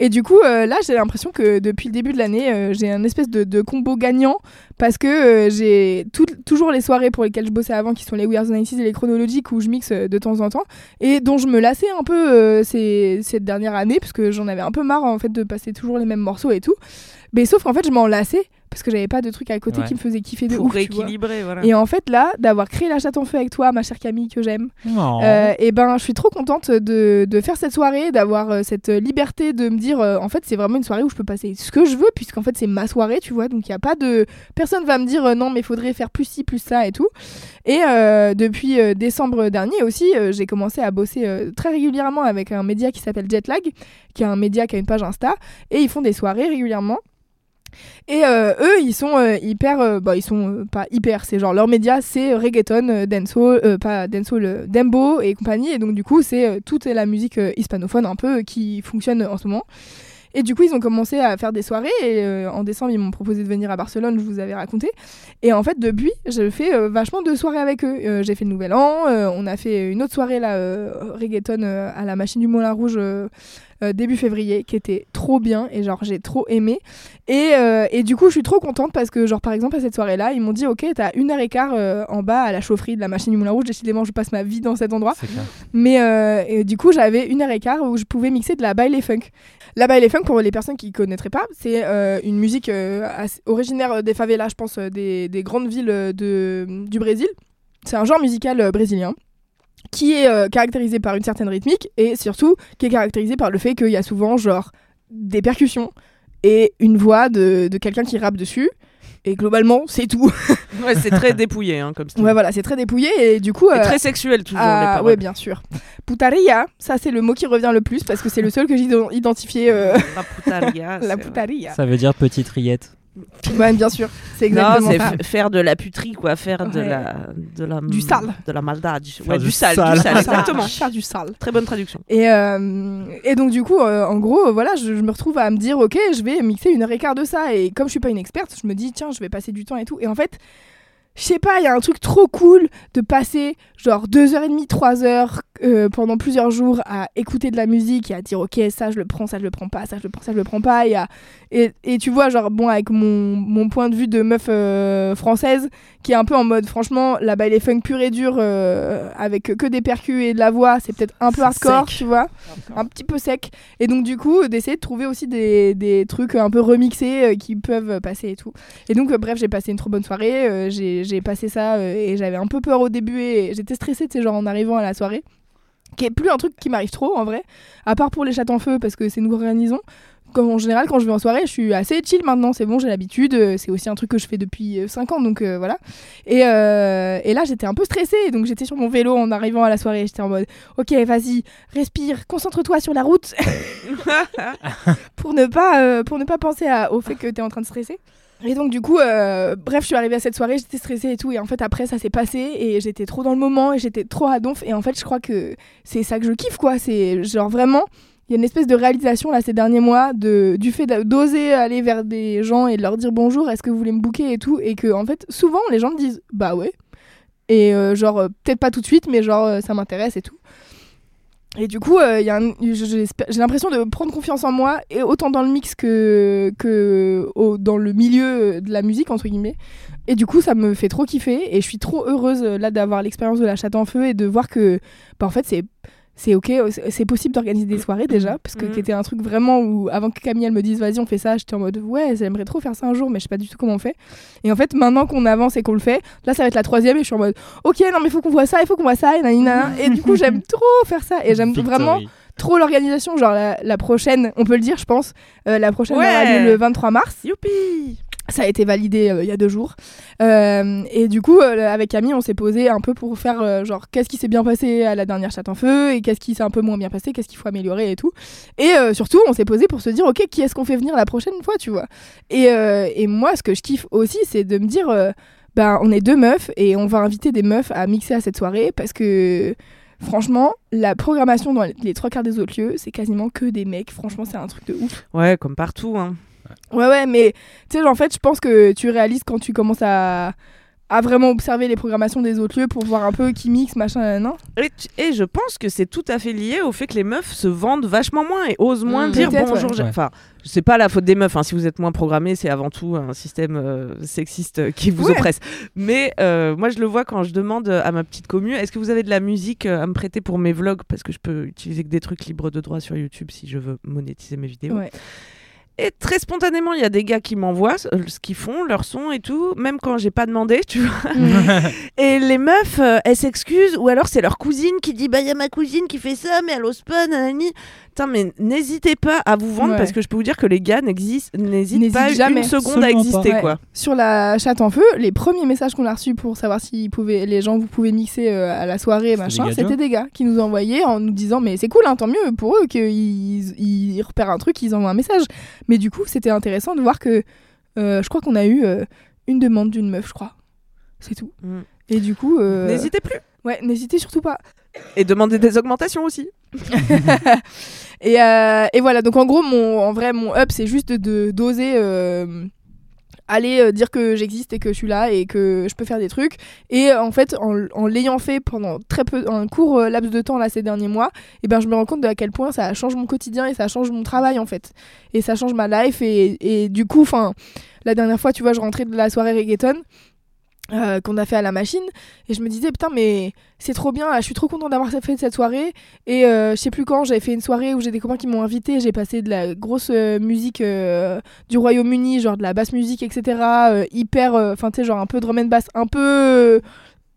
Speaker 1: et du coup, euh, là, j'ai l'impression que depuis le début de l'année, euh, j'ai un espèce de, de combo gagnant parce que euh, j'ai tout- toujours les soirées pour lesquelles je bossais avant, qui sont les We Are the 90s et les chronologiques où je mixe euh, de temps en temps et dont je me lassais un peu euh, ces- cette dernière année parce que j'en avais un peu marre en fait de passer toujours les mêmes morceaux et tout. Mais sauf qu'en fait, je m'en lassais parce que j'avais pas de truc à côté
Speaker 7: Ouais.
Speaker 1: qui me faisait kiffer de
Speaker 2: Pour
Speaker 1: ouf. tu vois.
Speaker 2: rééquilibrer, voilà.
Speaker 1: Et en fait, là, d'avoir créé la chatte en feu avec toi, ma chère Camille, que j'aime,
Speaker 7: Oh.
Speaker 1: et ben, je suis trop contente de, de faire cette soirée, d'avoir euh, cette euh, liberté de me dire, euh, en fait, c'est vraiment une soirée où je peux passer ce que je veux, puisqu'en fait, c'est ma soirée, tu vois. Donc, il y a pas de. Personne va me dire, euh, non, mais faudrait faire plus ci, plus ça et tout. Et euh, depuis euh, décembre dernier aussi, euh, j'ai commencé à bosser euh, très régulièrement avec un média qui s'appelle Jetlag, qui est un média qui a une page Insta, et ils font des soirées régulièrement. Et euh, eux, ils sont euh, hyper, euh, bah, ils sont euh, pas hyper, c'est genre leur média, c'est reggaeton, euh, dancehall, euh, pas dancehall, euh, dembo et compagnie. Et donc du coup, c'est euh, toute la musique euh, hispanophone un peu euh, qui fonctionne en ce moment. Et du coup, ils ont commencé à faire des soirées. Et euh, en décembre, ils m'ont proposé de venir à Barcelone, je vous avais raconté. Et en fait, depuis, je fais euh, vachement de soirées avec eux. Euh, J'ai fait le Nouvel An, euh, on a fait une autre soirée là, euh, reggaeton euh, à la machine du Moulin Rouge euh, euh, début février, qui était trop bien. Et genre, j'ai trop aimé. Et, euh, et du coup, je suis trop contente parce que, genre, par exemple, à cette soirée-là, ils m'ont dit Ok, t'as une heure et quart euh, en bas à la chaufferie de la machine du Moulin Rouge. Décidément, je passe ma vie dans cet endroit.
Speaker 7: C'est clair.
Speaker 1: Mais euh, et du coup, j'avais une heure et quart où je pouvais mixer de la baile funk. La baile funk, pour les personnes qui ne connaîtraient pas, c'est euh, une musique euh, assez- originaire des favelas, je pense, euh, des, des grandes villes euh, de, du Brésil. C'est un genre musical euh, brésilien qui est euh, caractérisé par une certaine rythmique et surtout qui est caractérisé par le fait qu'il y a souvent genre des percussions et une voix de, de quelqu'un qui rappe dessus. Et globalement, c'est tout.
Speaker 2: Ouais, c'est très dépouillé hein, comme style.
Speaker 1: ouais, voilà, c'est très dépouillé et du coup.
Speaker 2: Et
Speaker 1: euh,
Speaker 2: très sexuel toujours les
Speaker 1: ah,
Speaker 2: paroles.
Speaker 1: ouais, bien sûr. Putaria, ça c'est le mot qui revient le plus parce que c'est le seul que j'ai ident- identifié. euh,
Speaker 2: La
Speaker 1: la
Speaker 2: putaria. Ah, c'est-
Speaker 1: putaria.
Speaker 7: Ça veut dire petite riette.
Speaker 1: Ouais, bien sûr, c'est
Speaker 2: Non,
Speaker 1: exactement
Speaker 2: c'est
Speaker 1: ça.
Speaker 2: f- faire de la puterie, quoi, faire de
Speaker 1: Ouais.
Speaker 2: la, de la
Speaker 1: Du sale.
Speaker 2: de la maldade, Ouais,
Speaker 7: Faire
Speaker 2: du,
Speaker 7: du
Speaker 2: sale,
Speaker 7: sale.
Speaker 2: du sale,
Speaker 1: Faire
Speaker 2: exactement.
Speaker 1: du- Faire du sale.
Speaker 2: Très bonne traduction.
Speaker 1: Et, euh, et donc du coup, euh, en gros, euh, voilà, je, je me retrouve à me dire, ok, je vais mixer une heure et quart de ça. Et comme je suis pas une experte, je me dis, tiens, je vais passer du temps et tout. Et en fait, je sais pas, il y a un truc trop cool de passer genre deux heures et demie, trois heures euh, pendant plusieurs jours à écouter de la musique et à dire, ok, ça je le prends, ça je le prends pas, ça je le prends, ça je le prends pas. Et, à- et, et tu vois, genre, bon, avec mon, mon point de vue de meuf euh, française qui est un peu en mode, franchement, la baile est funk pure et dure euh, avec que des percus et de la voix, c'est peut-être un peu
Speaker 2: C'est
Speaker 1: hardcore,
Speaker 2: sec.
Speaker 1: tu vois un petit peu sec. Et donc, du coup, d'essayer de trouver aussi des, des trucs un peu remixés euh, qui peuvent euh, passer et tout. Et donc, euh, bref, j'ai passé une trop bonne soirée. euh, j'ai j'ai passé ça euh, et j'avais un peu peur au début et j'étais stressée, tu sais, genre en arrivant à la soirée. Qui est plus un truc qui m'arrive trop en vrai, à part pour les chats en feu parce que c'est nous organisons. Comme en général, quand je vais en soirée, je suis assez chill maintenant, c'est bon, j'ai l'habitude. euh, C'est aussi un truc que je fais depuis 5 ans, donc euh, voilà. Et, euh, et là, j'étais un peu stressée, donc j'étais sur mon vélo en arrivant à la soirée. J'étais en mode, ok, vas-y, respire, concentre-toi sur la route pour ne pas euh, pour ne pas penser à- au fait que t'es en train de stresser. Et donc du coup, euh, bref, je suis arrivée à cette soirée, j'étais stressée et tout, et en fait après ça s'est passé et j'étais trop dans le moment et j'étais trop à donf et en fait je crois que c'est ça que je kiffe quoi, c'est genre vraiment il y a une espèce de réalisation là ces derniers mois de, du fait d'a- d'oser aller vers des gens et de leur dire bonjour, est-ce que vous voulez me booker et tout, et que en fait souvent les gens me disent bah ouais et euh, genre euh, peut-être pas tout de suite mais genre euh, ça m'intéresse et tout. Et du coup, euh, il y a un- j'espère- j'ai l'impression de prendre confiance en moi, et autant dans le mix que, que au- dans le milieu euh, de la musique, entre guillemets. Et du coup, ça me fait trop kiffer, et je suis trop heureuse euh, là d'avoir l'expérience de la chatte en feu et de voir que, bah, en fait, c'est. C'est ok, euh, c'est c'est possible d'organiser des soirées déjà, parce que
Speaker 2: Mhm.
Speaker 1: qui était un truc vraiment où avant que Camille elle me dise vas-y on fait ça, j'étais en mode ouais j'aimerais trop faire ça un jour mais je sais pas du tout comment on fait. Et en fait maintenant qu'on avance et qu'on le fait, là ça va être la troisième et je suis en mode ok non mais faut qu'on voit ça, il faut qu'on voit ça et nanina. et du coup j'aime trop faire ça et j'aime
Speaker 7: Victory.
Speaker 1: vraiment trop l'organisation. Genre la, la prochaine, on peut le dire, je pense, euh, la prochaine aura
Speaker 2: Ouais.
Speaker 1: lieu le 23 mars.
Speaker 2: Youpi
Speaker 1: Ça a été validé euh, il y a deux jours. Euh, et du coup, euh, avec Camille, on s'est posé un peu pour faire euh, genre qu'est-ce qui s'est bien passé à la dernière chatte en feu et qu'est-ce qui s'est un peu moins bien passé, qu'est-ce qu'il faut améliorer et tout. Et euh, surtout, on s'est posé pour se dire ok, qui est-ce qu'on fait venir la prochaine fois, tu vois. Et, euh, et moi, ce que je kiffe aussi, c'est de me dire euh, ben on est deux meufs et on va inviter des meufs à mixer à cette soirée parce que franchement, la programmation dans les trois quarts des autres lieux, c'est quasiment que des mecs. Franchement, c'est un truc de ouf.
Speaker 2: Ouais, comme partout. Hein.
Speaker 1: Ouais, ouais, mais tu sais, en fait, je pense que tu réalises quand tu commences à, à vraiment observer les programmations des autres lieux pour voir un peu qui mixe, machin, non
Speaker 2: Et, tu- et je pense que c'est tout à fait lié au fait que les meufs se vendent vachement moins et osent moins
Speaker 1: Mmh.
Speaker 2: dire
Speaker 1: Peut-être,
Speaker 2: bonjour.
Speaker 1: ouais.
Speaker 2: j'ai-
Speaker 1: Ouais.
Speaker 2: Enfin, c'est pas la faute des meufs. hein. Si vous êtes moins programmé, c'est avant tout un système euh, sexiste euh, qui vous
Speaker 1: Ouais.
Speaker 2: oppresse. Mais euh, moi, je le vois quand je demande à ma petite commu est-ce que vous avez de la musique euh, à me prêter pour mes vlogs Parce que je peux utiliser que des trucs libres de droit sur YouTube si je veux monétiser mes vidéos.
Speaker 1: Ouais.
Speaker 2: Et très spontanément, il y a des gars qui m'envoient euh, ce qu'ils font, leur son et tout, même quand j'ai pas demandé, tu vois. et les meufs, euh, elles s'excusent, ou alors c'est leur cousine qui dit Bah, il y a ma cousine qui fait ça, mais elle ose pas, nanani. Putain, mais n'hésitez pas à vous vendre,
Speaker 1: Ouais.
Speaker 2: parce que je peux vous dire que les gars n'existent- n'hésitent
Speaker 1: N'hésitent
Speaker 2: pas
Speaker 1: jamais.
Speaker 2: une seconde à
Speaker 7: Absolument
Speaker 2: exister,
Speaker 1: Ouais.
Speaker 2: quoi.
Speaker 1: Sur la chatte en feu, les premiers messages qu'on a reçus pour savoir si pouvaient, les gens vous pouvaient mixer euh, à la soirée, machin,
Speaker 7: des gars, tu
Speaker 1: c'était des gars qui nous envoyaient en nous disant mais c'est cool, hein, tant mieux pour eux qu'ils ils repèrent un truc, ils envoient un message. Mais du coup, c'était intéressant de voir que euh, je crois qu'on a eu euh, une demande d'une meuf, je crois. C'est tout.
Speaker 2: Mm.
Speaker 1: Et du coup, euh,
Speaker 2: N'hésitez plus.
Speaker 1: ouais, n'hésitez surtout pas.
Speaker 2: Et demandez des augmentations aussi.
Speaker 1: Et, euh, et voilà, donc en gros, mon, en vrai, mon up, c'est juste de d'oser euh, aller euh, dire que j'existe et que je suis là et que je peux faire des trucs. Et euh, en fait, en, l- en l'ayant fait pendant très peu, un court euh, laps de temps là ces derniers mois, et ben je me rends compte de à quel point ça change mon quotidien et ça change mon travail en fait, et ça change ma life et, et du coup, enfin, la dernière fois, tu vois, je rentrais de la soirée reggaeton. euh, qu'on a fait à la machine et je me disais putain mais c'est trop bien là, je suis trop contente d'avoir fait cette soirée et euh, je sais plus quand, j'avais fait une soirée où j'ai des copains qui m'ont invité, j'ai passé de la grosse euh, musique euh, du Royaume-Uni, genre de la basse musique, etc. euh, hyper, enfin tu sais, genre un peu drum and bass, un peu euh,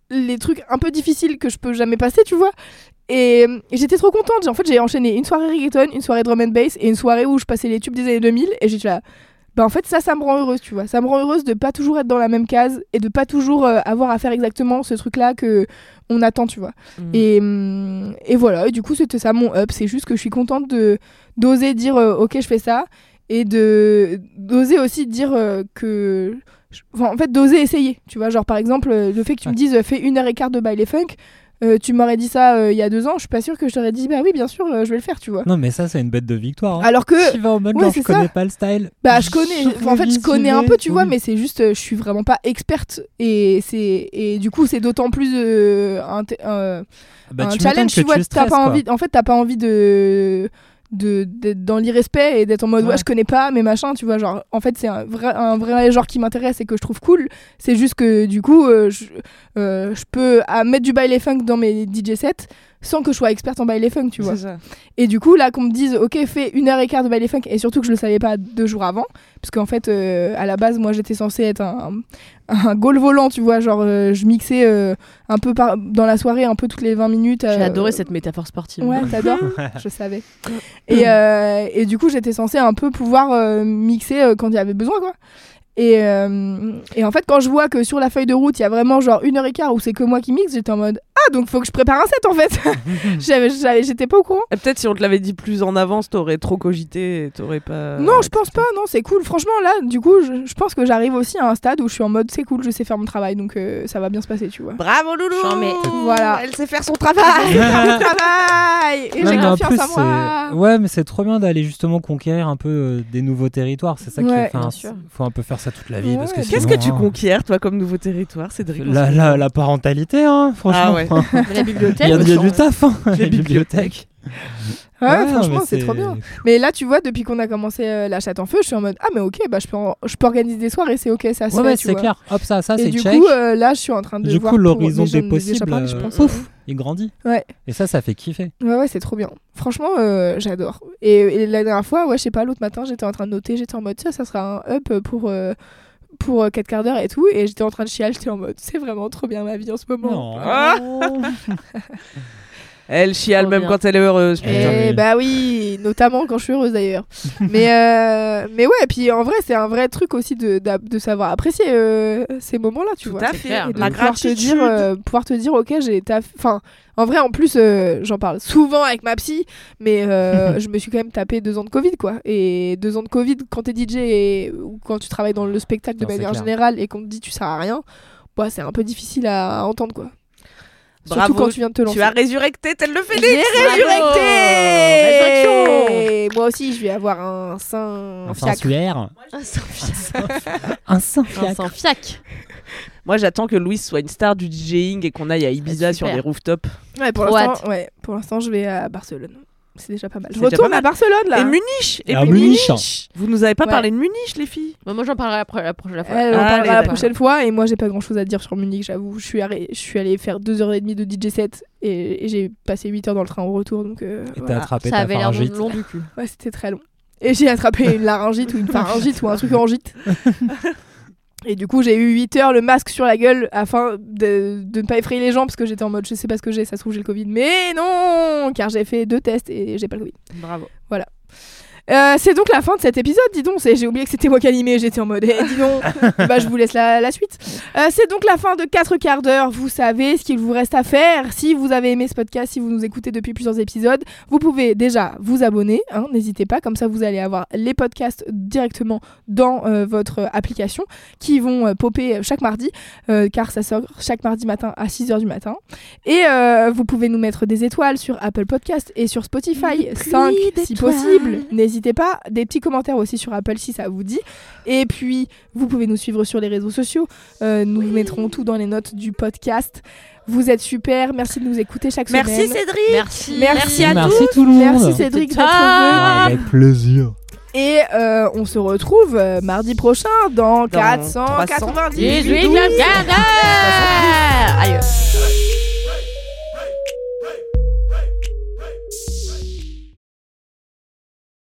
Speaker 1: les trucs un peu difficiles que je peux jamais passer, tu vois. Et, euh, et j'étais trop contente. J'ai- En fait, j'ai enchaîné une soirée reggaeton, une soirée drum and bass et une soirée où je passais les tubes des années 2000 et j'étais là. Bah en fait ça ça me rend heureuse tu vois ça me rend heureuse de pas toujours être dans la même case et de pas toujours euh, avoir à faire exactement ce truc là que on attend tu vois et, hum, et voilà, et du coup, c'était ça mon up. C'est juste que je suis contente de d'oser dire euh, ok, je fais ça et de d'oser aussi dire euh, que. je- enfin, en fait, d'oser essayer. Tu vois, genre par exemple, euh, le fait que tu me
Speaker 7: Ouais.
Speaker 1: dises euh, fais une heure et quart de baile funk, euh, tu m'aurais dit ça euh, il y a deux ans, je suis pas sûre que je t'aurais dit bah oui, bien sûr, euh, je vais le faire, tu vois.
Speaker 7: Non, mais ça, c'est une bête de victoire. hein.
Speaker 1: Alors que.
Speaker 7: Tu vas en mode
Speaker 1: ouais,
Speaker 7: genre,
Speaker 1: c'est
Speaker 7: je connais
Speaker 1: ça.
Speaker 7: pas le style.
Speaker 1: Bah, je connais.
Speaker 7: J'aurais
Speaker 1: en fait, je
Speaker 7: visité.
Speaker 1: connais un peu, tu vois,
Speaker 7: Oui.
Speaker 1: mais c'est juste, euh, je suis vraiment pas experte. Et c'est et du coup, c'est d'autant plus euh, inté- euh,
Speaker 7: Bah,
Speaker 1: un
Speaker 7: tu m'étonnes
Speaker 1: challenge,
Speaker 7: que
Speaker 1: tu vois,
Speaker 7: le
Speaker 1: t'as pas
Speaker 7: stresses, quoi.
Speaker 1: envie. En fait, t'as pas envie de de- d'être dans l'irrespect et d'être en mode ouais.
Speaker 7: Ouais.
Speaker 1: je connais pas mais machin tu vois genre en fait c'est un vrai un vrai genre qui m'intéresse et que je trouve cool c'est juste que du coup euh, je euh, je peux à mettre du baile funk dans mes DJ sets sans que je sois experte en baile funk tu vois
Speaker 2: ça.
Speaker 1: et du coup, là, qu'on me dise, ok, fais une heure et quart de baile funk, et surtout que je le savais pas deux jours avant, parce qu'en fait, euh, à la base, moi, j'étais censée être un, un goal volant, tu vois, genre, euh, je mixais euh, un peu par- dans la soirée, un peu toutes les 20 minutes.
Speaker 6: J'ai
Speaker 1: euh,
Speaker 6: adoré cette métaphore sportive.
Speaker 1: Ouais, t'adores Je savais. Et, euh, et du coup, j'étais censée un peu pouvoir euh, mixer euh, quand il y avait besoin, quoi. Et, euh, et en fait, quand je vois que sur la feuille de route, il y a vraiment genre une heure et quart où c'est que moi qui mixe, j'étais en mode Ah, donc faut que je prépare un set en fait J'avais- j'avais- J'étais pas au courant.
Speaker 2: Et peut-être si on te l'avait dit plus en avance, t'aurais trop cogité et t'aurais
Speaker 7: Euh,
Speaker 2: pas.
Speaker 1: Non, je pense pas, non, c'est cool. Franchement, là, du coup, je, je pense que j'arrive aussi à un stade où je suis en mode c'est cool, je sais faire mon travail, donc euh, ça va bien se passer, tu vois.
Speaker 2: Bravo Loulou
Speaker 6: Chant, mais-
Speaker 1: Voilà.
Speaker 2: Elle sait faire son travail
Speaker 1: Mon travail Et
Speaker 7: Non,
Speaker 1: j'ai
Speaker 7: mais en
Speaker 1: confiance
Speaker 7: plus,
Speaker 1: en
Speaker 7: c'est-
Speaker 1: moi
Speaker 7: Ouais, mais c'est trop bien d'aller justement conquérir un peu euh, des nouveaux territoires. C'est ça
Speaker 1: Ouais,
Speaker 7: qui est.
Speaker 1: bien
Speaker 7: enfin,
Speaker 1: sûr.
Speaker 7: Faut un peu faire ça toute la vie.
Speaker 1: Ouais.
Speaker 7: parce que
Speaker 2: Qu'est-ce
Speaker 7: sinon,
Speaker 2: que tu
Speaker 7: hein,
Speaker 2: conquières, toi, comme nouveau territoire, Cédric
Speaker 7: la, la, la parentalité, hein,
Speaker 2: Ah
Speaker 7: franchement.
Speaker 2: ouais.
Speaker 6: La
Speaker 7: Il
Speaker 6: bibliothèque.
Speaker 7: y a, il y a
Speaker 6: genre,
Speaker 7: du taf, hein, les bibliothèques.
Speaker 2: bibliothèques.
Speaker 1: Ouais,
Speaker 7: Ouais,
Speaker 1: franchement,
Speaker 7: mais
Speaker 1: c'est trop bien. Mais là, tu vois, depuis qu'on a commencé euh, la chatte en feu, je suis en mode ah, mais ok, bah, je, peux en- je peux organiser des soirées, c'est ok, ça se
Speaker 7: Ouais,
Speaker 1: fait.
Speaker 7: ouais,
Speaker 1: tu
Speaker 7: c'est
Speaker 1: vois.
Speaker 7: clair. Hop, ça, ça,
Speaker 1: Et
Speaker 7: c'est
Speaker 1: du
Speaker 7: check.
Speaker 1: coup, euh, là, je suis en train de
Speaker 7: Du
Speaker 1: voir
Speaker 7: coup,
Speaker 1: pour
Speaker 7: l'horizon
Speaker 1: mes jeunes-
Speaker 7: des
Speaker 1: mes
Speaker 7: possibles,
Speaker 1: échappés, je
Speaker 7: euh,
Speaker 1: pense, hein.
Speaker 7: pouf, il grandit.
Speaker 1: Ouais.
Speaker 7: Et ça, ça fait kiffer.
Speaker 1: Ouais, ouais, c'est trop bien. Franchement, euh, j'adore. Et, et la dernière fois, ouais, je sais pas, l'autre matin, j'étais en train de noter, j'étais en mode, tiens, ça sera un up pour, euh, pour 4 quarts d'heure et tout. Et j'étais en
Speaker 7: Ah.
Speaker 6: Ah.
Speaker 1: train de chialer, j'étais en mode, c'est vraiment trop bien ma vie en ce moment.
Speaker 7: Non.
Speaker 2: Ah Elle chiale même quand elle est heureuse. putain.
Speaker 1: Eh bah oui, notamment quand je suis heureuse d'ailleurs. mais, euh, mais ouais, puis en vrai, c'est un vrai truc aussi de, d'a- de savoir apprécier euh, ces moments-là, tu
Speaker 2: Tout
Speaker 1: vois.
Speaker 2: à
Speaker 1: Et
Speaker 2: fait.
Speaker 1: de
Speaker 2: La
Speaker 1: pouvoir te,
Speaker 2: gratitude.
Speaker 1: dire, euh, pouvoir te dire, ok, j'ai taffé. Enfin, en vrai, en plus, euh, j'en parle souvent avec ma psy, mais euh, je me suis quand même tapé deux ans de Covid, quoi. Et deux ans de Covid, quand t'es DJ et- ou quand tu travailles dans le spectacle de
Speaker 7: Non, c'est
Speaker 1: manière
Speaker 7: clair.
Speaker 1: générale et qu'on te dit tu sers à rien, bah, c'est un peu difficile à, à entendre, quoi.
Speaker 2: Bravo,
Speaker 1: Surtout quand tu viens de te lancer.
Speaker 2: Tu as résurrecté tel le
Speaker 1: J'ai
Speaker 2: Phénix.
Speaker 1: résurrecté Moi aussi, je vais avoir un sein
Speaker 7: Un
Speaker 1: fiacre.
Speaker 7: sensuaire.
Speaker 6: Ah, Un sans
Speaker 7: Un sang
Speaker 6: Un sans fiac.
Speaker 2: Moi, j'attends que Louise soit une star du DJing et qu'on aille à Ibiza
Speaker 6: Ah, super.
Speaker 2: sur des rooftops.
Speaker 1: Ouais, pour
Speaker 6: Trop
Speaker 1: l'instant, ouais, pour l'instant, je vais à Barcelone. C'est déjà pas mal. Je
Speaker 2: C'est déjà
Speaker 1: retourne
Speaker 2: pas
Speaker 1: à Barcelone là.
Speaker 2: Et Munich Et
Speaker 7: Et à
Speaker 2: puis
Speaker 7: Munich.
Speaker 2: Vous nous avez pas
Speaker 1: Ouais.
Speaker 2: parlé de Munich, les filles
Speaker 6: Bah, moi, j'en parlerai la, pro- la prochaine fois.
Speaker 1: Elle en
Speaker 2: Allez,
Speaker 1: Eh, parlera la
Speaker 2: d'accord.
Speaker 1: prochaine fois. Et moi, j'ai pas grand chose à dire sur Munich, j'avoue. Je suis, arrêt- je suis allée faire 2h30 de DJ set et, et j'ai passé 8 heures dans le train au retour. Donc, euh,
Speaker 7: Et t'as
Speaker 1: voilà.
Speaker 7: attrapé
Speaker 6: Ça
Speaker 7: ta
Speaker 6: avait l'air
Speaker 7: pharyngite.
Speaker 6: long du cul.
Speaker 1: ouais, c'était très long. Et j'ai attrapé une laryngite ou une pharyngite ou un truc orangite. Et du coup, j'ai eu 8 heures le masque sur la gueule afin de, de ne pas effrayer les gens parce que j'étais en mode je sais pas ce que j'ai, ça se trouve j'ai le Covid. Mais non Car j'ai fait deux tests et j'ai pas le Covid.
Speaker 2: Bravo.
Speaker 1: Euh, c'est donc la fin de cet épisode, dis donc. C'est- J'ai oublié que c'était moi qui animais, j'étais en mode, eh, dis donc, bah, je vous laisse la, la suite. Euh, c'est donc la fin de 4 quarts d'heure. Vous savez ce qu'il vous reste à faire. Si vous avez aimé ce podcast, si vous nous écoutez depuis plusieurs épisodes, vous pouvez déjà vous abonner, hein, n'hésitez pas. Comme ça, vous allez avoir les podcasts directement dans euh, votre application qui vont euh, popper chaque mardi, euh, car ça sort chaque mardi matin à 6h du matin. Et euh, vous pouvez nous mettre des étoiles sur Apple Podcast et sur Spotify,
Speaker 6: Le prix
Speaker 1: 5 si
Speaker 6: d'étoiles.
Speaker 1: possible. N'hésitez pas, des petits commentaires aussi sur Apple si ça vous dit. Et puis, vous pouvez nous suivre sur les réseaux sociaux. Euh, nous mettrons tout dans les notes du podcast. Vous êtes super, merci de nous écouter chaque
Speaker 2: Merci,
Speaker 1: semaine.
Speaker 2: Cédric
Speaker 6: Merci.
Speaker 1: Merci à
Speaker 7: Merci tout le monde.
Speaker 1: Merci Cédric
Speaker 6: C'était
Speaker 1: d'être
Speaker 6: top.
Speaker 1: venu.
Speaker 7: Ah, Avec plaisir.
Speaker 1: Et euh, on se retrouve euh, mardi prochain dans, 498
Speaker 6: 18 Aïe